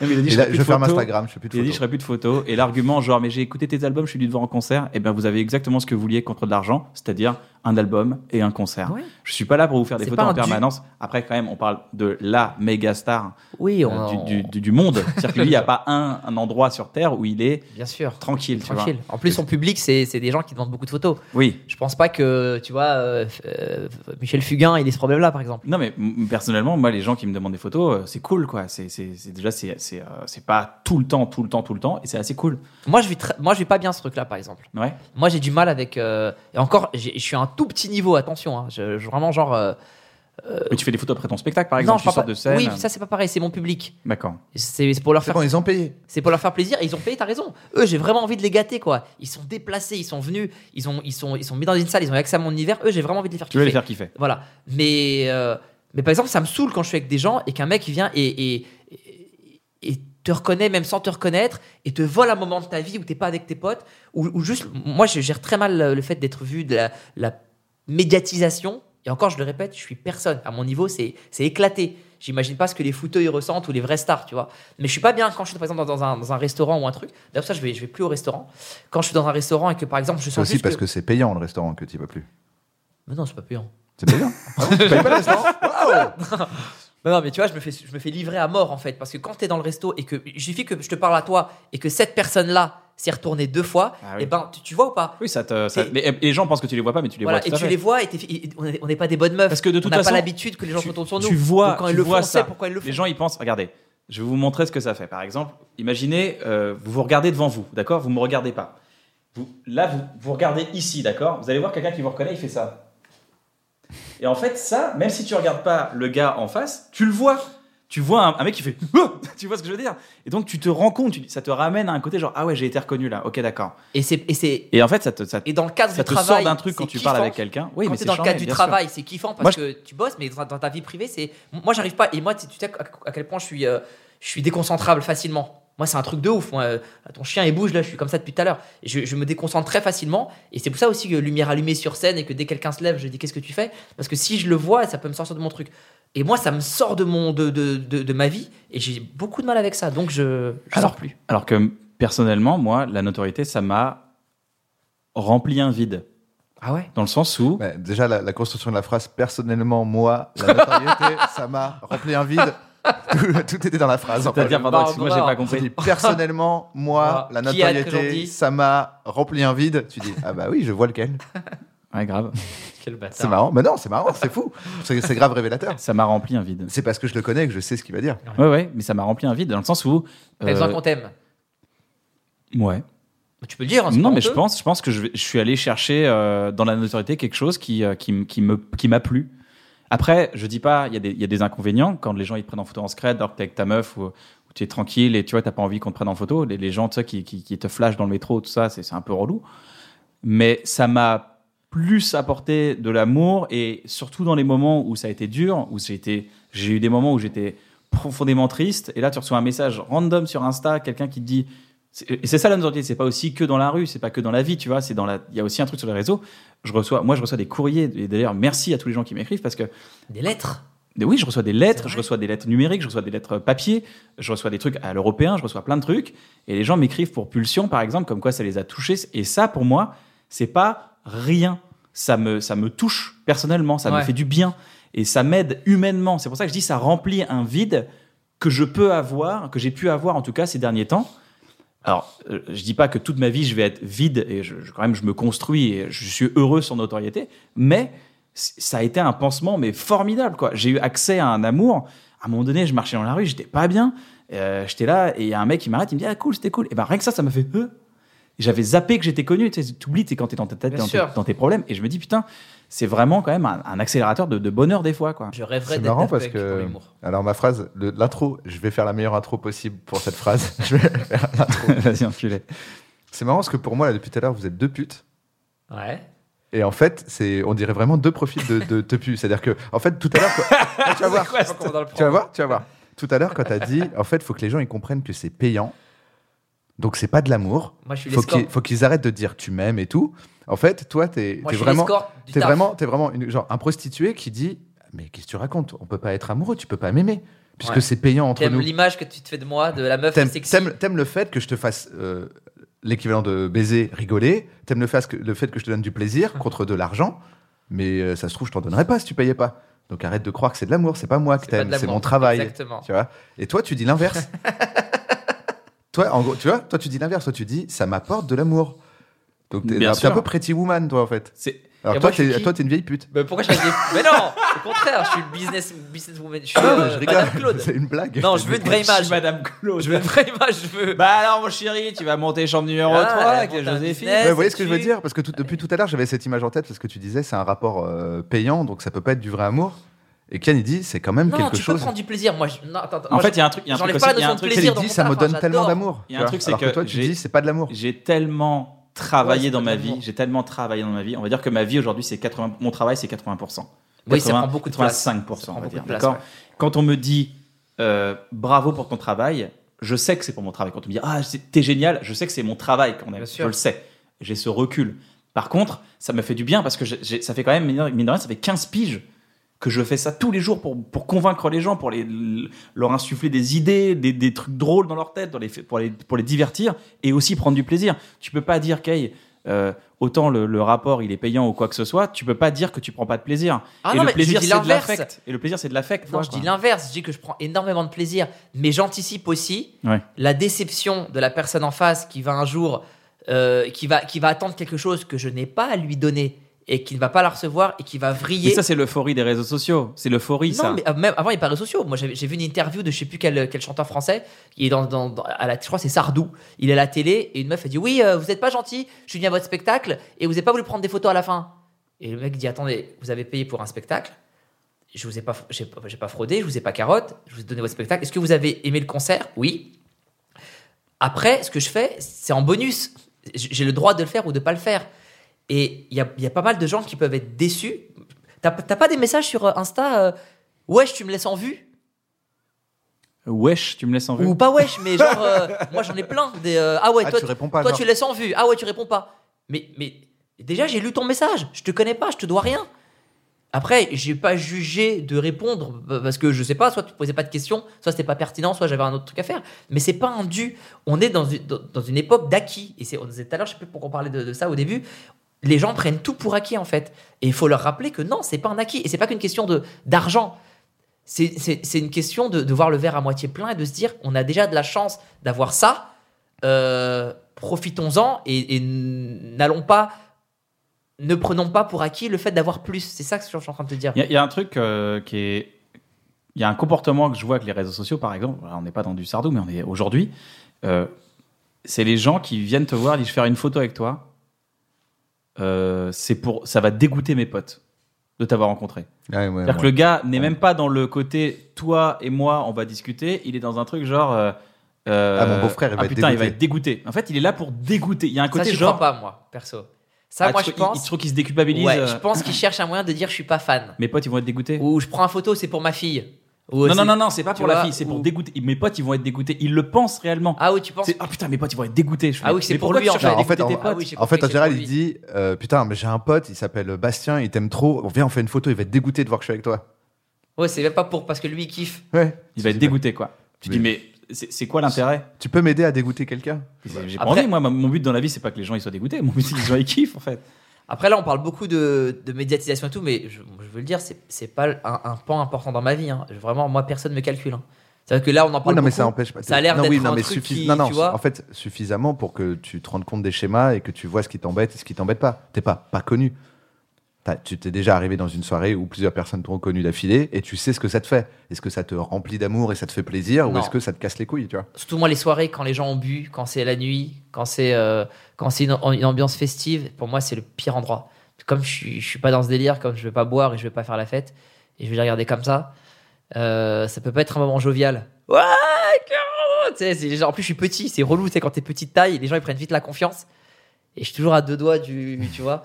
Speaker 1: Non, mais il a dit,
Speaker 3: Il
Speaker 1: je,
Speaker 3: a-
Speaker 1: ferai plus
Speaker 3: je
Speaker 1: de
Speaker 3: ferme
Speaker 1: photos.
Speaker 3: Instagram, je fais plus de
Speaker 1: Il a dit, je
Speaker 3: photos.
Speaker 1: ferai plus de photos. Et l'argument, genre, mais j'ai écouté tes albums, je suis venu te voir en concert. Eh bien, vous avez exactement ce que vous vouliez contre de l'argent, c'est-à-dire un album et un concert.
Speaker 2: Ouais.
Speaker 1: Je suis pas là pour vous faire des
Speaker 2: C'est
Speaker 1: photos
Speaker 2: pas
Speaker 1: en
Speaker 2: un du-
Speaker 1: permanence. Après, quand même, on parle de la méga star
Speaker 2: Oui,
Speaker 1: euh,
Speaker 2: on,
Speaker 1: du, du- du- du monde. C'est-à-dire que lui, il n'y a pas un, un endroit sur Terre où il est
Speaker 2: bien sûr.
Speaker 1: tranquille. tu vois.
Speaker 2: Tranquille. En plus, son public, c'est c'est des gens qui demandent beaucoup de photos.
Speaker 1: Oui.
Speaker 2: Je pense pas que, tu vois, euh, f- euh, Michel Fugain, il ait ce problème-là, par exemple.
Speaker 1: Non, mais m- personnellement, moi, les gens qui me demandent des photos, euh, c'est cool, quoi. C'est c'est- c'est- déjà, c'est c'est, euh, c'est pas tout le temps, tout le temps, tout le temps, et c'est assez cool.
Speaker 2: Moi, je vis, très- moi, je vis pas bien ce truc-là, par exemple.
Speaker 1: Ouais.
Speaker 2: Moi, j'ai du mal avec. euh, Et encore, j'ai- je suis à un tout petit niveau, attention. hein. Je, je- vraiment, genre. euh,
Speaker 1: Mais tu fais des photos après ton spectacle, par exemple,
Speaker 2: je
Speaker 1: tu
Speaker 2: parle
Speaker 1: sors
Speaker 2: pas-
Speaker 1: de scène. euh.
Speaker 2: Oui, ça, c'est pas pareil, c'est mon public.
Speaker 1: D'accord.
Speaker 2: C'est c'est pour, leur
Speaker 3: C'est
Speaker 2: faire...
Speaker 3: bon, ils ont payé.
Speaker 2: c'est pour leur faire plaisir. et Ils ont payé, t'as raison. Eux, j'ai vraiment envie de les gâter, quoi. Ils sont déplacés, ils sont venus, ils, ont, ils, sont, ils sont mis dans une salle, ils ont accès à mon univers. Eux, j'ai vraiment envie de les faire
Speaker 1: Tu veux les
Speaker 2: kiffer.
Speaker 1: faire kiffer.
Speaker 2: Voilà. Mais, euh, mais par exemple, ça me saoule quand je suis avec des gens et qu'un mec il vient et, et, et- et te reconnaît même sans te reconnaître et te vole un moment de ta vie où t'es pas avec tes potes ou, ou juste. Moi, je gère très mal le le fait d'être vu de la, la médiatisation. Et encore, je le répète, je suis personne. À mon niveau, c'est c'est éclaté. J'imagine pas ce que les fouteux ils ressentent ou les vrais stars, tu vois. Mais je suis pas bien quand je suis par exemple dans, dans un, dans un restaurant ou un truc. D'ailleurs, ça, je vais, je vais plus au restaurant. Quand je suis dans un restaurant et que par exemple, je
Speaker 3: C'est
Speaker 2: sens
Speaker 3: aussi
Speaker 2: juste
Speaker 3: parce que, c'est payant le restaurant que tu vas plus.
Speaker 2: Mais non, c'est pas payant.
Speaker 3: C'est payant. Ah bon, tu payes pas le restaurant
Speaker 2: Bah Non, non, mais tu vois, je me fais, je me fais livrer à mort en fait. Parce que quand t'es dans le resto et que il suffit que je te parle à toi et que cette personne-là s'est retournée deux fois,
Speaker 1: Ah oui.
Speaker 2: et ben tu, tu vois ou pas
Speaker 1: Oui, ça te. ça-
Speaker 2: Et-
Speaker 1: les, et les gens pensent que tu les vois pas, mais tu les
Speaker 2: voilà,
Speaker 1: vois tout
Speaker 2: et
Speaker 1: à
Speaker 2: tu
Speaker 1: fait.
Speaker 2: les vois et, t'es- et- et on est- on n'est pas des bonnes meufs.
Speaker 1: Parce que de toute
Speaker 2: on n'a
Speaker 1: façon,
Speaker 2: pas l'habitude que les gens se
Speaker 1: tu,
Speaker 2: retournent sur nous.
Speaker 1: tu vois,
Speaker 2: Donc, quand
Speaker 1: tu
Speaker 2: ils le
Speaker 1: vois
Speaker 2: font, on sait
Speaker 1: ça.
Speaker 2: pourquoi ils le font.
Speaker 1: Les gens, ils pensent. Regardez, je vais vous montrer ce que ça fait. Par exemple, imaginez, euh, vous vous regardez devant vous, d'accord Vous me regardez pas. Vous, là, vous vous regardez ici, d'accord Vous allez voir quelqu'un qui vous reconnaît, il fait ça. Et en fait, ça, même si tu regardes pas le gars en face, tu le vois. Tu vois un, un mec qui fait Oh Tu vois ce que je veux dire Et donc, tu te rends compte, tu- ça te ramène à un côté genre Ah ouais, j'ai été reconnu là, ok, d'accord.
Speaker 2: Et c'est et c'est
Speaker 1: Et en fait, ça te, ça,
Speaker 2: et dans le cadre
Speaker 1: ça
Speaker 2: du
Speaker 1: te
Speaker 2: travail,
Speaker 1: sort d'un truc
Speaker 2: c'est
Speaker 1: quand tu
Speaker 2: kiffant.
Speaker 1: parles avec quelqu'un. Oui,
Speaker 2: quand
Speaker 1: mais
Speaker 2: t'es
Speaker 1: c'est
Speaker 2: dans le
Speaker 1: charmé,
Speaker 2: cadre du
Speaker 1: bien sûr.
Speaker 2: travail, c'est kiffant parce
Speaker 1: Moi, je-
Speaker 2: que tu bosses, mais dans, dans ta vie privée, c'est. Moi, j'arrive pas. Et moi, tu tu sais à, à quel point je suis, euh, je suis déconcentrable facilement. Moi, c'est un truc de ouf. Moi, euh, ton chien, il bouge là, je suis comme ça depuis tout à l'heure. Et Je, je me déconcentre très facilement. Et c'est pour ça aussi que lumière allumée sur scène et que dès que quelqu'un se lève, je dis qu'est-ce que tu fais Parce que si je le vois, ça peut me sortir de mon truc. Et moi, ça me sort de, mon, de, de, de, de ma vie. Et j'ai beaucoup de mal avec ça. Donc, je, je
Speaker 1: Alors-
Speaker 2: sors plus.
Speaker 1: Alors que personnellement, moi, la notoriété, ça m'a rempli un vide.
Speaker 2: Ah ouais
Speaker 1: Dans le sens où.
Speaker 3: Ouais, déjà, la, la construction de la phrase, personnellement, moi, la notoriété, ça m'a rempli un vide. Tout, tout était dans la phrase. en fait.
Speaker 1: C'est-à-dire, pardon, excuse-moi, j'ai pas
Speaker 2: Barbare.
Speaker 3: Tu dis,
Speaker 1: compris.
Speaker 3: personnellement, moi, la
Speaker 2: Voilà. Qui a
Speaker 3: notoriété,
Speaker 2: grandi
Speaker 3: ça m'a rempli un vide. Tu dis, ah bah oui, je vois lequel.
Speaker 1: Ouais, grave.
Speaker 2: Quel bâtard.
Speaker 3: C'est marrant. Mais non, c'est marrant, c'est fou. C'est c'est grave révélateur.
Speaker 1: Ça m'a rempli un vide.
Speaker 3: C'est parce que je le connais que je sais ce qu'il va dire.
Speaker 1: Ouais, ouais, mais ça m'a rempli un vide dans le sens où.
Speaker 2: T'as besoin
Speaker 1: euh,
Speaker 2: qu'on t'aime.
Speaker 1: Ouais.
Speaker 2: Tu peux le dire. hein, c'est
Speaker 1: Non,
Speaker 2: pas
Speaker 1: mais je
Speaker 2: honteux.
Speaker 1: pense, je pense que je, vais- je suis allé chercher euh, dans la notoriété quelque chose qui, euh, qui, m- qui me, qui m'a plu. Après, je dis pas, il y, a des- il y a des inconvénients quand les gens ils te prennent en photo en secret, alors que t'es avec ta meuf ou, ou tu es tranquille et tu vois, t'as pas envie qu'on te prenne en photo. Les, les gens, tu sais, qui, qui, qui te flashent dans le métro, tout ça, c'est c'est un peu relou. Mais ça m'a plus apporté de l'amour et surtout dans les moments où ça a été dur, où j'ai été- j'ai eu des moments où j'étais profondément triste et là tu reçois un message random sur Insta, quelqu'un qui te dit c'est- Et c'est ça la notoriété, c'est pas aussi que dans la rue, c'est pas que dans la vie, tu vois, c'est dans la il y a aussi un truc sur les réseaux. Je reçois moi je reçois des courriers et d'ailleurs merci à tous les gens qui m'écrivent parce que
Speaker 2: Des lettres.
Speaker 1: mais oui, je reçois des lettres,
Speaker 2: C'est
Speaker 1: je
Speaker 2: vrai.
Speaker 1: reçois des lettres numériques, je reçois des lettres papier, je reçois des trucs à l'européen, je reçois plein de trucs. Et les gens m'écrivent pour Pulsion, par exemple, comme quoi ça les a touchés. Et ça, pour moi, c'est pas rien. Ça me, ça me touche personnellement, ça me
Speaker 2: Ouais.
Speaker 1: fait du bien. Et ça m'aide humainement. C'est pour ça que je dis ça remplit un vide que je peux avoir, que j'ai pu avoir en tout cas ces derniers temps. Alors, euh, je dis pas que toute ma vie je vais être vide et je, je- quand même je me construis et je suis heureux sans notoriété, mais c- ça a été un pansement mais formidable quoi. J'ai eu accès à un amour. À un moment donné, je marchais dans la rue, j'étais pas bien, euh, j'étais là et il y a un mec qui m'arrête, il me dit ah cool, c'était cool. Et ben rien que ça, ça m'a fait euh. J'avais zappé que j'étais connu. Tu sais, t'oublies, t'es quand t'es dans ta tête,
Speaker 2: Bien
Speaker 1: dans tes,
Speaker 2: sûr.
Speaker 1: dans tes problèmes. Et je me dis putain, c'est vraiment quand même un, un accélérateur de, de bonheur des fois quoi.
Speaker 2: Je rêverais
Speaker 3: C'est
Speaker 2: d'être
Speaker 3: marrant
Speaker 2: Daft
Speaker 3: parce
Speaker 2: Punk pour
Speaker 3: que.
Speaker 2: l'humour.
Speaker 3: Alors, ma phrase, le- l'intro, je vais faire la meilleure intro possible pour cette phrase. Je vais faire l'intro.
Speaker 1: Vas-y enculé.
Speaker 3: C'est marrant parce que pour moi, là, depuis tout à l'heure, vous êtes deux putes.
Speaker 2: Ouais.
Speaker 3: Et en fait, c'est, on dirait vraiment deux profils de, de, de pubs. C'est-à-dire que, en fait, tout à l'heure, quand- Ah, tu vas voir,
Speaker 2: Je sais pas comment on va le
Speaker 3: tu vas
Speaker 2: prendre.
Speaker 3: voir, tu vas voir. Tout à l'heure, quand t'as dit, en fait, faut que les gens ils comprennent que c'est payant. Donc c'est pas de l'amour.
Speaker 2: Moi, je suis
Speaker 3: Faut
Speaker 2: l'escorte.
Speaker 3: qu'ils, faut qu'ils arrêtent de dire tu m'aimes et tout. En fait, toi, t'es,
Speaker 2: Moi, je
Speaker 3: t'es
Speaker 2: suis
Speaker 3: vraiment,
Speaker 2: l'escorte du
Speaker 3: t'es
Speaker 2: taf.
Speaker 3: vraiment, t'es vraiment une, genre un prostitué qui dit, mais qu'est-ce que tu racontes On peut pas être amoureux, tu peux pas m'aimer, puisque
Speaker 2: Ouais.
Speaker 3: c'est payant entre
Speaker 2: T'aimes
Speaker 3: nous.
Speaker 2: l'image que tu te fais de moi, de la meuf
Speaker 3: T'aimes,
Speaker 2: sexy.
Speaker 3: t'aimes- t'aimes le fait que je te fasse euh, l'équivalent de baiser, rigoler. T'aimes le fait, que, le fait que je te donne du plaisir
Speaker 2: Ah.
Speaker 3: contre de l'argent. Mais euh, ça se trouve, je t'en donnerais pas si tu payais pas. Donc arrête de croire que c'est de l'amour. C'est pas moi que
Speaker 2: C'est pas
Speaker 3: t'aimes,
Speaker 2: de
Speaker 3: c'est
Speaker 2: l'amour.
Speaker 3: mon travail.
Speaker 2: Exactement.
Speaker 3: Tu vois Et toi, tu dis l'inverse. toi, en gros, tu vois, toi, tu dis l'inverse. Toi, tu dis ça m'apporte de l'amour. Donc t'es,
Speaker 1: Bien
Speaker 3: t'es un
Speaker 1: sûr.
Speaker 3: peu pretty woman, toi, en fait.
Speaker 1: C'est
Speaker 3: Alors
Speaker 2: Et
Speaker 3: toi,
Speaker 2: moi, je suis
Speaker 3: t'es,
Speaker 2: qui
Speaker 3: toi, t'es une vieille pute.
Speaker 2: Mais pourquoi je fais des... Mais non Au contraire, je suis le business, business woman. Je suis euh,
Speaker 3: Ah, je
Speaker 2: Madame
Speaker 3: rigole.
Speaker 2: Claude.
Speaker 3: c'est une blague.
Speaker 2: Non, je veux une vraie image.
Speaker 1: Madame Claude.
Speaker 2: Je veux une vraie image. Je veux.
Speaker 1: Bah alors mon chéri, tu vas monter chambre numéro
Speaker 2: Ah,
Speaker 1: 3
Speaker 2: elle
Speaker 1: avec
Speaker 2: monte un
Speaker 1: Joséphine.
Speaker 2: business.
Speaker 3: Ouais,
Speaker 2: Euh, c'est
Speaker 3: vous voyez ce que je veux
Speaker 2: dessus.
Speaker 3: dire Parce que tout- depuis tout à l'heure, j'avais cette image en tête parce que tu disais c'est un rapport euh, payant, donc ça peut pas être du vrai amour. Et Ken, il dit c'est quand même
Speaker 2: Non,
Speaker 3: quelque
Speaker 2: tu peux
Speaker 3: chose.
Speaker 2: prendre du plaisisir. Moi, je... non, attends, attends.
Speaker 1: En
Speaker 2: Moi,
Speaker 1: fait,
Speaker 2: je-
Speaker 1: il y a un truc, il y a un truc
Speaker 2: j'enlève
Speaker 1: aussi,
Speaker 2: pas
Speaker 1: il y a
Speaker 2: la
Speaker 1: un
Speaker 2: notion de
Speaker 1: truc,
Speaker 3: Ken,
Speaker 2: plaisir
Speaker 3: il
Speaker 2: dans
Speaker 3: dit
Speaker 2: mon
Speaker 3: ça me
Speaker 2: taf,
Speaker 3: donne
Speaker 2: hein,
Speaker 3: tellement
Speaker 2: j'adore.
Speaker 3: d'amour.
Speaker 1: Il y a
Speaker 3: tu
Speaker 1: un
Speaker 3: vois.
Speaker 1: truc, c'est
Speaker 3: Alors
Speaker 1: que
Speaker 3: toi, tu
Speaker 1: j'ai-
Speaker 3: dis c'est pas de l'amour.
Speaker 1: J'ai tellement travaillé
Speaker 2: Ouais,
Speaker 1: dans ma
Speaker 2: c'est
Speaker 1: vie,
Speaker 2: vraiment.
Speaker 1: j'ai tellement travaillé dans ma vie. On va dire que ma vie aujourd'hui, c'est 80 mon travail c'est 80
Speaker 2: Oui, ça prend beaucoup de
Speaker 1: 85%,
Speaker 2: place. Ça
Speaker 1: on
Speaker 2: prend
Speaker 1: va
Speaker 2: beaucoup
Speaker 1: dire.
Speaker 2: de place,
Speaker 1: D'accord
Speaker 2: ouais.
Speaker 1: Quand on me dit euh, bravo pour ton travail, je sais que c'est pour mon travail. Quand on me dit ah, c'est- t'es génial, je sais que c'est mon travail qu'on aime.
Speaker 2: Bien
Speaker 1: Je
Speaker 2: sûr.
Speaker 1: le sais. J'ai ce recul. Par contre, ça me fait du bien parce que j'ai- j'ai- ça fait quand même, mine de mine de rien, ça fait 15 piges que je fais ça tous les jours pour, pour convaincre les gens, pour les, leur insuffler des idées, des, des trucs drôles dans leur tête, dans les, pour, les, pour les divertir et aussi prendre du plaisir. Tu peux pas dire, Kay, euh, autant le, le rapport il est payant ou quoi que ce soit, tu peux pas dire que tu prends pas de plaisir.
Speaker 2: Ah
Speaker 1: et
Speaker 2: non,
Speaker 1: le
Speaker 2: mais
Speaker 1: plaisir,
Speaker 2: je dis
Speaker 1: c'est de
Speaker 2: l'inverse.
Speaker 1: l'affect. Et le plaisir, c'est de l'affect.
Speaker 2: Non,
Speaker 1: quoi,
Speaker 2: je dis
Speaker 1: quoi.
Speaker 2: l'inverse. Je dis que je prends énormément de plaisir, mais j'anticipe aussi
Speaker 1: Ouais.
Speaker 2: la déception de la personne en face qui va un jour, euh, qui va, qui va attendre quelque chose que je n'ai pas à lui donner et qui ne va pas la recevoir et qui va vriller.
Speaker 1: Mais ça, c'est l'euphorie des réseaux sociaux. C'est l'euphorie,
Speaker 2: non,
Speaker 1: ça.
Speaker 2: mais euh, même avant les paris sociaux, moi j'avais- j'ai vu une interview de je sais plus quel, quel chanteur français qui est dans, dans- dans- à la, je crois que c'est Sardou. Il est à la télé et une meuf a dit oui, euh, vous n'êtes pas gentil, je suis venu à votre spectacle et vous n'avez pas voulu prendre des photos à la fin. Et le mec dit Attendez, vous avez payé pour un spectacle, je vous ai pas, fr- j'ai pas, j'ai pas fraudé, je vous ai pas carotte, je vous ai donné votre spectacle. Est-ce que vous avez aimé le concert Oui. Après, ce que je fais, c'est en bonus. J- J'ai le droit de le faire ou de pas le faire. Et il y a, il y a pas mal de gens qui peuvent être déçus. T'as p- t'as pas des messages sur euh, Insta euh, Wesh, tu me laisses en vue
Speaker 1: Wesh, tu me laisses en vue.
Speaker 2: Ou pas wesh, mais genre, euh, moi j'en ai plein. Des, euh, ah ouais,
Speaker 3: Ah,
Speaker 2: toi,
Speaker 3: tu réponds pas,
Speaker 2: toi
Speaker 3: genre.
Speaker 2: tu laisses en vue. Ah ouais, tu réponds pas. Mais, mais déjà, j'ai lu ton message. Je te connais pas, je te dois rien. Après, j'ai pas jugé de répondre euh, parce que je sais pas, soit tu posais pas de questions, soit c'était pas pertinent, soit j'avais un autre truc à faire. Mais c'est pas un dû. On est dans une, dans- dans une époque d'acquis. Et c'est, on disait tout à l'heure, je sais plus pourquoi on parlait de, de ça au début. Les gens prennent tout pour acquis en fait. Et il faut leur rappeler que non, c'est pas un acquis. Et c'est pas qu'une question de, d'argent. C'est, c'est- c'est une question de, de voir le verre à moitié plein et de se dire on a déjà de la chance d'avoir ça. Euh, profitons-en et, et n'allons pas, ne prenons pas pour acquis le fait d'avoir plus. C'est ça que je suis en train de te dire.
Speaker 1: Il y, a- il y a un truc euh, qui est. Il y a un comportement que je vois avec les réseaux sociaux, par exemple. Voilà, On n'est pas dans du sardou, mais on est aujourd'hui. euh, c'est les gens qui viennent te voir, disent Je vais faire une photo avec toi. Euh, c'est pour, ça va dégoûter mes potes de t'avoir rencontré.
Speaker 3: Ouais, ouais,
Speaker 1: C'est-à-dire
Speaker 3: ouais.
Speaker 1: que le gars n'est
Speaker 3: Ouais.
Speaker 1: même pas dans le côté toi et moi, on va discuter. Il est dans un truc genre. euh, euh,
Speaker 3: Ah, mon beau-frère, il va être
Speaker 1: putain, il va
Speaker 3: dégoûté.
Speaker 1: être dégoûté. En fait, il est là pour dégoûter. Il y a un
Speaker 2: Ça,
Speaker 1: côté
Speaker 2: je
Speaker 1: genre.
Speaker 2: crois pas, moi, perso. Ça,
Speaker 1: ah,
Speaker 2: moi,
Speaker 1: tu
Speaker 2: je
Speaker 1: trouves- il-
Speaker 2: pense.
Speaker 1: Tu trouves qu'il se déculpabilise
Speaker 2: ouais,
Speaker 1: euh,
Speaker 2: je pense qu'ils cherchent un moyen de dire je suis pas fan.
Speaker 1: Mes potes, ils vont être dégoûtés.
Speaker 2: Ou je prends une photo, c'est pour ma fille.
Speaker 1: Non,
Speaker 2: Ou, c'est-
Speaker 1: non, non, non, c'est pas
Speaker 2: tu
Speaker 1: pour la
Speaker 2: vois,
Speaker 1: fille, c'est pour
Speaker 2: ou-
Speaker 1: dégoûter. Mes potes, ils vont être dégoûtés. Ils le pensent réellement.
Speaker 2: Ah oui, tu penses
Speaker 1: C'est- Ah putain, mes potes, ils vont être dégoûtés. Je
Speaker 2: Ah oui, c'est
Speaker 1: mais
Speaker 2: pour
Speaker 1: pourquoi
Speaker 2: lui,
Speaker 1: tu
Speaker 2: en
Speaker 1: cherches
Speaker 2: fait.
Speaker 1: à
Speaker 3: Non, en fait,
Speaker 1: dégoûter tes
Speaker 3: en-
Speaker 1: potes
Speaker 2: Ah oui, j'ai
Speaker 3: En fait,
Speaker 2: compris
Speaker 3: en
Speaker 2: que
Speaker 3: général,
Speaker 2: c'est
Speaker 3: il
Speaker 2: pour
Speaker 3: dit euh, Putain, mais j'ai un pote, il s'appelle Bastien, il t'aime trop. Viens, on fait une photo, il va être dégoûté de voir que je suis avec toi.
Speaker 2: Ouais, c'est même pas pour parce que lui, il kiffe.
Speaker 3: Ouais.
Speaker 1: Il va être dégoûté, quoi. Tu
Speaker 3: Mais-
Speaker 1: dis, mais c'est c'est quoi l'intérêt
Speaker 3: Tu peux m'aider à dégoûter quelqu'un
Speaker 1: J'ai pas
Speaker 2: Après-
Speaker 1: envie, moi. ma- Mon but dans la vie, c'est pas que les gens ils soient dégoûtés. Mon but, c'est que les gens ils kiffent, en fait.
Speaker 2: Après, là, on parle beaucoup de, de médiatisation et tout, mais je, je veux le dire, c'est, c'est pas un, un pan important dans ma vie. hein. Vraiment, moi, personne me calcule. hein. C'est-à-dire que là, on en
Speaker 3: Oui,
Speaker 2: parle
Speaker 3: Oh, non, mais
Speaker 2: beaucoup.
Speaker 3: ça empêche pas.
Speaker 2: Ça a l'air
Speaker 3: Non,
Speaker 2: d'être
Speaker 3: oui, non,
Speaker 2: un
Speaker 3: mais
Speaker 2: truc
Speaker 3: suffis-
Speaker 2: qui,
Speaker 3: non, non,
Speaker 2: tu vois.
Speaker 3: en fait, suffisamment pour que tu te rendes compte des schémas et que tu vois ce qui t'embête et ce qui t'embête pas. T'es pas, pas connu. T'as- Tu t'es déjà arrivé dans une soirée où plusieurs personnes t'ont connu d'affilée et tu sais ce que ça te fait. Est-ce que ça te remplit d'amour et ça te fait plaisir ou
Speaker 2: Non.
Speaker 3: est-ce que ça te casse les couilles, tu vois
Speaker 2: Surtout moi les soirées quand les gens ont bu, quand c'est la nuit, quand c'est euh, quand c'est une, une ambiance festive, pour moi c'est le pire endroit. Comme je suis, je suis pas dans ce délire, comme je vais pas boire et je vais pas faire la fête et je vais les regarder comme ça, euh, ça peut pas être un moment jovial. Ouais, carrément, tu sais, c'est genre- en plus je suis petit, c'est relou, tu sais quand t'es petite taille, les gens ils prennent vite la confiance et je suis toujours à deux doigts du, tu vois,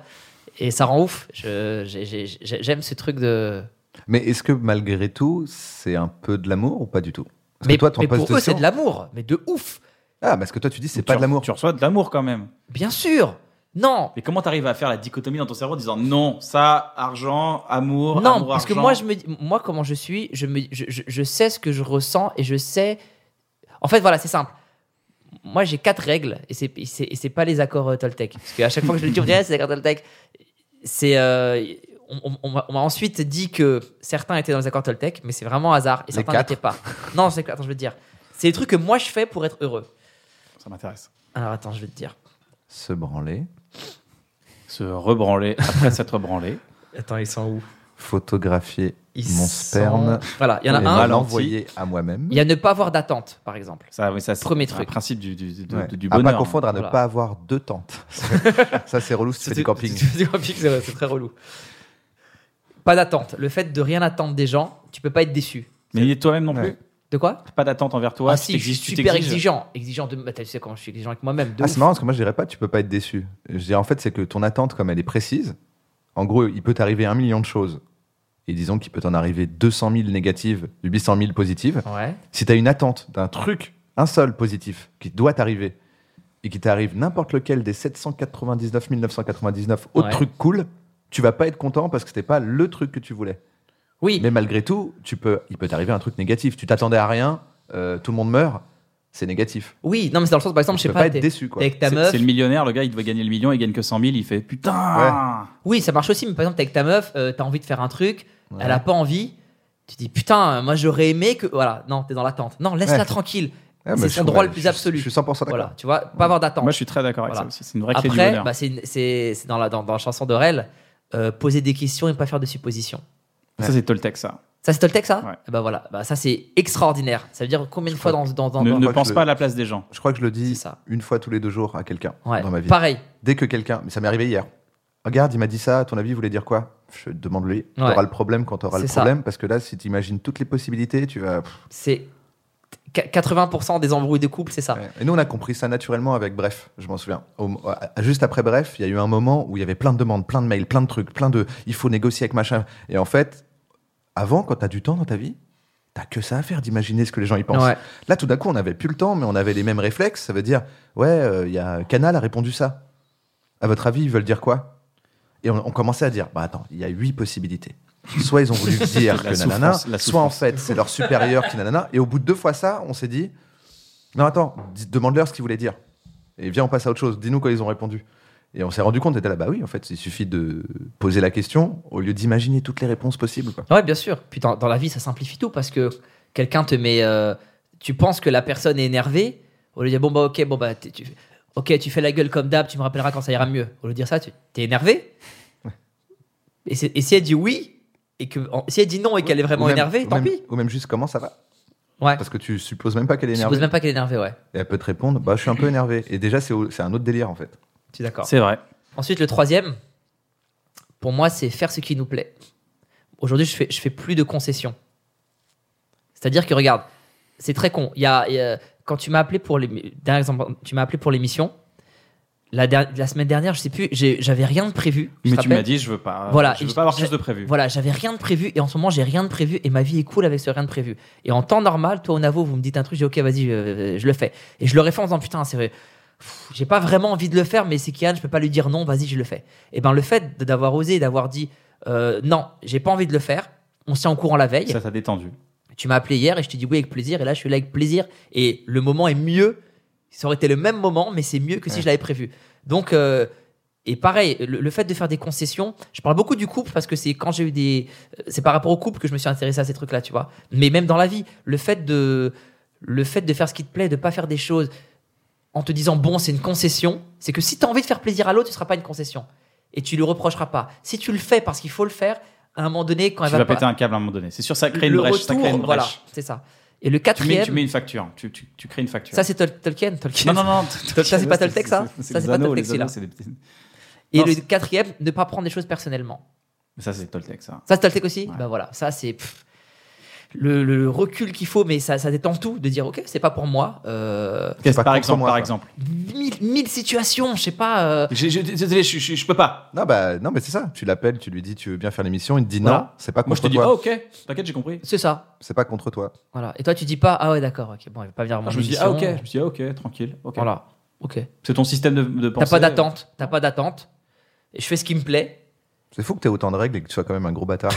Speaker 2: et ça rend ouf. Je- j'ai- j'ai- j'ai- J'aime ce truc de.
Speaker 3: Mais est-ce que malgré tout, c'est un peu de l'amour ou pas du tout Parce
Speaker 2: Mais,
Speaker 3: que toi, ton
Speaker 2: mais pour
Speaker 3: poste
Speaker 2: eux c'est
Speaker 3: science-
Speaker 2: de l'amour, mais de ouf,
Speaker 3: Ah, parce que toi, tu dis c'est
Speaker 1: Tu
Speaker 3: pas de
Speaker 1: re-
Speaker 3: l'amour.
Speaker 1: Tu reçois de l'amour quand même.
Speaker 2: bien sûr. Non,
Speaker 1: Mais comment t'arrives à faire la dichotomie dans ton cerveau en disant non, ça, argent, amour,
Speaker 2: Non,
Speaker 1: amour,
Speaker 2: parce que
Speaker 1: argent.
Speaker 2: moi, je me, dis- moi, comment je suis, je, me, je, je- je sais ce que je ressens et je sais. En fait, voilà, c'est simple. Moi, j'ai quatre règles et c'est et c'est- et c'est pas les accords euh, Toltec. Parce qu'à chaque fois que je le dis, on dirait Ah, c'est les accords Toltec. C'est. euh, on on- on m'a on m'a ensuite dit que certains étaient dans les accords Toltec, mais c'est vraiment hasard et
Speaker 3: Les
Speaker 2: certains
Speaker 3: quatre.
Speaker 2: n'étaient pas. Non, c'est attends, je veux te dire. C'est les trucs que moi je fais pour être heureux.
Speaker 1: Ça m'intéresse.
Speaker 2: Alors attends, je vais te dire.
Speaker 3: Se branler,
Speaker 1: Se rebranler après s'être branlé.
Speaker 2: Attends, ils sont où
Speaker 3: photographier
Speaker 2: Ils
Speaker 3: mon
Speaker 2: sont-
Speaker 3: sperme
Speaker 2: Voilà, il y en a
Speaker 3: et
Speaker 2: un.
Speaker 3: mal envoyé à moi-même.
Speaker 2: Il y a ne pas avoir d'attente, par exemple.
Speaker 1: Ça, oui, ça, c'est
Speaker 2: Premier
Speaker 1: c'est
Speaker 2: truc.
Speaker 1: un principe du, du, du-
Speaker 3: Ouais.
Speaker 1: du
Speaker 3: à
Speaker 1: bonheur. hein.
Speaker 3: pas confondre à ne
Speaker 2: hein. Voilà.
Speaker 3: pas avoir deux tentes. ça, c'est relou si tu fais du camping.
Speaker 2: Du camping, c'est vrai, c'est très relou. Pas d'attente. Le fait de rien attendre des gens, tu peux pas être déçu.
Speaker 1: Mais il est toi-même non plus.
Speaker 3: Ouais.
Speaker 2: De quoi
Speaker 1: Pas d'attente envers toi.
Speaker 2: Ah
Speaker 1: tu
Speaker 2: si, je suis
Speaker 1: t'exiges, tu
Speaker 2: super
Speaker 1: t'exiges.
Speaker 2: exigeant. Exigeant de. bah, tu sais comment je suis exigeant avec moi-même. de
Speaker 3: Ah,
Speaker 2: ouf.
Speaker 3: c'est marrant parce que moi, je dirais pas, tu peux pas être déçu. Je dirais en fait, c'est que ton attente, comme elle est précise, en gros, il peut t'arriver un million de choses. Et disons qu'il peut t'en arriver 200 000 négatives, 800 000 positives.
Speaker 2: Ouais.
Speaker 3: Si tu as une attente d'un truc, un seul positif, qui doit t'arriver, et qui t'arrive n'importe lequel des 799 999 autres
Speaker 2: Ouais.
Speaker 3: trucs cool, tu vas pas être content parce que c'était pas le truc que tu voulais.
Speaker 2: Oui.
Speaker 3: Mais malgré tout, tu peux, il peut t'arriver un truc négatif. Tu t'attendais à rien, euh, tout le monde meurt, c'est négatif.
Speaker 2: Oui. Non, mais c'est dans le sens, par exemple, je
Speaker 3: tu
Speaker 2: sais
Speaker 3: peux
Speaker 2: pas.
Speaker 3: pas être
Speaker 2: t'es-
Speaker 3: déçu. Quoi.
Speaker 2: t'es avec ta
Speaker 1: C'est-
Speaker 2: meuf.
Speaker 1: C'est le millionnaire, le gars, il doit gagner le million, il gagne que 100 000, il fait putain
Speaker 2: Oui, ça marche aussi. Mais par exemple, t'es avec ta meuf, euh, t'as envie de faire un truc,
Speaker 3: Ouais.
Speaker 2: elle a pas envie. Tu dis putain, euh, moi j'aurais aimé que. Voilà. Non, t'es dans l'attente. Non, laisse-la
Speaker 3: Ouais.
Speaker 2: tranquille.
Speaker 3: Ouais, Ah, mais
Speaker 2: c'est
Speaker 3: je
Speaker 2: son
Speaker 3: suis-
Speaker 2: droit
Speaker 3: je
Speaker 2: le plus
Speaker 3: suis-
Speaker 2: absolu.
Speaker 3: Je suis 100% d'accord.
Speaker 2: Voilà. Tu vois, pas avoir d'attente.
Speaker 1: Moi, je suis très d'accord avec
Speaker 2: Voilà.
Speaker 1: ça aussi. C'est une vraie clé du
Speaker 2: Après,
Speaker 1: bonheur.
Speaker 2: bah, c'est une- c'est c'est dans la dans, dans la chanson de Rel, euh, poser des questions et pas faire de suppositions.
Speaker 1: Ça, c'est Toltec, ça.
Speaker 2: Ça, c'est Toltec, ça
Speaker 1: Ouais.
Speaker 2: Bah voilà, bah, ça, c'est extraordinaire. Ça veut dire combien de fois dans. dans, dans,
Speaker 1: Ne,
Speaker 2: dans-
Speaker 1: ne
Speaker 3: crois que
Speaker 1: pense
Speaker 3: je-
Speaker 1: pas à la place des gens.
Speaker 3: Je crois que je le dis
Speaker 2: C'est ça.
Speaker 3: une fois tous les deux jours à quelqu'un
Speaker 2: Ouais.
Speaker 3: dans ma vie.
Speaker 2: Pareil.
Speaker 3: Dès que quelqu'un, mais ça m'est arrivé hier, Regarde, il m'a dit ça, à ton avis, il voulait dire quoi Je demande lui.
Speaker 2: Ouais.
Speaker 3: T'auras le problème quand t'auras le
Speaker 2: C'est ça.
Speaker 3: problème, parce que là, si t'imagines toutes les possibilités, tu vas. pff,
Speaker 2: C'est qu- 80% des embrouilles de couple, c'est ça.
Speaker 3: ouais. Et nous, on a compris ça naturellement avec Bref, je m'en souviens. Au- à- juste après Bref, il y a eu un moment où il y avait plein de demandes, plein de mails, plein de trucs, plein de. Il faut négocier avec machin. Et en fait, avant, quand t'as du temps dans ta vie, t'as que ça à faire d'imaginer ce que les gens y pensent.
Speaker 2: Ouais.
Speaker 3: Là, tout d'un coup, on n'avait plus le temps, mais on avait les mêmes réflexes. Ça veut dire, ouais, euh, il y a Canal a répondu ça. À votre avis, ils veulent dire quoi Et on, on commençait à dire, bah attends, il y a huit possibilités. Soit ils ont voulu dire
Speaker 1: La
Speaker 3: que nanana,
Speaker 1: souffrance, la
Speaker 3: soit en
Speaker 1: souffrance.
Speaker 3: fait c'est leur supérieur qui nanana. Et au bout de deux fois ça, on s'est dit, non attends, dis- demande-leur ce qu'ils voulaient dire. Et viens, on passe à autre chose. Dis-nous quoi ils ont répondu. Et on s'est rendu compte, on était là, bah oui, en fait, il suffit de poser la question au lieu d'imaginer toutes les réponses possibles. quoi.
Speaker 2: Ah Ouais, bien sûr. Puis dans, dans la vie, ça simplifie tout parce que quelqu'un te met. euh, tu penses que la personne est énervée, au lieu de dire bon bah ok, bon bah t'es- tu, ok, tu fais la gueule comme d'hab, tu me rappelleras quand ça ira mieux. Au lieu de dire ça, tu t'es énervé. Et, c'est- et si elle dit oui, et que en- si elle dit non et qu'elle est vraiment
Speaker 3: Ou même-
Speaker 2: énervée,
Speaker 3: ou
Speaker 2: tant
Speaker 3: même-
Speaker 2: pis.
Speaker 3: Ou même juste comment ça va.
Speaker 2: Ouais.
Speaker 3: Parce que tu supposes même pas qu'elle est
Speaker 2: Je
Speaker 3: énervée.
Speaker 2: suppose même pas qu'elle est énervée, ouais.
Speaker 3: Et elle peut te répondre, bah, je suis un peu énervé. Et déjà, c'est au- c'est un autre délire, en fait.
Speaker 2: Je suis d'accord.
Speaker 1: C'est vrai.
Speaker 2: Ensuite, le troisième, pour moi, c'est faire ce qui nous plaît. Aujourd'hui, je fais, je fais plus de concessions. C'est-à-dire que, regarde, c'est très con. Il y a, il y a- quand tu m'as appelé pour les, dernier exemple, tu m'as appelé pour l'émission, la, der- la semaine dernière, je sais plus, j'ai- j'avais rien de prévu. je
Speaker 1: Mais
Speaker 2: te
Speaker 1: tu m'as
Speaker 2: rappelle.
Speaker 1: dit, je veux pas.
Speaker 2: Voilà,
Speaker 1: je
Speaker 2: et
Speaker 1: veux
Speaker 2: je-
Speaker 1: pas avoir
Speaker 2: je-
Speaker 1: plus de prévu.
Speaker 2: Voilà, j'avais rien de prévu et en ce moment, j'ai rien de prévu et ma vie est cool avec ce rien de prévu. Et en temps normal, toi, au NAVO, vous me dites un truc, j'ai ok, vas-y, euh, je le fais. Et je le réfère en disant, putain, c'est vrai. pff, J'ai pas vraiment envie de le faire, mais c'est Kian, je peux pas lui dire non, vas-y, je le fais. Et ben, le fait de- d'avoir osé, d'avoir dit euh, non, j'ai pas envie de le faire, on s'est en courant la veille.
Speaker 1: Ça t'a détendu.
Speaker 2: Tu m'as appelé hier et je t'ai dit oui avec plaisir, et là, je suis là avec plaisir. Et le moment est mieux. Ça aurait été le même moment, mais c'est mieux que si je l'avais prévu. Donc, euh, et pareil, le, le fait de faire des concessions, je parle beaucoup du couple parce que c'est quand j'ai eu des. euh, C'est par rapport au couple que je me suis intéressé à ces trucs-là, tu vois. Mais même dans la vie, le fait de, le fait de faire ce qui te plaît, de pas faire des choses en te disant bon, c'est une concession, c'est que si tu as envie de faire plaisir à l'autre, ce sera pas une concession. Et tu lui reprocheras pas. Si tu le fais parce qu'il faut le faire, à un moment donné, quand
Speaker 1: Tu
Speaker 2: elle va
Speaker 1: vas
Speaker 2: pas-
Speaker 1: péter un câble à un moment donné. C'est sûr, ça crée une
Speaker 2: bah, le
Speaker 1: brèche.
Speaker 2: retour,
Speaker 1: ça crée une brèche.
Speaker 2: voilà, c'est ça. Et
Speaker 1: Tu
Speaker 2: le
Speaker 1: mets,
Speaker 2: quatrième,
Speaker 1: tu mets une facture. Tu, tu, tu crées une facture.
Speaker 2: ça c'est Tol- Tolkien, Tolkien.
Speaker 1: non, non, non.
Speaker 2: Ça, c'est pas Toltec, ça Ça, c'est
Speaker 1: les
Speaker 2: pas
Speaker 1: anneaux,
Speaker 2: Toltec,
Speaker 1: les
Speaker 2: c'est là.
Speaker 1: anneaux, c'est des petits-
Speaker 2: Et
Speaker 1: Non,
Speaker 2: le
Speaker 1: c'est-
Speaker 2: quatrième, ne pas prendre les choses personnellement.
Speaker 1: Ça, c'est Toltec, ça.
Speaker 2: Ça c'est Toltec aussi.
Speaker 1: Ouais.
Speaker 2: Bah voilà, ça c'est pff, le, le recul qu'il faut, mais ça, ça détend tout de dire ok, c'est pas pour moi. Euh,
Speaker 3: C'est pas
Speaker 1: Par
Speaker 3: contre
Speaker 1: exemple,
Speaker 3: moi,
Speaker 1: par
Speaker 3: quoi.
Speaker 1: exemple.
Speaker 2: mille, mille situations, je sais pas. euh,
Speaker 1: J'ai- j'ai- Désolé, je je- je peux pas.
Speaker 3: Non, bah, non mais c'est ça. Tu l'appelles, tu lui dis, tu veux bien faire l'émission, il te dit non,
Speaker 1: Voilà.
Speaker 3: c'est pas
Speaker 1: Moi, je
Speaker 3: contre
Speaker 1: te dis,
Speaker 3: toi.
Speaker 1: ah, ok, t'inquiète, j'ai compris.
Speaker 2: c'est ça.
Speaker 3: C'est pas contre toi.
Speaker 2: Voilà. Et toi tu dis pas ah ouais d'accord ok bon il va pas venir à mon
Speaker 1: Alors, je me suis dit, ah,
Speaker 2: émission.
Speaker 1: ok, je me suis dit, ah, ok, tranquille. ok.
Speaker 2: Voilà. Ok.
Speaker 1: C'est ton système de, de
Speaker 2: T'as
Speaker 1: pensée. euh,
Speaker 2: pas d'attente. T'as pas d'attente. Et je fais ce qui me plaît.
Speaker 3: C'est fou que t'aies autant de règles et que tu sois quand même un gros bâtard.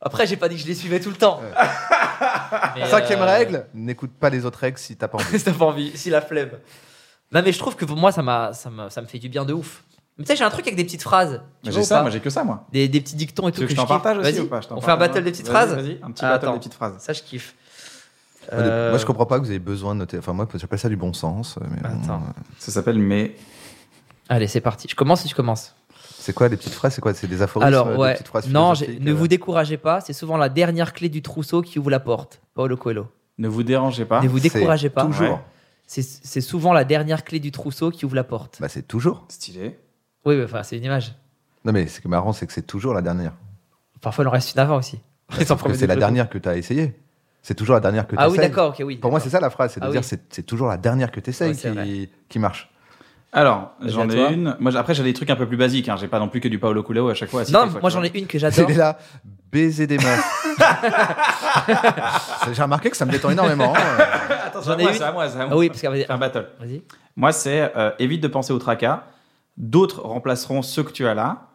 Speaker 2: Après j'ai pas dit que je les suivais tout le temps. Mais,
Speaker 3: Cinquième
Speaker 2: euh,
Speaker 3: règle, n'écoute pas les autres règles si t'as pas envie.
Speaker 2: si t'as pas envie, si la flemme. Non, mais je trouve que pour moi, ça, m'a, ça, me, ça me fait du bien de ouf. Mais tu sais, j'ai un truc avec des petites phrases. Tu
Speaker 1: Mais
Speaker 2: vois
Speaker 1: J'ai
Speaker 2: ou
Speaker 1: ça,
Speaker 2: pas
Speaker 1: moi, j'ai que ça, moi.
Speaker 2: des, des petits dictons et
Speaker 1: Tu
Speaker 2: tout.
Speaker 1: veux que je t'en
Speaker 2: kiffe.
Speaker 1: partage aussi
Speaker 2: Vas-y,
Speaker 1: ou pas Je t'en
Speaker 2: On fait un
Speaker 1: partage,
Speaker 2: battle
Speaker 1: hein.
Speaker 2: des petites
Speaker 1: Vas-y,
Speaker 2: phrases
Speaker 1: Vas-y, un petit
Speaker 2: Ah,
Speaker 1: battle
Speaker 2: attends.
Speaker 1: des petites phrases.
Speaker 2: Ça, je kiffe.
Speaker 3: Moi, de-
Speaker 2: Euh,
Speaker 3: Moi, je comprends pas que vous avez besoin de noter. Enfin, moi, j'appelle ça du bon sens. mais bon,
Speaker 2: Attends.
Speaker 3: euh,
Speaker 1: Ça s'appelle mais.
Speaker 2: Allez, c'est parti. Je commence ou tu commences
Speaker 3: c'est quoi les petites phrases C'est quoi C'est des aphorismes
Speaker 2: Alors,
Speaker 3: euh, des
Speaker 2: ouais.
Speaker 3: petites phrases
Speaker 2: Non, j'ai-
Speaker 3: philosophiques,
Speaker 2: ne
Speaker 3: euh,
Speaker 2: vous découragez pas. C'est souvent la dernière clé du trousseau qui ouvre la porte. Paolo Coelho.
Speaker 1: Ne vous dérangez pas.
Speaker 2: ne vous
Speaker 3: c'est
Speaker 2: découragez pas.
Speaker 3: Toujours.
Speaker 1: Ouais.
Speaker 2: C'est, c'est souvent la dernière clé du trousseau qui ouvre la porte.
Speaker 3: Bah, c'est toujours.
Speaker 1: Stylé.
Speaker 2: Oui, mais enfin, c'est une image.
Speaker 3: Non, mais ce qui est marrant, c'est que c'est toujours la dernière.
Speaker 2: Parfois, il en reste une avant aussi. Ils s'en
Speaker 3: Parce que
Speaker 2: promettent
Speaker 3: Bah, c'est la
Speaker 2: beaucoup.
Speaker 3: dernière que t'as essayé. C'est toujours la dernière que t'essayes.
Speaker 2: Ah oui, d'accord, ok, oui.
Speaker 3: Pour moi, c'est
Speaker 2: d'accord.
Speaker 3: ça la phrase, c'est de
Speaker 2: Ah
Speaker 3: dire
Speaker 2: oui.
Speaker 3: c'est c'est toujours la dernière que tu
Speaker 2: Ouais, c'est
Speaker 3: qui, qui marche.
Speaker 1: Alors,
Speaker 2: Vas-y,
Speaker 1: j'en
Speaker 2: à toi.
Speaker 1: ai une. Moi, j'- après, j'ai des trucs un peu plus basiques. Hein. J'ai pas non plus que du Paolo Coelho à chaque fois. à citer,
Speaker 2: Non,
Speaker 1: quoi,
Speaker 2: moi,
Speaker 1: tu
Speaker 2: j'en
Speaker 1: vois.
Speaker 2: ai une que
Speaker 3: C'est
Speaker 2: j'adore.
Speaker 3: là, baiser des meufs. Ça, J'ai remarqué que ça me détend énormément. hein.
Speaker 1: Attends,
Speaker 2: J'en
Speaker 1: c'est à
Speaker 2: ai
Speaker 1: moi,
Speaker 2: une.
Speaker 1: c'est à moi, c'est à
Speaker 2: Ah
Speaker 1: moi.
Speaker 2: oui, parce qu'il y
Speaker 1: Faire un battle.
Speaker 2: Vas-y.
Speaker 1: Moi, c'est euh, évite de penser au tracas. D'autres remplaceront ceux que tu as là.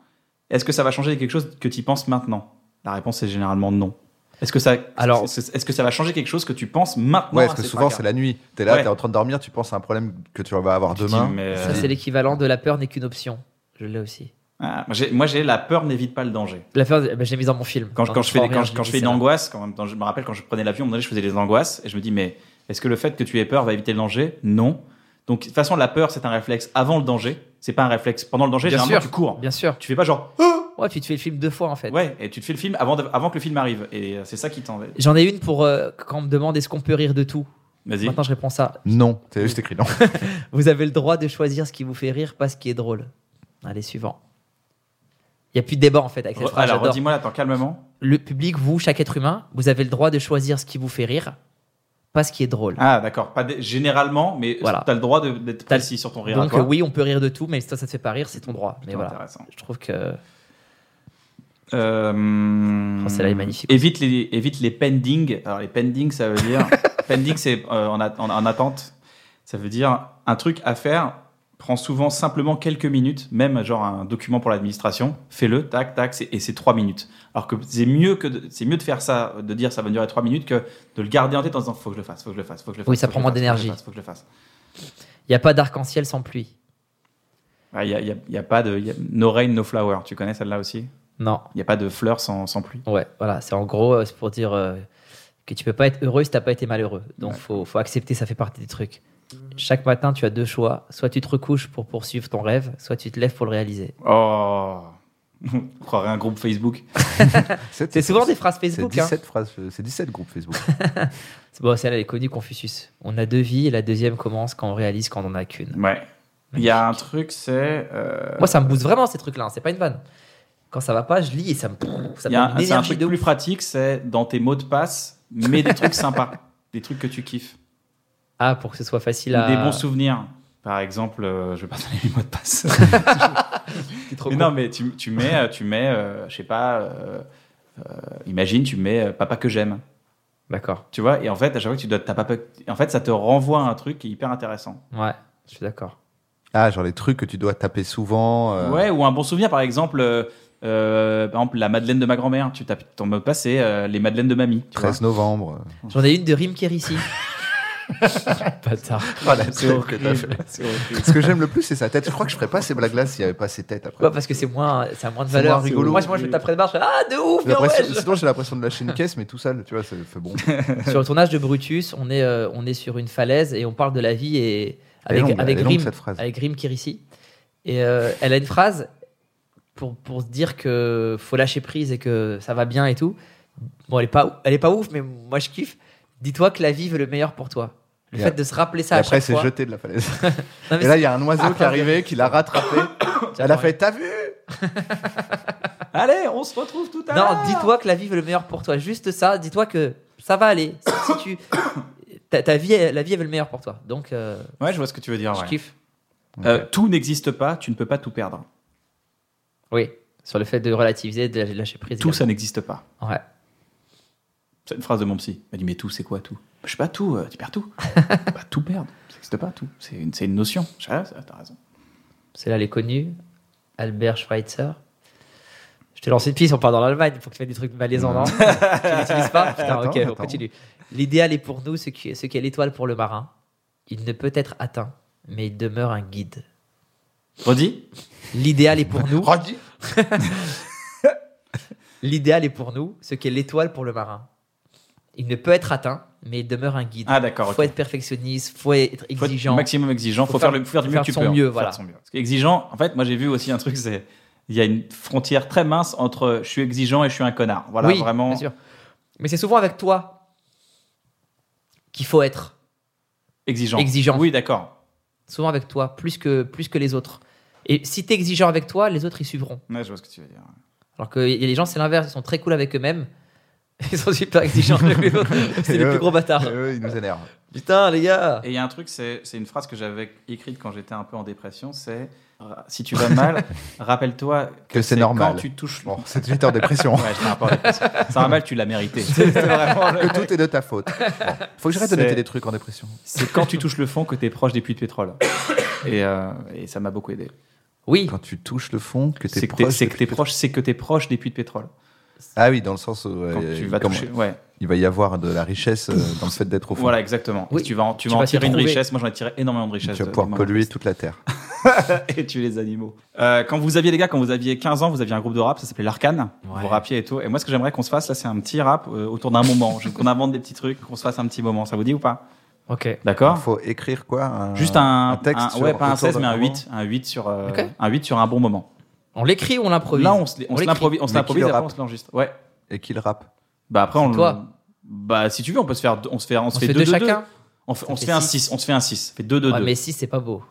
Speaker 1: Est-ce que ça va changer quelque chose que tu y penses maintenant La réponse est généralement non. Est-ce que ça,
Speaker 2: Alors-
Speaker 1: est-ce est-ce que ça va changer quelque chose que tu penses maintenant
Speaker 3: Ouais,
Speaker 1: à
Speaker 3: parce que
Speaker 1: ces
Speaker 3: souvent,
Speaker 1: tracas
Speaker 3: c'est la nuit. T'es là,
Speaker 1: Ouais.
Speaker 3: t'es en train de dormir, tu penses à un problème que tu vas avoir
Speaker 1: Tu dis,
Speaker 3: demain.
Speaker 1: mais,
Speaker 2: Ça,
Speaker 1: euh,
Speaker 2: c'est l'équivalent de la peur n'est qu'une option. Je l'ai aussi.
Speaker 1: ah, moi, j'ai- moi, j'ai la peur n'évite pas le danger.
Speaker 2: La peur, eh ben, je l'ai mise dans mon film.
Speaker 1: Quand, je- quand je fais, des- quand, je- quand je fais une
Speaker 2: angoisse.
Speaker 1: angoisse, quand, quand je me rappelle quand je prenais l'avion, à un moment donné, je faisais des angoisses et je me dis, mais est-ce que le fait que tu aies peur va éviter le danger Non. Donc, de toute façon, la peur, c'est un réflexe avant le danger. C'est pas un réflexe pendant le danger.
Speaker 2: Bien
Speaker 1: généralement,
Speaker 2: sûr.
Speaker 1: tu cours.
Speaker 2: Bien sûr.
Speaker 1: Tu fais pas genre,
Speaker 2: Ouais, puis tu fais le film deux fois en fait.
Speaker 1: ouais, et tu te fais le film avant, de- avant que le film arrive. Et euh, c'est ça qui t'en.
Speaker 2: J'en ai une pour euh, quand on me demande est-ce qu'on peut rire de tout.
Speaker 1: Vas-y.
Speaker 2: Maintenant, je réponds ça.
Speaker 3: Non, c'est juste écrit non.
Speaker 2: Vous avez le droit de choisir ce qui vous fait rire, pas ce qui est drôle. Allez, suivant. Il n'y a plus de débat en fait avec cette
Speaker 1: Re-
Speaker 2: phrase.
Speaker 1: Alors,
Speaker 2: j'adore.
Speaker 1: redis-moi là, attends, calmement.
Speaker 2: Le public, vous, chaque être humain, vous avez le droit de choisir ce qui vous fait rire, pas ce qui est drôle.
Speaker 1: Ah, d'accord. Pas dé- généralement, mais
Speaker 2: Voilà.
Speaker 1: t'as le droit de- d'être
Speaker 2: T'as-
Speaker 1: précis sur ton rire. à
Speaker 2: Donc
Speaker 1: toi.
Speaker 2: euh, oui, on peut rire de tout, mais si toi ça te fait pas rire, c'est ton droit. Mais
Speaker 1: Putain,
Speaker 2: voilà,
Speaker 1: intéressant.
Speaker 2: je trouve que
Speaker 1: Euh,
Speaker 2: Oh, celle-là est magnifique.
Speaker 1: Évite les, évite les pending. Alors, les pending, ça veut dire. pending, c'est euh, en, at- en- en attente. Ça veut dire un truc à faire prend souvent simplement quelques minutes, même genre un document pour l'administration. Fais-le, tac, tac, c'est- et c'est trois minutes. Alors que c'est mieux, que de- c'est mieux de faire ça, de dire ça va durer trois minutes, que de le garder en tête en disant faut que je le fasse, faut que je le fasse, faut que je le fasse.
Speaker 2: Oui, ça
Speaker 1: faut que
Speaker 2: prend
Speaker 1: je
Speaker 2: moins
Speaker 1: le fasse,
Speaker 2: d'énergie.
Speaker 1: Faut que je le fasse. faut que
Speaker 2: il y a pas d'arc-en-ciel sans pluie.
Speaker 1: je le fasse. Ouais, Il n'y a, il y a pas de. il y a no rain, no flower. Tu connais celle-là aussi
Speaker 2: Non,
Speaker 1: Il n'y a pas de fleurs sans, sans pluie.
Speaker 2: ouais, voilà, c'est en gros euh, c'est pour dire euh, que tu peux pas être heureux si t'as pas été malheureux. Donc faut faut accepter, ça fait partie des trucs. Chaque matin, tu as deux choix. Soit tu te recouches pour poursuivre ton rêve, soit tu te lèves pour le réaliser.
Speaker 1: Oh On croirait un groupe Facebook.
Speaker 2: C'est souvent des phrases
Speaker 3: C'est
Speaker 2: Facebook. hein.
Speaker 3: 17 phrases, euh, c'est 17 groupes Facebook.
Speaker 2: C'est- Bon, celle-là, elle est connue, Confucius. On a deux vies et la deuxième commence quand on réalise quand on en a qu'une.
Speaker 1: Ouais. Il y a un truc, c'est. euh,
Speaker 2: Moi, ça me booste vraiment ces trucs-là. hein, C'est pas une vanne. Quand ça va pas, je lis et ça me. Ça
Speaker 1: il
Speaker 2: me
Speaker 1: y a
Speaker 2: donne
Speaker 1: un,
Speaker 2: une
Speaker 1: c'est un
Speaker 2: énergie
Speaker 1: truc
Speaker 2: de
Speaker 1: plus
Speaker 2: ouf.
Speaker 1: pratique, c'est dans tes mots de passe, mais des trucs sympas, des trucs que tu kiffes,
Speaker 2: Ah, pour que ce soit facile
Speaker 1: Ou
Speaker 2: à.
Speaker 1: des bons souvenirs. Par exemple, euh, je vais pas donner les mots de passe.
Speaker 2: T'es trop
Speaker 1: mais
Speaker 2: con.
Speaker 1: non, mais tu, tu mets, euh, tu mets, euh, je sais pas. euh, euh, imagine, tu mets euh, papa que j'aime,
Speaker 2: D'accord.
Speaker 1: tu vois. Et en fait, à chaque fois que tu dois ta papa, en fait, ça te renvoie à un truc qui est hyper intéressant.
Speaker 2: Ouais, je suis d'accord.
Speaker 3: Ah, genre les trucs que tu dois taper souvent. euh,
Speaker 1: Ouais, ou un bon souvenir, par exemple. euh, euh, par exemple, la madeleine de ma grand-mère, tu tapes ton mot de passe, c'est euh, les madeleines de mamie. Tu vois
Speaker 3: 13 novembre.
Speaker 1: Oh.
Speaker 2: J'en ai une de Rim ici. Bâtard.
Speaker 1: c'est horrible. C'est horrible.
Speaker 3: Ce que j'aime le plus, c'est sa tête. Je crois que je ferais pas ces blagues-là s'il y avait pas ses têtes après.
Speaker 2: Ouais, parce que c'est moins, ça a moins de
Speaker 3: C'est
Speaker 2: valeur.
Speaker 3: moins rigolo.
Speaker 2: Moi, je- moi, je me taperais de barre, je fais, ah, de ouf,
Speaker 3: J'ai
Speaker 2: mais ouais,
Speaker 3: l'impression-
Speaker 2: je-
Speaker 3: Sinon, j'ai l'impression de lâcher une caisse, mais tout seul. Tu vois, ça fait bon.
Speaker 2: Sur le tournage de Brutus, on est, euh, on est sur une falaise et on parle de la vie et
Speaker 3: Elle est
Speaker 2: avec,
Speaker 3: longue,
Speaker 2: avec
Speaker 3: elle est longue,
Speaker 2: Grimm-
Speaker 3: cette phrase.
Speaker 2: avec Grimm Kirisi. Et euh, elle a une phrase pour, pour se dire que faut lâcher prise et que ça va bien et tout. Bon, elle est pas, elle est pas ouf, mais moi je kiffe. Dis-toi que la vie veut le meilleur pour toi. Le
Speaker 3: Et
Speaker 2: fait
Speaker 3: ap-
Speaker 2: de se rappeler
Speaker 3: Et
Speaker 2: ça à
Speaker 3: après,
Speaker 2: chaque
Speaker 3: c'est
Speaker 2: fois.
Speaker 3: jeté de la falaise.
Speaker 2: Non, mais
Speaker 3: Et là, il y a un oiseau qui est
Speaker 2: Attends,
Speaker 3: arrivé, qui l'a rattrapé.
Speaker 2: c'est-
Speaker 3: Elle a fait T'as vu
Speaker 1: Allez, on se retrouve tout à l'heure.
Speaker 2: Non, dis-toi que la vie veut le meilleur pour toi. Juste ça, dis-toi que ça va aller. Si, si tu, ta, ta vie, elle- la vie elle veut le meilleur pour toi. Donc, euh,
Speaker 1: Ouais, je vois ce que tu veux dire.
Speaker 2: je
Speaker 1: Ah ouais.
Speaker 2: kiffe.
Speaker 1: Euh, tout n'existe pas, tu ne peux pas tout perdre.
Speaker 2: Oui, sur le fait de relativiser, de lâcher prise.
Speaker 1: Tout, ça n'existe pas.
Speaker 2: Ouais.
Speaker 1: C'est une phrase de mon psy. Il m'a dit, mais tout, c'est quoi tout Je sais pas, tout, euh, tu perds tout. pas tout perdre, ça n'existe pas, tout. C'est une, c'est une notion. Je sais pas, ça, t'as raison.
Speaker 2: Celle-là, elle est connue. Albert Schweitzer. Je te lance une piste, on part dans l'Allemagne. Il faut que tu fasses des trucs malaisants, non Tu l'utilises pas Putain,
Speaker 3: Attends,
Speaker 2: ok, on
Speaker 3: attends.
Speaker 2: continue. L'idéal est pour nous ce qui, ce qui est l'étoile pour le marin. Il ne peut être atteint, mais il demeure un guide.
Speaker 1: Redis
Speaker 2: L'idéal est pour nous.
Speaker 3: Redis.
Speaker 2: L'idéal est pour nous ce qui est l'étoile pour le marin. Il ne peut être atteint, mais il demeure un guide.
Speaker 1: Ah, d'accord.
Speaker 2: faut
Speaker 1: ok.
Speaker 2: être perfectionniste, faut être
Speaker 1: Faut être
Speaker 2: exigeant.
Speaker 1: maximum exigeant. Faut,
Speaker 2: Faut
Speaker 1: faire,
Speaker 2: faire-
Speaker 1: le faut faire du
Speaker 2: faut
Speaker 1: mieux
Speaker 2: faire
Speaker 1: que tu
Speaker 2: son
Speaker 1: peux.
Speaker 2: mieux,
Speaker 1: Faut
Speaker 2: voilà.
Speaker 1: faire son mieux. Parce qu'exigeant, en fait, moi j'ai vu aussi un truc, c'est. Il y a une frontière très mince entre je suis exigeant et je suis un connard. Voilà,
Speaker 2: oui,
Speaker 1: vraiment.
Speaker 2: bien sûr. Mais c'est souvent avec toi qu'il faut être.
Speaker 1: Exigeant.
Speaker 2: Exigeant.
Speaker 1: Oui, d'accord.
Speaker 2: souvent avec toi, plus que, plus que les autres. Et si t'es exigeant avec toi, les autres, ils suivront.
Speaker 1: Ouais, je vois ce que tu veux dire.
Speaker 2: Alors que y a les gens, c'est l'inverse, ils sont très cool avec eux-mêmes. Ils sont super exigeants avec les autres. C'est les plus gros
Speaker 3: Et
Speaker 2: bâtards.
Speaker 1: Ah.
Speaker 3: eux, ils nous énervent.
Speaker 2: Putain, les gars.
Speaker 1: Et il y a un truc, c'est c'est une phrase que j'avais écrite quand j'étais un peu en dépression, c'est euh, si tu vas mal, rappelle-toi que,
Speaker 3: Que c'est normal.
Speaker 1: Quand tu touches.
Speaker 3: Bon, c'est une en dépression.
Speaker 1: Ouais, j'étais un peu en dépression. Ça va mal, tu l'as mérité. C'est vraiment le-
Speaker 3: que tout est de ta faute. Bon, faut que j'arrête de
Speaker 1: C'est-
Speaker 3: noter des trucs en dépression.
Speaker 1: C'est quand tu touches le fond que t'es proche des puits de pétrole. Et, euh, et ça m'a beaucoup aidé.
Speaker 2: Oui,
Speaker 3: Quand tu touches le fond, que t'es
Speaker 1: C'est que t'es
Speaker 3: proche.
Speaker 1: c'est
Speaker 3: de-
Speaker 1: que t'es proche, c'est que t'es proche des puits de pétrole.
Speaker 3: Ah oui, dans le sens où
Speaker 1: Quand
Speaker 3: euh,
Speaker 1: tu vas
Speaker 3: comme-
Speaker 1: toucher. Ouais.
Speaker 3: il va y avoir de la richesse euh, dans le fait d'être au fond.
Speaker 1: Voilà, exactement.
Speaker 2: Oui.
Speaker 1: Et tu vas en, tu
Speaker 2: Tu
Speaker 1: vas en
Speaker 2: vas t'y
Speaker 1: tirer une
Speaker 2: trouver.
Speaker 1: richesse. Moi, j'en ai tiré énormément de richesse.
Speaker 3: Tu vas
Speaker 1: de-
Speaker 3: pouvoir
Speaker 1: de mon
Speaker 3: polluer toute la terre.
Speaker 1: et tuer les animaux. Euh, quand vous aviez les gars, quand vous aviez 15 ans, vous aviez un groupe de rap, ça s'appelait l'Arcane.
Speaker 2: Ouais.
Speaker 1: Vous rappiez et tout. Et moi, ce que j'aimerais qu'on se fasse là, c'est un petit rap euh, autour d'un moment. Je- qu'on invente des petits trucs, qu'on se fasse un petit moment. Ça vous dit ou pas
Speaker 2: ok.
Speaker 1: D'accord.
Speaker 3: Il faut écrire quoi un,
Speaker 1: Juste un,
Speaker 3: un texte.
Speaker 1: un-
Speaker 3: sur-
Speaker 1: ouais, pas un
Speaker 3: autour
Speaker 1: 16,
Speaker 3: d'un
Speaker 1: mais un
Speaker 3: moment.
Speaker 1: 8, un 8 sur euh,
Speaker 2: Ok.
Speaker 1: un 8 sur un bon moment.
Speaker 2: On l'écrit ou on l'improvise
Speaker 1: Là, on se, on se
Speaker 2: l'écrit.
Speaker 1: l'improvise, on se
Speaker 3: Mais qui
Speaker 1: l'improvise,
Speaker 3: le
Speaker 1: après
Speaker 3: rappe
Speaker 1: on se l'enregistre. Ouais.
Speaker 3: Et qu'il rappe.
Speaker 1: Bah après, on
Speaker 2: toi.
Speaker 1: Bah si tu veux, on peut se faire, deux- on se fait, on
Speaker 2: On
Speaker 1: se
Speaker 2: se
Speaker 1: fait
Speaker 2: fait
Speaker 1: deux,
Speaker 2: deux
Speaker 1: deux, deux.
Speaker 2: chacun.
Speaker 1: On, fait-
Speaker 2: Ça
Speaker 1: on
Speaker 2: fait
Speaker 1: se fait un
Speaker 2: six.
Speaker 1: 6, on se fait un 6. Ça fait 2, 2,
Speaker 2: Ouais,
Speaker 1: 2.
Speaker 2: mais 6, c'est pas beau.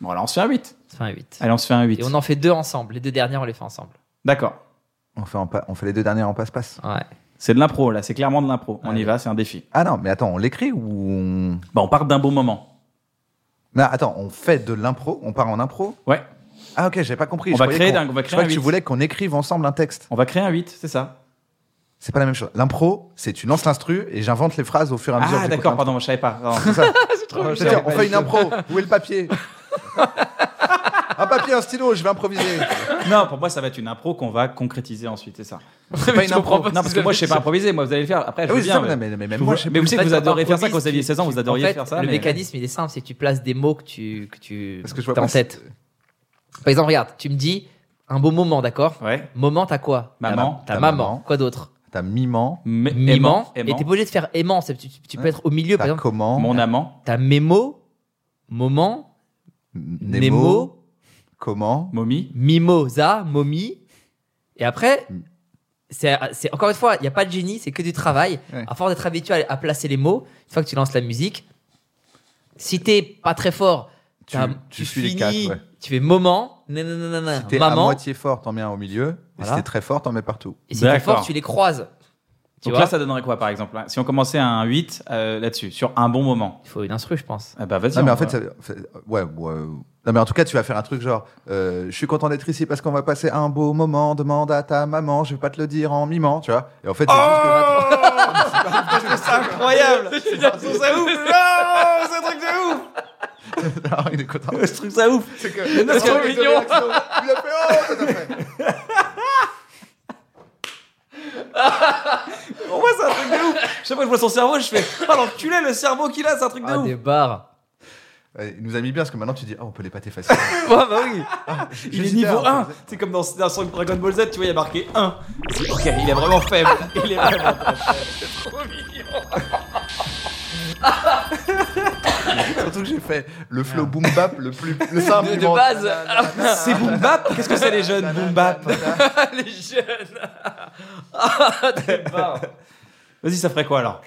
Speaker 1: Bon, alors on se fait un 8.
Speaker 2: Ça fait un 8.
Speaker 1: Allez, on se fait un 8.
Speaker 2: Et on en fait deux ensemble. Les deux dernières, on les fait ensemble.
Speaker 1: D'accord.
Speaker 3: On fait, en pa- on fait les deux dernières en passe-passe.
Speaker 2: Ouais.
Speaker 1: C'est de l'impro, là. C'est clairement de l'impro. On
Speaker 2: Allez.
Speaker 1: y va, c'est un défi.
Speaker 3: Ah non, mais attends, on l'écrit ou on...
Speaker 1: Bah, on part d'un bon moment.
Speaker 3: Non, attends, on fait de l'impro, on part en impro
Speaker 1: Ouais.
Speaker 3: Ah ok, j'avais pas compris.
Speaker 1: On
Speaker 3: Je
Speaker 1: va
Speaker 3: croyais
Speaker 1: créer
Speaker 3: qu'on-
Speaker 1: d'un- on va
Speaker 3: je
Speaker 1: créer
Speaker 3: croyais
Speaker 1: un
Speaker 3: que tu
Speaker 1: huit.
Speaker 3: voulais qu'on écrive ensemble un texte.
Speaker 1: On va créer un 8, c'est ça
Speaker 3: C'est pas la même chose. L'impro, c'est tu lances l'instru et j'invente les phrases au fur et à mesure.
Speaker 1: Ah,
Speaker 3: que j'écoute
Speaker 1: d'accord,
Speaker 2: hein.
Speaker 3: l'impro.
Speaker 1: pardon, je savais pas. Pardon.
Speaker 3: C'est ça.
Speaker 1: Ah,
Speaker 3: Je
Speaker 1: je
Speaker 3: veux dire,
Speaker 1: savais
Speaker 3: on
Speaker 1: pas.
Speaker 3: fait une impro. Où est le papier Un papier, un stylo, je vais
Speaker 1: Eh,
Speaker 3: improviser. Ah
Speaker 1: Non, pour moi, ça va être une impro qu'on va concrétiser ensuite, c'est ça.
Speaker 3: C'est pas une impro.
Speaker 1: Non, parce que moi, je sais pas improviser. Moi, vous allez le faire. Après,
Speaker 3: Ah
Speaker 1: je
Speaker 3: oui,
Speaker 1: veux
Speaker 3: c'est
Speaker 1: bien.
Speaker 3: ça, mais-
Speaker 1: mais-
Speaker 3: mais- mais
Speaker 1: je
Speaker 3: même
Speaker 1: vous-
Speaker 3: moi, je sais
Speaker 1: Mais
Speaker 3: pas.
Speaker 1: vous savez
Speaker 2: En
Speaker 1: que
Speaker 2: fait,
Speaker 1: vous
Speaker 2: quand
Speaker 1: adorez faire ça quand
Speaker 2: t'improvises,
Speaker 1: vous aviez
Speaker 2: tu-
Speaker 1: 16 ans, vous
Speaker 2: tu-
Speaker 1: adoriez
Speaker 2: en fait,
Speaker 1: faire ça.
Speaker 2: Le
Speaker 1: mais-
Speaker 2: mécanisme, il est simple, c'est que tu places des mots que tu, que tu
Speaker 3: Parce que je vois
Speaker 2: t'as en
Speaker 3: pas si-
Speaker 2: tête. Par exemple, regarde, tu me dis un beau moment, d'accord
Speaker 1: Ouais.
Speaker 2: Moment, t'as quoi
Speaker 1: Maman.
Speaker 2: T'as
Speaker 3: Ta
Speaker 2: maman.
Speaker 3: maman.
Speaker 2: Quoi d'autre
Speaker 3: T'as mimant,
Speaker 1: Mais-
Speaker 2: Mimant. Et
Speaker 1: aimant,
Speaker 2: t'es pas obligé de faire aimant. c'est- Tu, tu- tu peux
Speaker 3: Ouais.
Speaker 2: être au milieu, par
Speaker 3: t'as
Speaker 2: exemple.
Speaker 3: comment,
Speaker 1: Mon amant,
Speaker 2: T'as mémo, moment,
Speaker 3: Nemo,
Speaker 2: némo,
Speaker 3: comment,
Speaker 1: momie.
Speaker 2: mimosa, momie. Et après,
Speaker 3: Mm.
Speaker 2: c'est c'est- encore une fois, il n'y a pas de génie, c'est que du travail.
Speaker 3: Ouais.
Speaker 2: À force d'être habitué à, à placer les mots, une fois que tu lances la musique, si t'es pas très fort,
Speaker 3: Tu-
Speaker 2: t'as-
Speaker 3: tu suis les quatre, ouais.
Speaker 2: tu fais moment, nananana,
Speaker 3: si t'es à
Speaker 2: maman,
Speaker 3: moitié fort, t'en mets un au milieu, et
Speaker 2: Voilà.
Speaker 3: si t'es très fort, t'en mets partout.
Speaker 2: et si t'es
Speaker 1: D'accord.
Speaker 2: fort, tu les croises. Tu
Speaker 1: Donc
Speaker 2: vois
Speaker 1: là, ça donnerait quoi, par exemple hein Si on commençait à un 8 euh, là-dessus, sur un bon moment.
Speaker 2: Il faut une instru, je pense.
Speaker 1: Ah bah, vas-y.
Speaker 3: Non, mais
Speaker 1: on
Speaker 3: en fait,
Speaker 1: va-
Speaker 3: ça- fait- euh, ouais, ouais. Non, mais en tout cas, tu vas faire un truc genre, euh, je suis content d'être ici parce qu'on va passer un beau moment, demande à ta maman, je vais pas te le dire en mimant, tu vois. Et en fait, c'est juste que-
Speaker 1: Incroyable ça ouf Non C'est un truc de ouf
Speaker 3: Alors, il est content.
Speaker 1: Je trouve Oh ça ouf
Speaker 3: C'est que.
Speaker 1: Parce que-
Speaker 3: Oh, il est
Speaker 1: mignon.
Speaker 3: réaction. Il a fait, oh, tout à fait.
Speaker 1: Pour moi, c'est un truc de ouf Chaque fois que je vois son cerveau, je fais « Oh l'enculé, le cerveau qu'il a, c'est un truc de
Speaker 2: Ah,
Speaker 1: ouf
Speaker 2: des barres.
Speaker 3: oh. Ouais, Il nous a mis bien parce que maintenant tu dis, oh, on peut les pâter facilement.
Speaker 2: Ouais, bah oui.
Speaker 1: Ah, Il est
Speaker 3: J'hésitais
Speaker 1: niveau
Speaker 3: à-
Speaker 1: 1 C'est comme dans, dans son Dragon Ball Z, tu vois, il y a marqué 1. C'est- Ok, il est vraiment faible. Il est vraiment très
Speaker 3: Surtout que j'ai fait le flow boom bap le plus le simple.
Speaker 2: De-
Speaker 3: du
Speaker 2: de
Speaker 3: monde.
Speaker 2: base.
Speaker 3: Nanana,
Speaker 1: C'est Boom Bap Qu'est-ce que c'est les jeunes Boom Bap
Speaker 3: nanana.
Speaker 2: les jeunes. Ah, des barres.
Speaker 1: Vas-y, ça ferait quoi alors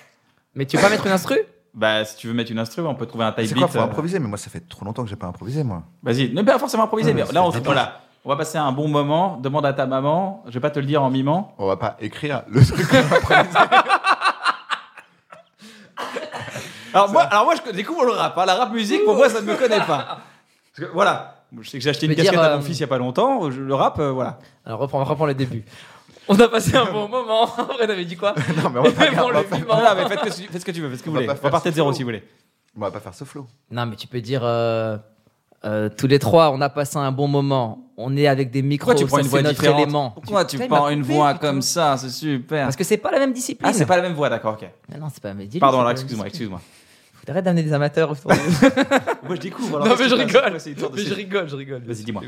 Speaker 2: Mais tu veux pas mettre une instru
Speaker 1: Bah, si tu veux mettre une instru, on peut trouver un type
Speaker 3: C'est
Speaker 1: beat.
Speaker 3: quoi, faut
Speaker 1: euh,
Speaker 3: improviser, mais moi ça fait trop longtemps que j'ai pas improvisé, moi.
Speaker 1: Vas-y, ne pas forcément improviser,
Speaker 3: Ouais,
Speaker 1: mais
Speaker 3: c'est
Speaker 1: là, on,
Speaker 3: détendu.
Speaker 1: voilà. on va passer un bon moment. Demande à ta maman, je vais pas te le dire en mimant.
Speaker 3: On va pas écrire le truc qu'on a improvisé.
Speaker 1: Alors moi, alors moi je découvre le rap. hein. La rap musique, pour moi, ça ne me connaît pas. Parce que, voilà. Je sais que j'ai acheté
Speaker 2: Je
Speaker 1: une
Speaker 2: veux dire,
Speaker 1: casquette à mon
Speaker 2: euh,
Speaker 1: fils il y a pas longtemps. Je- le rap, euh, voilà.
Speaker 2: Alors reprends, reprends le début. On a passé un bon moment. Après, on avait dit quoi
Speaker 3: Non, mais on va pas,
Speaker 2: Mais bon,
Speaker 3: on va
Speaker 2: le
Speaker 3: pas-
Speaker 2: vivant.
Speaker 1: Voilà, mais faites, ce- faites ce que tu veux, faites ce que vous
Speaker 3: On
Speaker 1: voulez.
Speaker 3: va pas
Speaker 1: On va
Speaker 3: faire
Speaker 1: partir de zéro
Speaker 3: ce
Speaker 1: si vous voulez.
Speaker 3: on va pas faire ce flow.
Speaker 2: Non, mais tu peux dire euh, euh, tous les trois, on a passé un bon moment. On est avec des micros.
Speaker 1: Pourquoi tu
Speaker 2: ça,
Speaker 1: prends une
Speaker 2: c'est
Speaker 1: voix
Speaker 2: notre
Speaker 1: différente
Speaker 2: élément.
Speaker 1: Pourquoi tu
Speaker 2: Putain, il
Speaker 1: prends
Speaker 2: m'a
Speaker 1: une
Speaker 2: coupé,
Speaker 1: voix
Speaker 2: putain.
Speaker 1: comme ça C'est super.
Speaker 2: Parce que c'est pas la même discipline.
Speaker 1: Ah, c'est pas la même voix, d'accord, ok.
Speaker 2: Mais Non, c'est pas. Mais dis-lui,
Speaker 1: Pardon,
Speaker 2: c'est
Speaker 1: alors
Speaker 2: pas la même
Speaker 1: excuse-moi,
Speaker 2: discipline.
Speaker 1: excuse-moi.
Speaker 2: Faut- Arrête d'amener des amateurs. autour de nous.
Speaker 1: Moi je découvre. alors,
Speaker 2: non, mais
Speaker 1: qu'est-ce
Speaker 2: je
Speaker 1: qui se passe C'est
Speaker 2: rigole.
Speaker 1: quoi, c'est une sorte de
Speaker 2: Mais je
Speaker 1: série
Speaker 2: rigole, je rigole.
Speaker 1: Vas-y, dis-moi.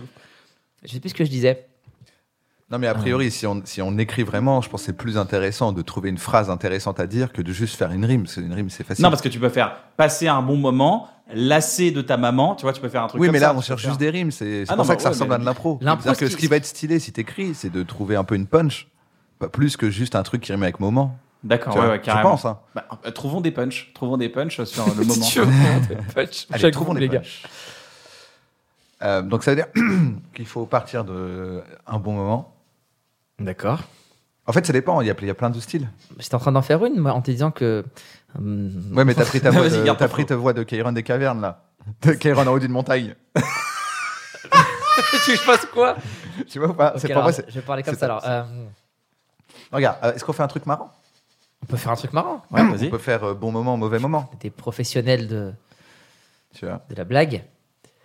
Speaker 2: Je sais plus ce que je disais.
Speaker 3: Non, mais a priori, si, on, si on écrit vraiment, je pense que c'est plus intéressant de trouver une phrase intéressante à dire que de juste faire une rime. Parce qu'une rime, c'est facile.
Speaker 1: Non, parce que tu peux faire passer un bon moment, lasser de ta maman, tu vois, tu peux faire un truc
Speaker 3: oui,
Speaker 1: comme
Speaker 3: mais
Speaker 1: ça,
Speaker 3: là, on
Speaker 1: tu peux
Speaker 3: cherche
Speaker 1: faire-
Speaker 3: juste des rimes. C'est c'est
Speaker 1: Ah
Speaker 3: pour
Speaker 1: non,
Speaker 3: ça
Speaker 1: bah
Speaker 3: que ça
Speaker 1: ouais,
Speaker 3: ressemble
Speaker 1: mais-
Speaker 3: à de l'impro.
Speaker 2: L'impro,
Speaker 3: C'est-à-dire
Speaker 2: ce
Speaker 3: que
Speaker 2: qui-
Speaker 3: ce qui va être stylé si t'écris, c'est de trouver un peu une punch. Pas plus que juste un truc qui rime avec moment.
Speaker 1: D'accord,
Speaker 3: Tu
Speaker 1: Ah, ouais,
Speaker 3: vois,
Speaker 1: ouais,
Speaker 3: je
Speaker 1: carrément.
Speaker 3: pense, hein.
Speaker 1: Bah, euh, trouvons des punchs, trouvons des punchs sur le moment.
Speaker 2: Tu veux- Punch.
Speaker 3: Allez,
Speaker 2: Chaque
Speaker 3: trouvons
Speaker 2: groupe,
Speaker 3: des punchs. Euh, donc ça veut dire qu'il faut partir de euh, un bon moment.
Speaker 2: D'accord.
Speaker 3: En fait, ça dépend. Il y a, il y a plein de styles.
Speaker 2: J'étais en train d'en faire une moi, en te disant que. hum,
Speaker 3: Ouais, mais t'as pris ta voix,
Speaker 1: Vas-y,
Speaker 3: de,
Speaker 1: garde
Speaker 3: t'as
Speaker 1: ton
Speaker 3: pris ta voix de Kairon des cavernes là, de Kairon en haut d'une montagne.
Speaker 2: tu veux que je fasse quoi
Speaker 3: tu vois ou pas
Speaker 2: Ok,
Speaker 3: C'est pas
Speaker 2: alors,
Speaker 3: vrai. c'est-
Speaker 2: Je vais parler comme
Speaker 3: c'est
Speaker 2: ça
Speaker 3: pas-
Speaker 2: alors. Euh,
Speaker 3: Regarde, euh, est-ce qu'on fait un truc marrant
Speaker 2: on peut faire un truc marrant.
Speaker 1: Ouais,
Speaker 3: On
Speaker 1: vas-y.
Speaker 3: peut faire euh, bon moment, mauvais moment.
Speaker 2: Des professionnels de,
Speaker 3: Tu vois.
Speaker 2: de la blague.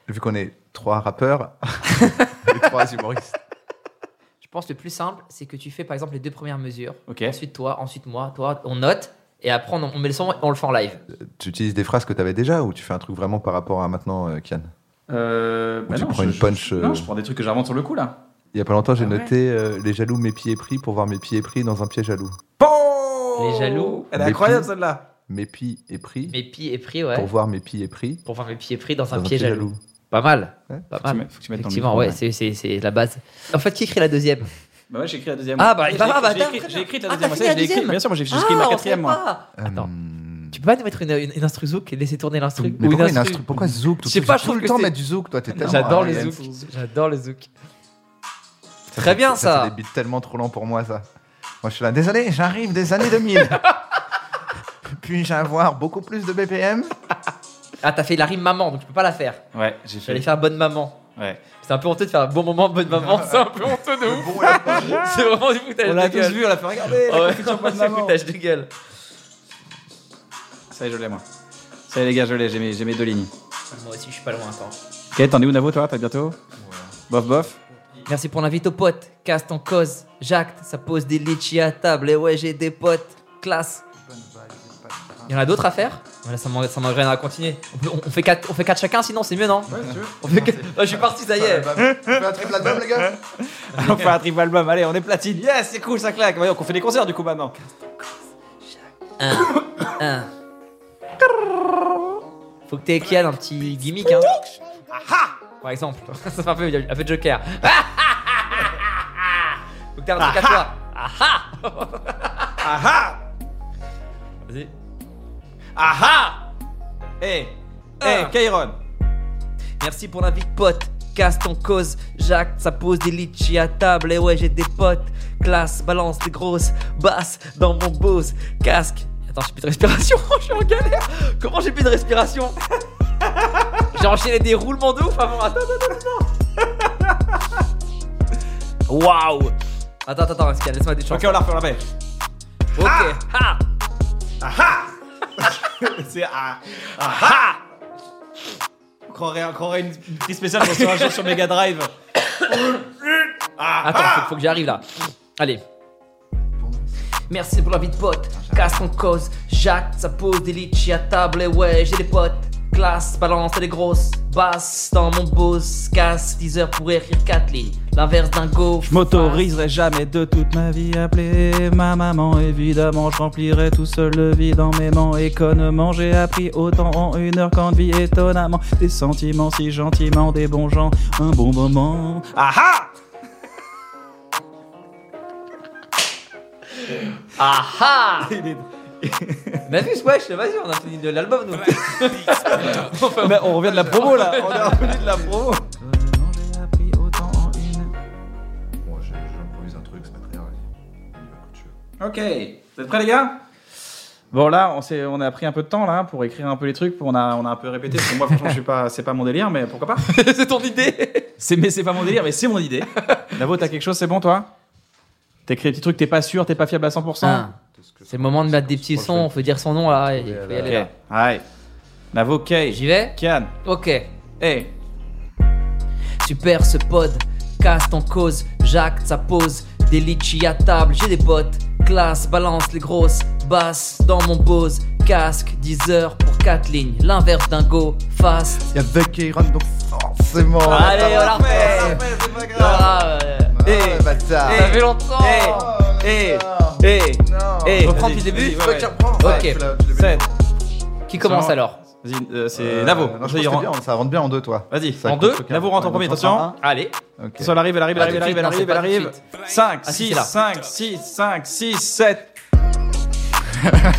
Speaker 3: Vu qu'on est trois rappeurs et trois humoristes.
Speaker 2: Je pense que le plus simple, c'est que tu fais par exemple les deux premières mesures.
Speaker 1: Ok.
Speaker 2: Ensuite toi, ensuite moi, toi, on note. Et après, on, on met le son et on le fait en live.
Speaker 3: Tu utilises des phrases que t'avais déjà ou tu fais un truc vraiment par rapport à maintenant, euh, Kian
Speaker 1: Euh, bah
Speaker 3: tu
Speaker 1: non,
Speaker 3: prends
Speaker 1: je-
Speaker 3: une punch,
Speaker 1: je-
Speaker 3: euh,
Speaker 1: Non, je prends des trucs que j'invente sur le coup là.
Speaker 3: Il y a pas longtemps, j'ai
Speaker 2: Ah ouais.
Speaker 3: noté euh, les jaloux mes pieds pris pour voir mes pieds pris dans un piège jaloux.
Speaker 1: Les
Speaker 2: Les jaloux.
Speaker 1: Elle est
Speaker 3: Les
Speaker 1: incroyable
Speaker 3: plis.
Speaker 1: celle-là.
Speaker 3: Mes pieds et pris
Speaker 2: Mes pieds et pris, ouais.
Speaker 3: pour voir mes pieds et pris
Speaker 2: Pour voir mes pieds pris dans un
Speaker 3: dans
Speaker 2: piège à loup. Pas mal.
Speaker 3: Ouais.
Speaker 2: Pas
Speaker 1: Faut que tu
Speaker 2: mal.
Speaker 1: mettes- faut que tu mettes dans le
Speaker 2: Effectivement,
Speaker 1: micro,
Speaker 2: ouais,
Speaker 1: ouais.
Speaker 2: c'est- c'est c'est la base. En fait, qui écrit la deuxième
Speaker 1: Bah ouais, j'ai écrit la deuxième.
Speaker 2: Ah, bah,
Speaker 1: J'ai
Speaker 2: bah,
Speaker 1: écrit-
Speaker 2: bah,
Speaker 1: j'ai
Speaker 2: bah,
Speaker 1: écrit-
Speaker 2: bah,
Speaker 1: j'ai écrit la
Speaker 2: ah,
Speaker 1: deuxième.
Speaker 2: t'as
Speaker 1: moi,
Speaker 2: fini
Speaker 1: ça,
Speaker 2: la
Speaker 1: je l'ai écrit.
Speaker 2: deuxième
Speaker 1: Bien sûr, moi j'ai j'ai
Speaker 2: Ah,
Speaker 1: écrit ma
Speaker 2: on
Speaker 1: quatrième.
Speaker 2: sait
Speaker 1: moi.
Speaker 2: pas. Attends.
Speaker 3: Hum,
Speaker 2: Tu peux pas nous mettre une, une, une instru zouk et laisser tourner l'instru
Speaker 3: Mais
Speaker 2: ou
Speaker 3: pourquoi,
Speaker 2: une
Speaker 3: une instru- pourquoi zouk tout,
Speaker 2: Je sais
Speaker 3: tout-
Speaker 2: pas, je
Speaker 3: tout
Speaker 2: trouve
Speaker 3: le
Speaker 2: que
Speaker 3: temps
Speaker 2: c'est-
Speaker 3: mettre du zouk, toi, t'es tellement.
Speaker 2: J'adore
Speaker 3: Ah,
Speaker 2: les
Speaker 3: ouais.
Speaker 2: zouk. J'adore les zouk.
Speaker 3: Ça,
Speaker 2: Très
Speaker 3: c'est-
Speaker 2: bien, ça.
Speaker 3: C'est des beats tellement trop lents pour moi, ça. Moi, je suis là, désolé, j'arrive des années 2000. Puis-je avoir beaucoup plus de BPM
Speaker 2: Ah, t'as fait la rime maman, donc je peux pas la faire.
Speaker 1: Ouais, j'ai
Speaker 2: J'allais
Speaker 1: fait.
Speaker 2: faire bonne maman.
Speaker 1: Ouais.
Speaker 2: C'est un peu honteux de faire bon moment, bonne maman. C'est un peu honteux de ouf.
Speaker 3: Bon, là,
Speaker 2: C'est vraiment du foutage
Speaker 1: On
Speaker 2: de
Speaker 1: l'a tous
Speaker 2: gueule.
Speaker 1: vu, on l'a fait regarder.
Speaker 2: Ah ouais, c'est du foutage de gueule.
Speaker 1: Ça y est, je l'ai, moi. Ça y est, les gars, je l'ai, j'ai mes, j'ai mes deux lignes.
Speaker 2: Moi aussi, je suis pas loin, attends.
Speaker 1: Ok, t'en es où, Navo, toi T'as bientôt Bof, bof.
Speaker 2: Merci pour l'invite aux potes. Casse ton cause. Jacques, ça pose des litchis à table. Et ouais, j'ai des potes. Classe. Il y en a d'autres à faire Voilà, ça m'en- ça m'engraine à continuer. On, peut- on- on fait 4 on fait quatre chacun sinon, c'est mieux, non On fait quatre- Ah, Je suis parti, ça y est.
Speaker 3: un triple album, les gars
Speaker 1: on fait un triple album, allez, on est platine. Yes, c'est cool, ça claque. Voyons qu'on fait des concerts du coup maintenant.
Speaker 2: 1. Faut que t'aies qu'il y a un petit gimmick, hein. Par exemple. ça fait un peu, un peu de joker. Faut que t'aies un truc à toi.
Speaker 1: Aha
Speaker 2: Vas-y.
Speaker 1: Aha Eh Eh,
Speaker 2: Ah.
Speaker 1: Kairon
Speaker 2: Merci pour l'invite, pote. Casse ton cause, Jacques, ça pose des litchis à table. Et ouais, j'ai des potes. Classe, balance des grosses basses dans mon Bose. Casque. Attends, j'ai plus de respiration. Je suis en galère. Comment j'ai plus de respiration J'ai enchaîné des roulements de ouf avant. Attends, attends, attends. attends. Waouh Attends, attends, attends, Pascal, laisse-moi des chances.
Speaker 1: Ok, on la refait, on la fait. Ah
Speaker 2: Ok. Ha
Speaker 1: C'est ah Aha On croirait, on croirait une, une petite spéciale qu'on sera un jour sur Mega Drive.
Speaker 2: Attends, faut, faut que j'arrive là. Allez. Merci pour la vie de pote. Casse ton cause. Jacques, ça pose des litchis à table. Et ouais, j'ai des potes. Classe, balance des grosses. Basse dans mon boss. Casse, 10 heures pour écrire 4 lignes. L'inverse d'un go.
Speaker 1: Je m'autoriserai jamais de toute ma vie à appeler ma maman. Évidemment, je remplirai tout seul le vide en m'aimant éconnement. J'ai appris autant en une heure qu'en vie étonnamment. Des sentiments si gentiment, des bons gens, un bon moment. Ah Aha
Speaker 2: Aha Ah Vas-y, wesh, vas-y, on a fini de l'album, nous.
Speaker 1: Bah, on revient de la promo là, on est revenu de la promo.
Speaker 3: Bon, je- j'improvise un truc, c'est pas très grave. On y va quand tu veux.
Speaker 1: Ok, vous êtes prêts les gars Bon là, on, s'est- on a pris un peu de temps là pour écrire un peu les trucs, on a, on a un peu répété parce que moi franchement je suis pas, c'est pas mon délire, mais pourquoi pas
Speaker 2: C'est ton idée
Speaker 1: C'est mais c'est pas mon délire, mais c'est mon idée. Navo, t'as quelque chose, c'est bon toi T'écris des petits trucs, t'es pas sûr, t'es pas fiable à 100%.
Speaker 3: Ah.
Speaker 2: Hein. C'est le moment de mettre des petits sons, faut dire son nom là. il faut y aller,
Speaker 1: Ok,
Speaker 2: là.
Speaker 1: allez. Navo, Kay,
Speaker 2: J'y vais
Speaker 1: Kian,
Speaker 2: Ok.
Speaker 1: hey.
Speaker 2: Super ce pod, casse ton cause, Jacques ça pose, des litchis à table, j'ai des potes, classe, balance les grosses, basse dans mon Bose, casque, 10 heures pour 4 lignes, l'inverse d'un go, fast.
Speaker 3: Il y avait Kairon, donc forcément. on
Speaker 2: Allez,
Speaker 3: attend
Speaker 2: on la refait.
Speaker 3: fin.
Speaker 1: c'est pas
Speaker 2: Ah, euh,
Speaker 1: Eh,
Speaker 3: Ah, le bâtard.
Speaker 2: ça fait longtemps
Speaker 1: Hey,
Speaker 3: Oh,
Speaker 1: hey,
Speaker 3: Non.
Speaker 1: hey.
Speaker 2: Reprends
Speaker 1: Vas-y,
Speaker 2: du début.
Speaker 1: vas-y, Eh, ouais, ouais.
Speaker 3: Tu reprends,
Speaker 2: Ok.
Speaker 3: ouais, tu l'as- tu l'as mis.
Speaker 1: Sept.
Speaker 2: Qui commence
Speaker 1: Seulement-
Speaker 2: alors
Speaker 1: Vas-y, euh, c'est
Speaker 3: Euh,
Speaker 1: Navo.
Speaker 3: non, je pense
Speaker 1: Ça
Speaker 3: que
Speaker 1: y
Speaker 3: c'est
Speaker 1: rend-
Speaker 3: bien, ça rentre bien en deux, toi.
Speaker 1: Vas-y,
Speaker 3: Ça
Speaker 1: en
Speaker 3: coupe,
Speaker 1: deux.
Speaker 3: chacun.
Speaker 1: Navo rentre en premier,
Speaker 3: Ouais, on rentre en
Speaker 1: attention.
Speaker 2: Allez,
Speaker 3: Ok.
Speaker 1: Ça, elle arrive, elle arrive, elle
Speaker 2: Pas
Speaker 1: arrive, elle arrive,
Speaker 2: Ah, tout de
Speaker 1: elle
Speaker 2: suite,
Speaker 1: arrive, elle
Speaker 2: non,
Speaker 1: arrive.
Speaker 2: c'est
Speaker 1: 5,
Speaker 2: Ah, si,
Speaker 1: 6,
Speaker 2: c'est là.
Speaker 1: 5, 6, 5, 6, 7.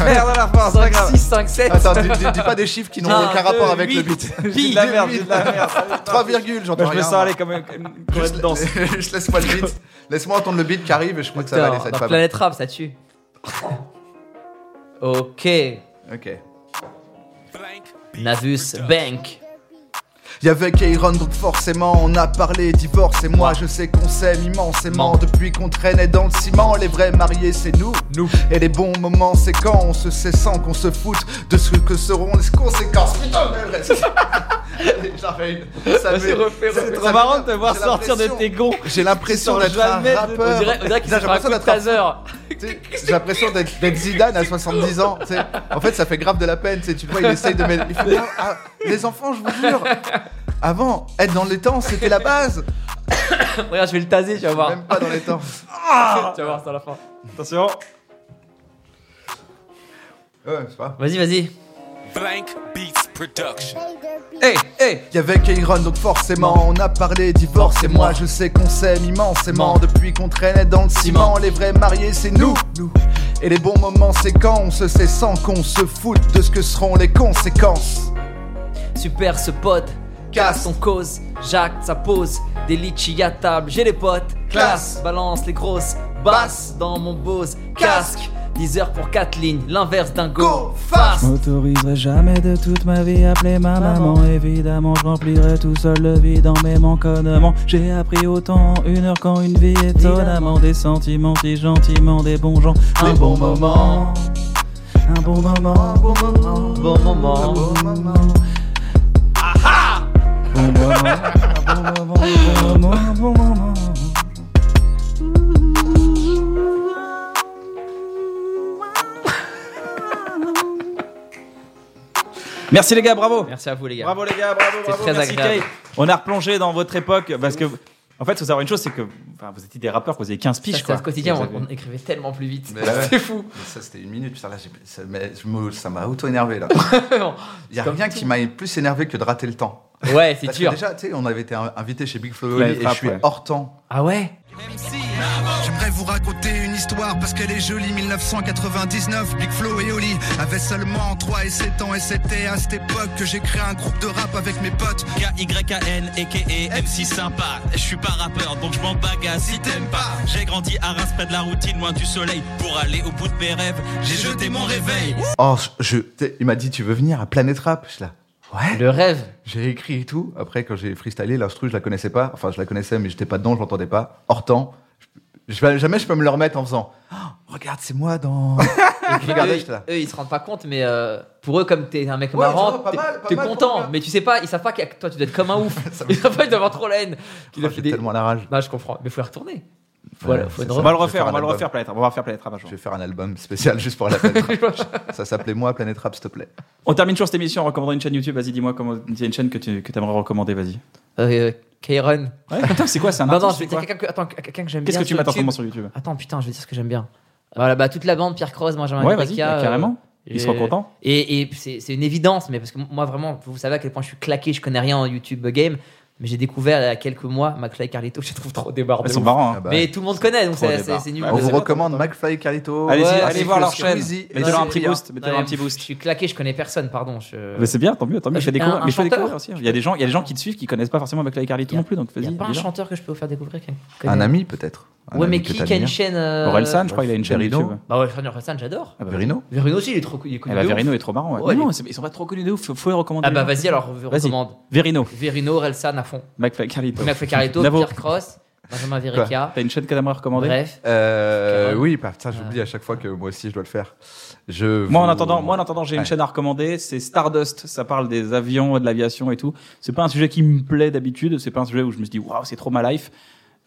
Speaker 1: Merde à la fin, c'est pas
Speaker 2: 5,
Speaker 1: grave.
Speaker 2: 6, 5, 7.
Speaker 3: Attends, dis, dis- dis pas des chiffres qui n'ont
Speaker 2: Un,
Speaker 3: aucun
Speaker 1: deux,
Speaker 3: rapport avec le
Speaker 1: huit.
Speaker 3: beat.
Speaker 1: J'ai de la merde, j'ai de la merde.
Speaker 3: 3 virgules, j'entends
Speaker 1: Bah, je
Speaker 3: rien.
Speaker 1: me sens aller comme une une choré de danse.
Speaker 3: Je, je laisse moi le beat. Laisse-moi entendre le beat qui arrive et je crois que ça va aller, ça va être pas mal.
Speaker 2: Planète Rap, ça tue. ok,
Speaker 3: Ok.
Speaker 2: Navus Bank.
Speaker 3: Y'avait Kairon, donc forcément on a parlé divorce et moi je sais qu'on s'aime immensément
Speaker 2: Man.
Speaker 3: depuis qu'on traînait dans le ciment. Les vrais mariés c'est nous.
Speaker 2: Nous.
Speaker 3: Et les bons moments c'est quand on se sait sans qu'on se foute de ce que seront les conséquences. Putain, mais reste. Allez, J'en fais une. Ça
Speaker 2: Vas-y,
Speaker 3: me-
Speaker 2: refais,
Speaker 3: ça-
Speaker 2: refais.
Speaker 1: C'est
Speaker 3: ça
Speaker 1: trop
Speaker 3: me-
Speaker 1: marrant de te voir
Speaker 3: j'ai
Speaker 1: sortir de
Speaker 3: l'impression-
Speaker 1: tes gonds.
Speaker 3: J'ai l'impression
Speaker 1: Ils
Speaker 3: d'être
Speaker 1: sortent
Speaker 3: un
Speaker 1: jamais de-
Speaker 3: rappeur.
Speaker 2: On dirait, on dirait qu'il se
Speaker 3: Putain, j'ai
Speaker 2: fait un coup
Speaker 3: l'impression
Speaker 2: de
Speaker 3: d'être un-
Speaker 2: taser.
Speaker 3: tu sais, J'ai l'impression d'être d'être Zidane à 70 ans. tu sais. En fait, ça fait grave de la peine. tu sais, Tu vois, il essaye de mettre. il faut bien- ah, les enfants, je vous jure. Avant, être dans les temps, c'était la base.
Speaker 2: Regarde, je vais le taser, tu vas voir.
Speaker 3: Même pas dans les temps.
Speaker 2: Tu vas voir, c'est à la fin.
Speaker 1: Attention.
Speaker 3: Ouais, c'est pas.
Speaker 2: Vas-y, vas-y.
Speaker 5: Blank beats production.
Speaker 3: Hey, hey Il y avait Kairon, donc forcément, on a parlé divorce. Et moi, je sais qu'on s'aime immensément. Depuis qu'on traînait dans le ciment, les vrais mariés, c'est nous. nous. Et les bons moments, c'est quand on se sait sans qu'on se foute de ce que seront les conséquences.
Speaker 2: Super ce pote, casse on cause, Jacques ça pose, des litchis à table, j'ai les potes, classe, balance les grosses, basse dans mon Bose, casque, 10 heures pour 4 lignes, l'inverse d'un go,
Speaker 3: Go, fast.
Speaker 6: M'autoriserai jamais de toute ma vie à appeler ma maman.
Speaker 2: Maman.
Speaker 6: Évidemment, je remplirai tout seul le vide en m'émanconnement. J'ai appris autant une heure qu'en une vie étonnamment. Des sentiments si gentiment, des bons gens. Un
Speaker 3: Des
Speaker 6: bon
Speaker 3: bons
Speaker 6: moment.
Speaker 3: moments.
Speaker 6: Un bon moment.
Speaker 3: Bon moment,
Speaker 2: bon moment.
Speaker 6: Bon moment. Un bon moment. Bon moment. Bon moment.
Speaker 1: Merci les gars, bravo.
Speaker 2: Merci à vous les gars.
Speaker 1: Bravo les gars, bravo,
Speaker 2: C'était
Speaker 1: bravo.
Speaker 2: très
Speaker 1: merci
Speaker 2: agréable.
Speaker 1: Kay. On a replongé dans votre époque parce que, en fait, faut savoir une chose, c'est que enfin, vous étiez des rappeurs, que vous avez 15
Speaker 2: Ça,
Speaker 1: piges
Speaker 2: c'était
Speaker 1: quoi.
Speaker 2: un quotidien, on,
Speaker 1: Exactement.
Speaker 2: on écrivait tellement plus vite.
Speaker 3: Mais ouais.
Speaker 2: C'est fou.
Speaker 3: Ça, c'était une minute, putain, là, j'ai- ça m'a- je me- ça m'a auto-énervé, là. Il y a
Speaker 2: Comme
Speaker 3: rien
Speaker 2: tout.
Speaker 3: qui m'a plus énervé que de rater le temps.
Speaker 2: ouais, c'est
Speaker 3: Parce que
Speaker 2: dur.
Speaker 3: Déjà, tu sais, on avait été invité chez Big Flo et
Speaker 1: Ouais,
Speaker 3: Oli et je
Speaker 1: frappe,
Speaker 3: suis
Speaker 1: ouais.
Speaker 3: hors temps.
Speaker 2: Ah ouais
Speaker 7: J'aimerais vous raconter une histoire parce qu'elle est jolie. 1999, Big Flo et Oli avaient seulement 3 et 7 ans et c'était à cette époque que j'ai créé un groupe de rap avec mes potes.
Speaker 8: K-Y-A-N, a.k.a. MC Sympa. Je suis pas rappeur, donc je m'en bagasse si t'aimes pas. J'ai grandi à Reims, près de la routine, loin du soleil. Pour aller au bout de mes rêves, j'ai jeté mon réveil.
Speaker 3: Oh, je, tu sais, il m'a dit, tu veux venir à Planète Rap Je suis là, ouais.
Speaker 2: Le rêve.
Speaker 3: J'ai écrit et tout. Après, quand j'ai freestylé, l'instru, je la connaissais pas. Enfin, je la connaissais, mais j'étais pas dedans, je l'entendais pas. Hors temps. Je- je- jamais je peux me le remettre en faisant, Oh, regarde, c'est moi dans. Regardez,
Speaker 2: eux,
Speaker 3: j'étais là.
Speaker 2: eux, ils se rendent pas compte, mais euh, pour eux, comme t'es un mec
Speaker 3: Ouais,
Speaker 2: marrant,
Speaker 3: genre, pas
Speaker 2: t'es-
Speaker 3: mal, pas
Speaker 2: t'es
Speaker 3: mal, pour le
Speaker 2: content.
Speaker 3: gars.
Speaker 2: Mais tu sais pas, ils savent pas que toi, tu dois être comme un ouf. ils savent pas, ils doivent avoir trop la haine. Qu'il
Speaker 3: Oh,
Speaker 2: a fait
Speaker 3: j'ai
Speaker 2: des-
Speaker 3: tellement la rage.
Speaker 2: Bah, je comprends. Mais faut y retourner. Voilà,
Speaker 3: Ouais,
Speaker 2: faut
Speaker 3: c'est
Speaker 2: une
Speaker 3: ça.
Speaker 1: On
Speaker 2: revanche.
Speaker 1: va le
Speaker 3: Je vais
Speaker 1: refaire,
Speaker 3: faire
Speaker 1: on va
Speaker 3: un
Speaker 1: le
Speaker 3: album.
Speaker 1: refaire, Planète Rap. On va refaire Planète Rap un jour.
Speaker 3: Je vais faire un album spécial juste pour la Planète Rap. Ça s'appelait Moi, Planète Rap, s'il te plaît.
Speaker 1: On termine toujours cette émission en recommandant une chaîne YouTube. Vas-y, dis-moi comment il y a une chaîne que tu que aimerais recommander, vas-y.
Speaker 2: Euh,
Speaker 3: Ah,
Speaker 2: Kairon.
Speaker 1: Ouais, putain, c'est quoi C'est un
Speaker 2: Non, non,
Speaker 1: artiste,
Speaker 2: je vais
Speaker 1: c'est quoi
Speaker 2: dire quelqu'un que, attends, quelqu'un que j'aime bien.
Speaker 1: Qu'est-ce que tu
Speaker 2: sur
Speaker 1: m'attends
Speaker 2: YouTube.
Speaker 1: comment sur YouTube
Speaker 2: Attends, putain, je vais dire ce que j'aime bien. Voilà, bah, toute la bande, Pierre Cross, Benjamin
Speaker 1: Ouais,
Speaker 2: Rebecca,
Speaker 1: vas-y,
Speaker 2: euh,
Speaker 1: carrément. Ils seront
Speaker 2: et-
Speaker 1: contents.
Speaker 2: Et, et c'est c'est une évidence, mais parce que moi, vraiment, vous savez à quel point je suis claqué, je connais rien en YouTube game, mais j'ai découvert il y a quelques mois McFly et Carlito, je les trouve trop débarres. de
Speaker 1: Elles sont
Speaker 2: ouf.
Speaker 1: marrants.
Speaker 3: Ah
Speaker 1: hein.
Speaker 3: bah,
Speaker 2: Mais tout le monde connaît, donc
Speaker 1: Trop
Speaker 2: c'est-
Speaker 1: débarres.
Speaker 2: c'est c'est nul.
Speaker 1: Bah,
Speaker 3: on
Speaker 2: mais
Speaker 3: vous
Speaker 2: c'est-
Speaker 3: recommande McFly et Carlito.
Speaker 1: Allez-y,
Speaker 2: Ouais,
Speaker 1: allez
Speaker 2: c'est
Speaker 1: voir
Speaker 2: cool,
Speaker 1: leur
Speaker 2: c'est
Speaker 1: chaîne.
Speaker 3: Squeezie.
Speaker 1: Mettez-leur
Speaker 2: Ouais,
Speaker 1: un petit
Speaker 2: c'est-
Speaker 1: boost. Mettez-leur
Speaker 2: Non,
Speaker 1: un petit
Speaker 2: je- Je
Speaker 1: boost.
Speaker 2: suis claqué, je connais personne, pardon. je-
Speaker 1: Mais c'est bien, tant mieux, tant mieux.
Speaker 2: Euh,
Speaker 1: Je fais découvrir,
Speaker 2: un-
Speaker 1: mais je fais
Speaker 2: un
Speaker 1: découvrir
Speaker 2: chanteur.
Speaker 1: aussi. Il y a des gens, il y a des gens qui te suivent qui connaissent pas forcément McFly et Carlito
Speaker 2: Y a-
Speaker 1: non plus, donc
Speaker 2: Il
Speaker 1: vas-y.
Speaker 2: n'y a pas un
Speaker 1: dis-leur.
Speaker 2: chanteur que je peux vous faire découvrir qui connaît.
Speaker 3: Un ami, peut-être. Un
Speaker 2: Ouais,
Speaker 3: ami
Speaker 2: mais
Speaker 3: que
Speaker 2: qui,
Speaker 3: t'as
Speaker 2: qui a une
Speaker 3: admiré.
Speaker 2: chaîne. euh,
Speaker 1: Orelsan, je crois, il a une chaîne
Speaker 3: Verino.
Speaker 1: YouTube.
Speaker 2: Bah ouais, Fanny Orelsan, j'adore.
Speaker 1: Ah bah,
Speaker 3: Verino
Speaker 2: Verino aussi, il est trop il est connu.
Speaker 1: Eh bah,
Speaker 2: de ouf.
Speaker 1: Verino est trop marrant. ouais.
Speaker 2: Ouais,
Speaker 1: non,
Speaker 2: il
Speaker 1: non, c'est- ils sont pas trop connus de ouf. Faut, faut les recommander.
Speaker 2: Ah bah vas-y, alors, je
Speaker 1: Vas-y. Bah,
Speaker 2: recommande.
Speaker 1: Verino,
Speaker 2: Verino, Orelsan à fond.
Speaker 1: McFly Carlito.
Speaker 2: Mafé Carito,
Speaker 1: Bravo.
Speaker 2: Pierre Cross, Benjamin Verica.
Speaker 1: T'as une chaîne que t'aimerais recommander
Speaker 2: Bref.
Speaker 3: Euh,
Speaker 2: Carole.
Speaker 3: oui, bah, putain, j'oublie à chaque fois que moi aussi je dois le faire. Je
Speaker 1: Moi en
Speaker 3: vous-
Speaker 1: attendant, moi en attendant, j'ai une
Speaker 3: Ouais.
Speaker 1: chaîne à recommander, c'est Stardust, ça parle des avions, de l'aviation et tout. C'est pas un sujet qui me plaît d'habitude, c'est pas un sujet où je me dis waouh, c'est trop ma life.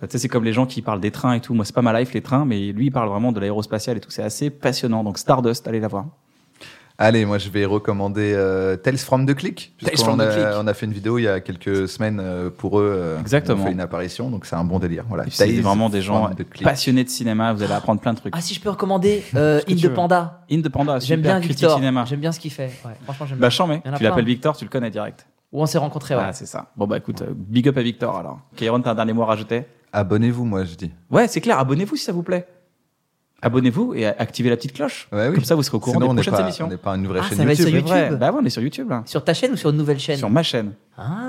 Speaker 1: Euh, Tu sais, c'est comme les gens qui parlent des trains et tout. Moi, c'est pas ma life les trains, mais lui il parle vraiment de l'aérospatiale et tout, c'est assez passionnant. Donc Stardust, allez la voir.
Speaker 3: Allez, moi je vais recommander euh, Tales from the Click.
Speaker 1: Tales
Speaker 3: puisqu'on
Speaker 1: from the
Speaker 3: a-
Speaker 1: Click.
Speaker 3: On a fait une vidéo il y a quelques semaines euh, pour eux. euh,
Speaker 1: Exactement.
Speaker 3: On fait une apparition, donc c'est un bon délire. Voilà.
Speaker 1: Et puis, C'est
Speaker 3: Tales
Speaker 1: vraiment des gens
Speaker 3: from the Click.
Speaker 1: passionnés de cinéma, vous allez apprendre plein de trucs.
Speaker 2: Ah si je peux recommander euh,
Speaker 1: que
Speaker 2: In
Speaker 1: tu
Speaker 2: the
Speaker 1: veux.
Speaker 2: Panda.
Speaker 1: Independent,
Speaker 2: J'aime bien
Speaker 1: critique
Speaker 2: Victor.
Speaker 1: cinéma.
Speaker 2: J'aime bien ce qu'il fait. Ouais, franchement j'aime bien.
Speaker 1: Bah mais
Speaker 2: Il y en a
Speaker 1: tu l'appelles
Speaker 2: plein.
Speaker 1: Victor, tu le connais direct.
Speaker 2: Où on s'est rencontrés. Ouais.
Speaker 1: Ah, c'est ça. Bon bah écoute, euh, big up à Victor alors. Kairon, t'as un dernier mot à rajouter
Speaker 3: Abonnez-vous, moi je dis.
Speaker 1: Ouais, c'est clair. Abonnez-vous si ça vous plaît. Abonnez-vous et a- activez la petite cloche.
Speaker 3: Ouais, oui.
Speaker 1: Comme ça, vous serez au courant
Speaker 3: Sinon, on
Speaker 1: des
Speaker 3: n'est
Speaker 1: prochaines
Speaker 3: pas-
Speaker 1: émissions.
Speaker 3: On n'est pas une vraie
Speaker 2: Ah,
Speaker 3: chaîne
Speaker 2: ça va être
Speaker 3: YouTube.
Speaker 2: sur
Speaker 1: C'est vrai.
Speaker 2: YouTube.
Speaker 1: Bah ouais, on est sur YouTube là.
Speaker 2: Sur ta chaîne ou sur une nouvelle chaîne
Speaker 1: Sur ma chaîne.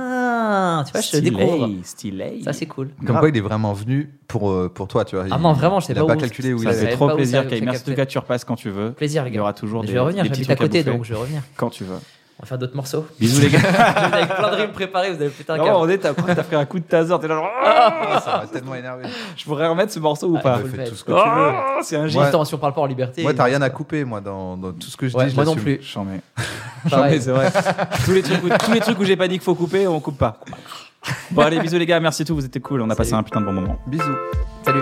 Speaker 2: Ah, tu vois, je te
Speaker 1: Stylé,
Speaker 2: découvre.
Speaker 1: Stylé.
Speaker 2: Ça c'est cool.
Speaker 3: Comme quoi, il est vraiment venu pour, euh, pour toi, tu vois.
Speaker 2: Ah
Speaker 3: il-
Speaker 2: non, vraiment, je sais
Speaker 3: il a
Speaker 2: pas où-
Speaker 3: calculé où il
Speaker 1: Ça
Speaker 2: Ça
Speaker 3: allait.
Speaker 1: fait
Speaker 2: fait
Speaker 1: trop
Speaker 2: pas où
Speaker 1: plaisir,
Speaker 2: ça
Speaker 1: Kay.
Speaker 2: fait
Speaker 1: Merci en tout
Speaker 2: capter.
Speaker 1: cas, tu repasses quand tu veux.
Speaker 2: Plaisir les
Speaker 1: Il
Speaker 2: gars.
Speaker 1: y aura toujours
Speaker 2: Mais
Speaker 1: des,
Speaker 2: je vais revenir,
Speaker 1: des petits
Speaker 2: j'habite à
Speaker 1: trucs
Speaker 2: côté
Speaker 1: bouffer
Speaker 2: donc je vais revenir.
Speaker 1: quand tu veux.
Speaker 2: On va faire d'autres morceaux.
Speaker 1: Bisous les gars.
Speaker 2: J'arrive avec plein de rimes préparées, vous avez pété un
Speaker 1: Non,
Speaker 2: câble.
Speaker 1: on est, t'as t'as pris un coup de taser, t'es là genre,
Speaker 2: ah,
Speaker 3: Ah, Ça m'a tellement énervé.
Speaker 1: je pourrais remettre ce morceau ou
Speaker 3: Tu
Speaker 1: pas
Speaker 2: faut le
Speaker 3: fais tout
Speaker 2: faire.
Speaker 3: ce que tu veux.
Speaker 1: Ah, C'est un
Speaker 2: J'ai
Speaker 1: gif.
Speaker 3: Ouais.
Speaker 2: Attends, hein, si on parle pas en liberté.
Speaker 3: Moi, t'as rien à couper, moi, dans, dans tout ce que je
Speaker 2: Ouais,
Speaker 3: dis. je
Speaker 2: moi non
Speaker 3: l'assume.
Speaker 2: plus.
Speaker 1: J'en mets. J'en
Speaker 2: Pareil.
Speaker 1: mets, c'est vrai. tous, les trucs où, tous les trucs où j'ai pas dit qu'il faut couper, on coupe pas. Bon, allez, bisous les gars, merci et tout, vous étiez cool, on a passé
Speaker 2: Salut.
Speaker 1: un putain de bon moment.
Speaker 3: Bisous.
Speaker 2: Salut.